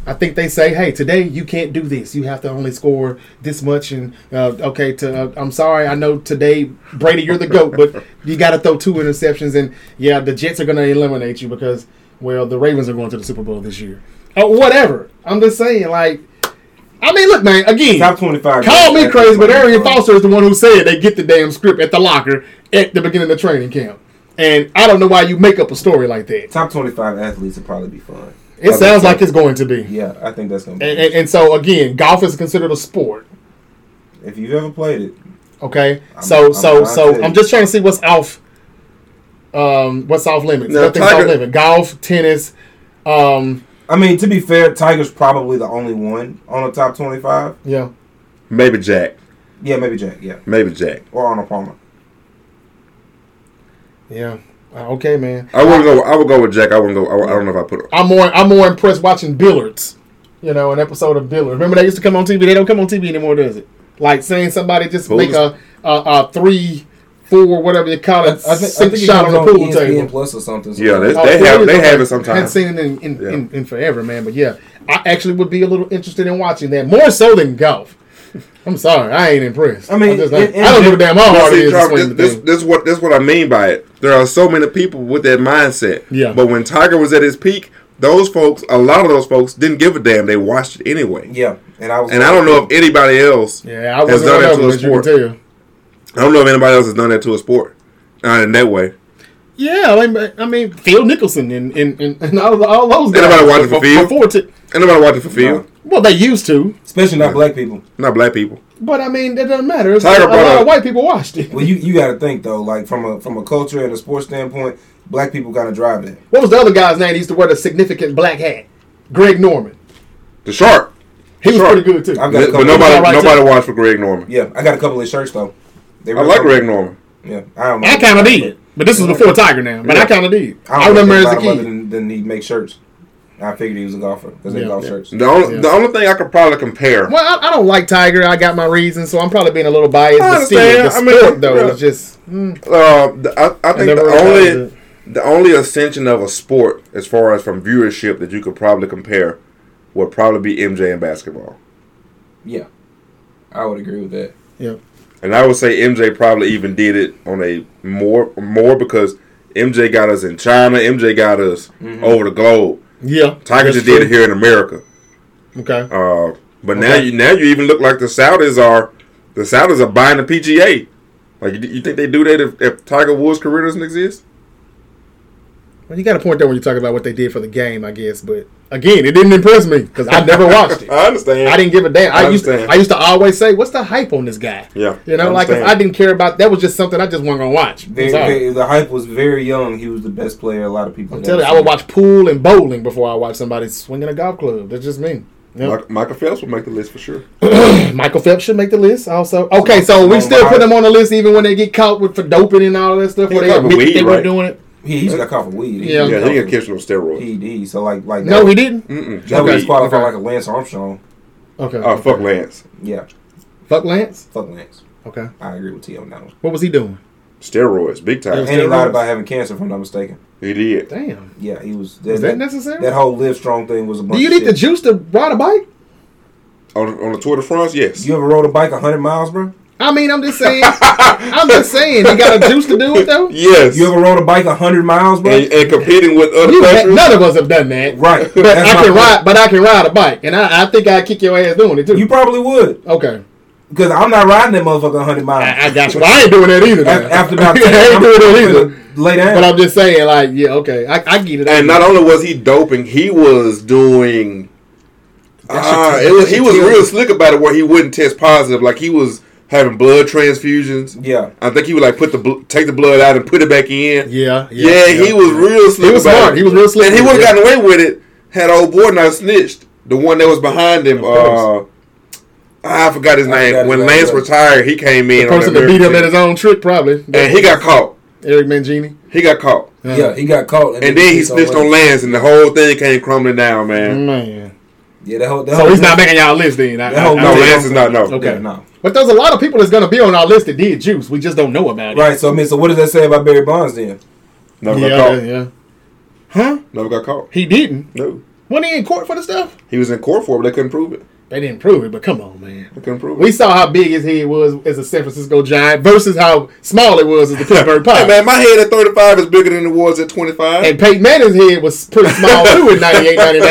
I think they say, "Hey, today you can't do this. You have to only score this much." And uh, okay, to uh, I'm sorry, I know today, Brady, you're the goat, but you got to throw two interceptions. And yeah, the Jets are going to eliminate you because well, the Ravens are going to the Super Bowl this year. Or whatever. I'm just saying, like, I mean, look, man. Again, Top 25. Call me That's crazy, but what I'm Arian saying. Foster is the one who said they get the damn script at the locker at the beginning of the training camp. And I don't know why you make up a story like that. Top 25 athletes would probably be fun. It sounds like it's going to be. Yeah, I think that's going to be. And, and, and so again, golf is considered a sport. if you've ever played it, Okay, I'm- so I'm so not so saying- I'm just trying to see what's off. Um, what's off limits? Now, Nothing's off Tiger- limits. Golf, tennis. Um, I mean, to be fair, Tiger's probably the only one on a top 25. yeah, maybe Jack, Yeah, maybe Jack, yeah. maybe Jack. Or Arnold Palmer. yeah. Uh, Okay, man. I wouldn't go. I would go with Jack. I wouldn't go. I, I don't know if I put. I'm more I'm more impressed watching Billards. You know, an episode of Billards. Remember they used to come on TV. They don't come on TV anymore, does it? Like saying somebody just Pool make is- a, a a three, four, whatever you call I, it, I think, six shot on the pool ESPN table. Plus or something. Yeah, they, Oh, they Phil have. is They okay. have it Hadn't sometimes. seen it in in, Yeah. in in forever, man. But yeah, I actually would be a little interested in watching that more so than golf. [laughs] I'm sorry, I ain't impressed. I mean, I'm just it- like, it- I don't give a damn how But hard it see, is to Charles, swing the this, this, thing. this is what this is what I mean by it. There are so many people with that mindset. Yeah. But when Tiger was at his peak, those folks, a lot of those folks, didn't give a damn. They watched it anyway. Yeah, and I was. And I don't know if anybody else. Yeah, I has wasn't done one that of to them, a as you can sport. tell. I don't know if anybody else has done that to a sport. Not uh, in that way. Yeah, like, I mean Phil Nicholson and and, and, and all, all those guys. nobody watching for Before- Before Phil. t- Ain't nobody watching for Phil. No. well, they used to, especially not black people. Not black people. but I mean it doesn't matter. It's- Tiger a brought lot up- of white people watched it. Well, you, you got to think though, like from a from a culture and a sports standpoint, black people kind of drive that. What was the other guy's name? He used to wear the significant black hat. Greg Norman. The shark. He was Sure. pretty good too. I've got- But, but couple- nobody All right, nobody too. watched for Greg Norman. Yeah, I got a couple of shirts though. They I really like don't- Greg Norman. Yeah, I don't. I like kind of that, did, but this was Yeah. before Tiger now. But I Yeah. kind of did. but I, don't remember like as that a about him kid. Other than, than he make shirts. I figured he was a golfer because Yeah. they golf Yeah. shirts. The only Yeah. the only thing I could probably compare. Well, I, I don't like Tiger. I got my reasons, so I'm probably being a little biased. I But still, the understand. I mean, sport though yeah. is just mm, Uh, the, I, I think never the really only the only ascension of a sport as far as from viewership that you could probably compare would probably be MJ and basketball. Yeah, I would agree with that. yeah. And I would say MJ probably even did it on a more more because MJ got us in China, MJ got us over the globe. Yeah, Tiger Mm-hmm. that's just did it true. here in America. Okay, Uh, but now Okay. you now you even look like the Saudis are the Saudis are buying the PGA. Like you, you think they do that if, if Tiger Woods' career doesn't exist? well, you got a point there when you talk about what they did for the game, I guess. But again, it didn't impress me because I never watched [laughs] it. I understand. I didn't give a damn. I, I used to, understand. I used to always say, "What's the hype on this guy?" Yeah, you I know, like if understand. I didn't care about that was just something I just wasn't gonna watch. Very, That's all. very- the hype was very young. He was the best player. A lot of people. I'm had telling you, I seen. would watch pool and bowling before I watch somebody swinging a golf club. That's just me. Yep. Mi- Michael Phelps would make the list for sure. [clears throat] Michael Phelps should make the list also. Okay, so we Oh, still my. put them on the list even when they get caught with for doping and all that stuff. He Where they caught with admit that weed, they were right? doing it. He, he just got caught for weed. Yeah. Yeah, he got catch catch on steroids. PED. So like like No, that- he didn't. Mm-mm, That was just weed. qualified Okay. like a Lance Armstrong. Okay. Oh fuck Lance, Yeah, Fuck Lance. fuck Lance. Okay. I agree with T on that one. What was he doing? steroids, big time. Yeah. And he Steroids? lied about having cancer, if I'm not mistaken. He did. Damn. Yeah, he was. Is that necessary? That whole live strong thing was a bunch. Do you of need the shit. juice to ride a bike? On on the Tour de France, yes. You ever rode a bike hundred miles, bro? I mean, I'm just [laughs] saying. I'm just saying. You got a juice to do it though. Yes. You ever rode a bike hundred miles, bro? and, and competing with other You had- countries. none of us have done that. Right. But [laughs] That's I my can point. ride. But I can ride a bike, and I, I think I kick your ass doing it too. You probably would, okay. because I'm not riding that motherfucker hundred I, I miles. got you. Well, I ain't doing that either. A- now. [laughs] After about I ain't doing that either. finna Lay down. But I'm just saying, like, yeah, okay, I, I get it. I get And not it. only was he doping, he was doing. Ah, it was, he was real slick about it, where he wouldn't test positive. Like he was having blood transfusions. yeah. I think he would like put the bl- take the blood out and put it back in. yeah, Yeah, he was real slick. was about smart. it. He was real slick and he with would it, have gotten away with it had old boy not snitched. The one that was behind him. Uh, course. I forgot his I name. forgot his when name, Lance but- retired, he came in. the on person that beat American him at team. his own trick, probably. and he got caught. Eric Mangini. He got caught. Uh, yeah, he got caught, And then he so snitched late. on Lance, and the whole thing came crumbling down, man. Mm-hmm. man. Yeah, that whole. That So whole he's not making y'all list then. I, That I- whole- I- No, Okay. Lance is not. No. Okay. Yeah, no. but there's a lot of people that's gonna be on our list that did juice. We just don't know about it. Right. So I mean, so what does that say about Barry Bonds then? Never Yeah, got caught. yeah. Huh? Never got caught. He didn't. No. Wasn't he in court for the stuff? He was in court for it, but they couldn't prove it. They didn't prove it, but come on, man. They couldn't prove We it. saw how big his head was as a San Francisco Giant versus how small it was as [laughs] the Pittsburgh Hey, Pirates. man, my head at 35 is bigger than it was at 25. And Peyton Manning's head was pretty small too in 98, 99.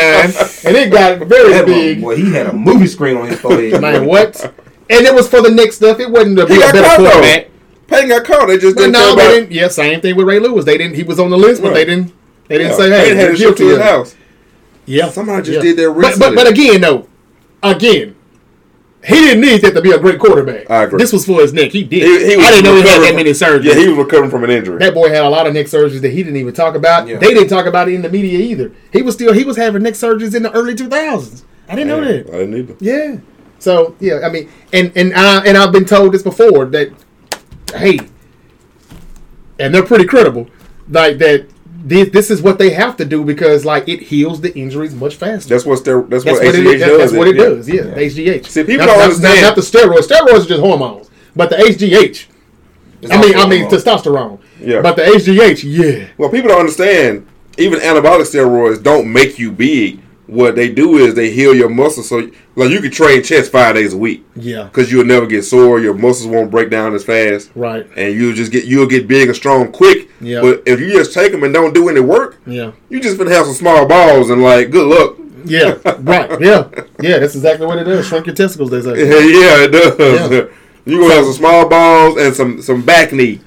And it got very That big. mother- boy, he had a movie screen on his [laughs] forehead. Man, what? And it was for the next stuff. It wasn't to be he a got better caught, quarterback. though. Payton got caught. They just But didn't no, no, they care about didn't. Yeah, same thing with Ray Lewis. They didn't. He was on the list, but Right. they didn't. They didn't Yeah. say, "Hey, Peyton had we're it shipped guilty to his of it." house. Yeah, Somebody just yeah. did their But, but recently. but again, though, again, he didn't need that to be a great quarterback. I agree. This was for his neck. He did. He- he was I didn't know he had recovering that from- many surgeries. Yeah, he was recovering from an injury. that boy had a lot of neck surgeries that he didn't even talk about. Yeah. They didn't talk about it in the media either. He was still he was having neck surgeries in the early 2000s. I didn't know that. I didn't either. Yeah. So yeah, I mean, and and I and I've been told this before that, hey, and they're pretty credible, like that. This, this is what they have to do because like it heals the injuries much faster. That's what, ster- that's That's what, what, HGH it is. That's, does. that's what it yeah. does. Yeah, HGH. See, Not- people don't not- understand. Not, not the steroids. Steroids are just hormones, but the HGH. It's uh, I mean, also I mean wrong. testosterone. Yeah. But the HGH, yeah. Well, people don't understand. Even anabolic steroids don't make you big. What they do is they heal your muscles. So, like, you can train chest five days a week. Yeah. because you'll never get sore. Your muscles won't break down as fast, Right. and you'll just get you'll get big and strong quick. Yeah. But if you just take them and don't do any work, Yeah. you just gonna have some small balls and like good luck. [laughs] Yeah. right. Yeah. Yeah. That's exactly what it is. Shrink your testicles. [laughs] They say. yeah, it does. Yeah. you gonna have some small balls and some some back knee.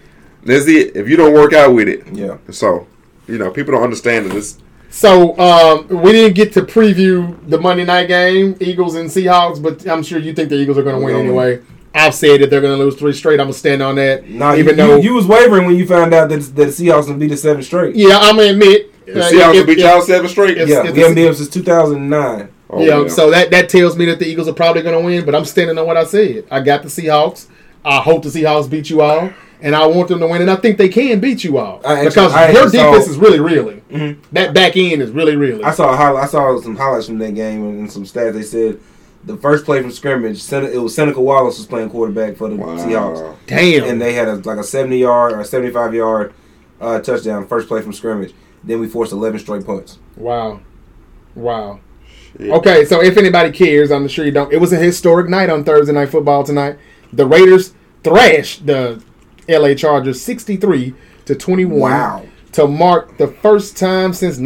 That's it. If you don't work out with it, Yeah. so you know people don't understand that it's So um, we didn't get to preview the Monday night game, Eagles and Seahawks, but I'm sure you think the Eagles are going to We're win gonna anyway. I've said that they're going to lose three straight. I'm going to stand on that. Nah, you, even you- though, you, was wavering when you found out that that the Seahawks gonna beat the seven straight. yeah, I'm going to admit. the uh, if- Seahawks will beat if- y'all seven straight. if- Yeah, if we the- haven't been up since 2009. Oh, yeah, so that, that tells me that the Eagles are probably going to win, but I'm standing on what I said. I got the Seahawks. I hope the Seahawks beat you all, and I want them to win, and I think they can beat you all I actually- because I your actually defense saw- Mm-hmm. is really really. That back end is really really. I saw a highlight, I saw some highlights from that game and, and some stats. They said the first play from scrimmage, Sen- it was Seneca Wallace was playing quarterback for the Wow. Seahawks, Damn, and they had a, like a seventy yard or seventy five yard uh, touchdown first play from scrimmage. Then we forced eleven straight punts. Wow. Wow. Okay, so if anybody cares, I'm sure you don't. It was a historic night on Thursday Night Football tonight. The Raiders thrashed the LA Chargers 63 to 21 Wow. to mark the first time since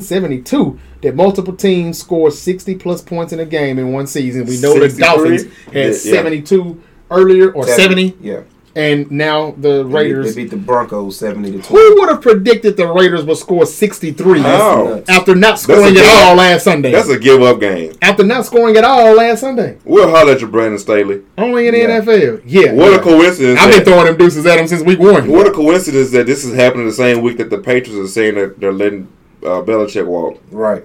1972 that multiple teams scored 60 plus points in a game in one season. We know the 63? Dolphins had Yeah, yeah. 72 earlier or 70, yeah. and now the Raiders. They beat the Broncos seventy to twenty. Who would have predicted the Raiders would score 63? Oh. nuts. after not a scoring at good- all last Sunday. that's a give up game. after not scoring at all last Sunday. We'll holler at you, Brandon Staley. Only in the Yeah. NFL. Yeah. What a coincidence! I've been that- throwing them deuces at him since week one. What a coincidence that this is happening the same week that the Patriots are saying that they're letting uh, Belichick walk. Right.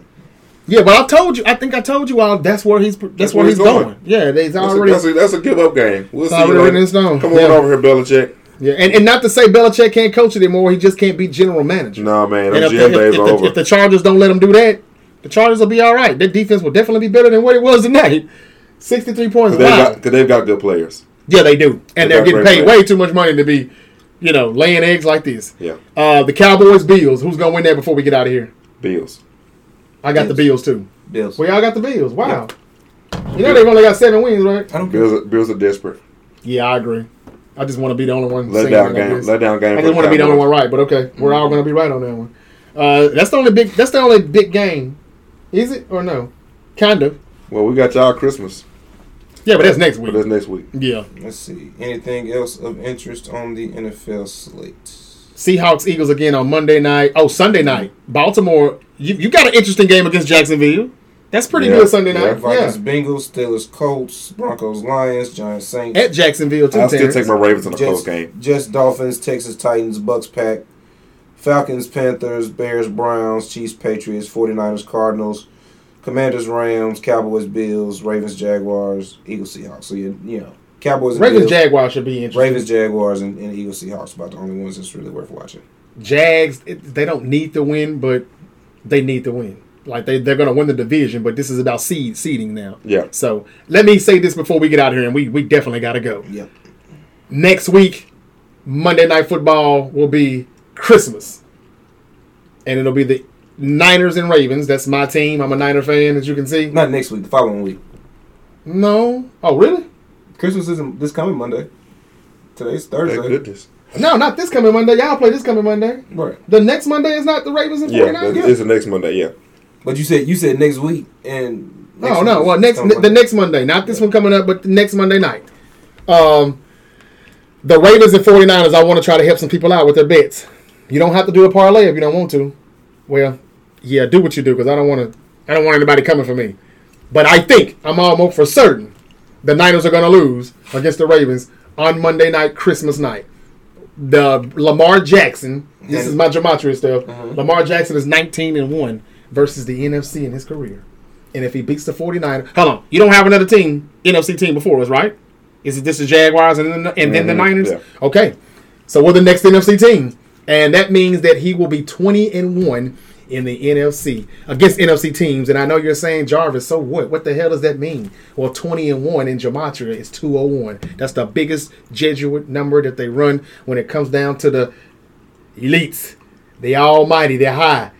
Yeah, but I told you. I think I told you all. That's where he's. That's, where he's going. Yeah, they- he's That's, already. a, that's, a, that's a give up game. We'll It's see. already you written in later. stone. Come on Yeah. over here, Belichick. yeah, and, and not to say Belichick can't coach it anymore. He just can't be general manager. No man, and those if GM the, if, days if are the- over. if the Chargers don't let him do that, the Chargers will be all right. Their defense will definitely be better than what it was tonight. Sixty-three points. Cause they've, Wow. got, 'cause they've got good players. Yeah, they do, and They they're got getting great paid players. way too much money to be, you know, laying eggs like this. Yeah, Uh, the Cowboys, Bills. Who's gonna win that before we get out of here? Bills. I got the Bills too. Bills. We all got the Bills. Wow. You know they've only got seven wins, right? I don't care. Bills. are- Bills are desperate. Yeah, I agree. I just want to be the only one. Let saying down it like game. this. Let down game. I for just want to be the only Cowboys. one right, but okay, we're all going to be right on that one. Uh, that's the only big. That's the only big game, is it or no? Kind of. Well, we got y'all Christmas, Yeah, but that's next but week. that's next week. Yeah, Let's see. Anything else of interest on the NFL slate? Seahawks Eagles again on Monday night. Oh, Sunday night. Baltimore. You, you got an interesting game against Jacksonville. That's pretty Yeah, good Sunday yeah. night. Vikings, Yeah. Bengals, Steelers, Colts, Broncos, Lions, Giants, Saints. At Jacksonville too. I'll still Terrence. take my Ravens in a Jets, close game. Jets, Dolphins, Texas Titans, Bucks, Pack, Falcons, Panthers, Bears, Browns, Chiefs, Patriots, 49ers, Cardinals, Commanders, Rams, Cowboys, Bills, Ravens, Jaguars, Eagles, Seahawks. So, you, you know, Cowboys and Ravens Bills, Jaguars should be interesting. Ravens, Jaguars, and, and Eagles, Seahawks about the only ones that's really worth watching. Jags, it, they don't need to win, but they need to win. Like they they're gonna win the division, but this is about seed seeding now. Yeah. So let me say this before we get out of here, and we we definitely gotta go. Yep. Next week, Monday Night Football will be Christmas, and it'll be the Niners and Ravens. That's my team. I'm a Niner fan, as you can see. Not next week, the following week. No. Oh, really? Christmas isn't this coming Monday. Today's Thank Thursday. goodness. No, not this coming Monday. Y'all play this coming Monday. Right. The next Monday is not the Ravens and Yeah, 49ers. that's, it's the next Monday. Yeah, But you said you said next week and next Oh, No, no. week Well, is next coming the Monday. next Monday, not this one coming up, but the next Monday night. Um, the Ravens and 49ers, I want to try to help some people out with their bets. You don't have to do a parlay if you don't want to. Well, yeah, do what you do because I don't want to. I don't want anybody coming for me. But I think I'm almost for certain the Niners are going to lose against the Ravens on Monday night, Christmas night. The Lamar Jackson. This is my gematria stuff. Mm-hmm. Lamar Jackson is 19 and one versus the NFC in his career. And if he beats the 49ers, hold on, you don't have another team, NFC team before us, right? Is it just the Jaguars and then the, and then the Mhm, Niners? yeah. Okay, so we're the next NFC team, and that means that he will be 20 and one in the NFC against NFC teams. And I know you're saying Jarvis, so what? What the hell does that mean? Well, 20 and one in gematria is 201. That's the biggest Jesuit number that they run when it comes down to the elites. They almighty. They're high.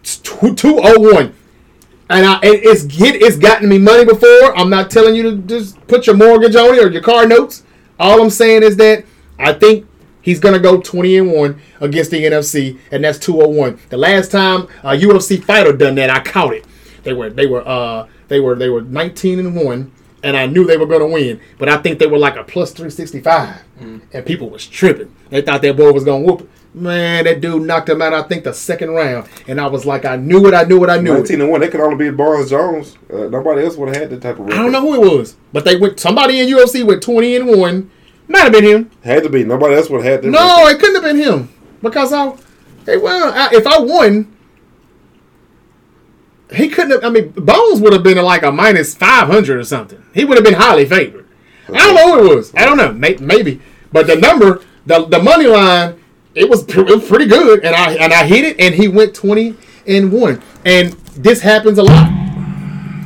It's two- 201 and I it, it's get it's gotten me money before. I'm not telling you to just put your mortgage on it or your car notes. All I'm saying is that I think he's gonna go 20 and one against the NFC, and that's 201. The last time a UFC fighter done that, I caught it. They were they were uh they were they were 19 and one and I knew they were going to win, but I think they were like a plus 365, and people was tripping. They thought that boy was going to whoop. it. Man, that dude knocked him out, I think, the second round. And I was like, I knew it, I knew it, I knew it. Nineteen and one. They could only be Barnes Jones. Uh, nobody else would have had that type of. Record. I don't know who it was, but they went, somebody in UFC went 20 and 1. Might have been him. Had to be. Nobody else would have had that. No, it couldn't have been him because I, hey, well, I, if I won, he couldn't have. I mean, Bones would have been like a minus five hundred or something. He would have been highly favored. I don't know who it was. I don't know. May, maybe, but the number, the the money line, it was pr- it was pretty good, and I and I hit it, and he went twenty and one, and this happens a lot.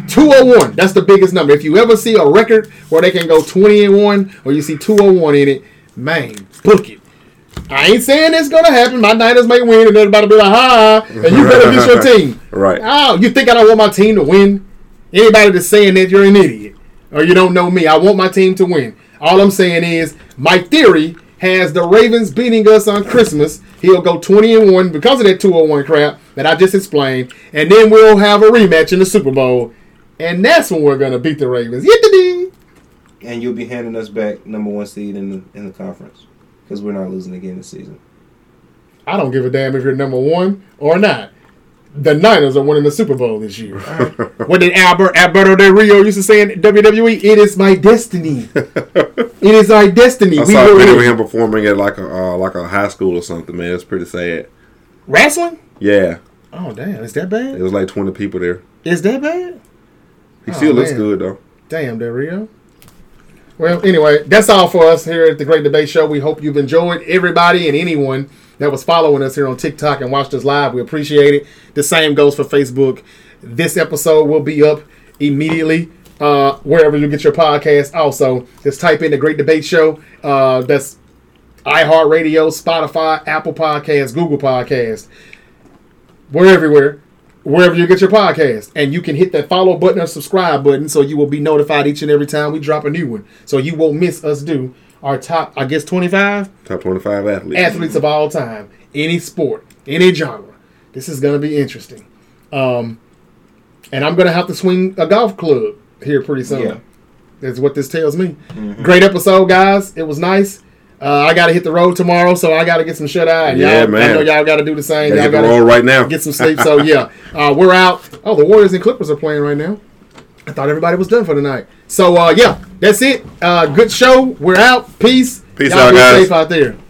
201. That's the biggest number. If you ever see a record where they can go 20 and 1 or you see 201 in it, man, book it. I ain't saying it's gonna happen. My Niners may win, and everybody be like, "Ha!" And you better beat your team, Right. Oh, you think I don't want my team to win? Anybody that's saying that you're an idiot or you don't know me. I want my team to win. All I'm saying is my theory has the Ravens beating us on Christmas. He'll go 20 and one because of that 201 crap that I just explained, and then we'll have a rematch in the Super Bowl, and that's when we're gonna beat the Ravens. Yippee! and you'll be handing us back number one seed in the in the conference because we're not losing again this season. I don't give a damn if you're number one or not. The Niners are winning the Super Bowl this year. [laughs] what did Albert Alberto Del Rio used to say in WWE? It is my [laughs] destiny. it is our destiny. I we saw a will video of win. him performing at like a uh, like a high school or something. Man, it's pretty sad. Wrestling? Yeah, Oh damn! Is that it bad? was like twenty people there. Is that bad? He still looks Oh, man. good though. Damn, Del Rio. Well, anyway, that's all for us here at the Great Debate Show. We hope you've enjoyed everybody and anyone that was following us here on TikTok and watched us live. We appreciate it. The same goes for Facebook. This episode will be up immediately uh, wherever you get your podcast. Also, just type in the Great Debate Show. Uh, that's iHeartRadio, Spotify, Apple Podcasts, Google Podcasts. We're everywhere. Wherever you get your podcast. And you can hit that follow button or subscribe button so you will be notified each and every time we drop a new one. So you won't miss us do our top, I guess, 25 Top twenty-five athlete. athletes of all time, any sport, any genre. This is going to be interesting. Um, and I'm going to have to swing a golf club here pretty soon. Yeah. That's what this tells me. Mm-hmm. Great episode, guys. It was nice. Uh, I got to hit the road tomorrow, so I got to get some shut eye. And Yeah, y'all, I man. know y'all got to do the same. Gotta y'all hit the gotta- roll right now. get some sleep. So yeah, uh, we're out. Oh, the Warriors and Clippers are playing right now. I thought everybody was done for tonight. So uh, yeah, that's it. Uh, good show. We're out. Peace. Peace Y'all out, be guys. safe out there.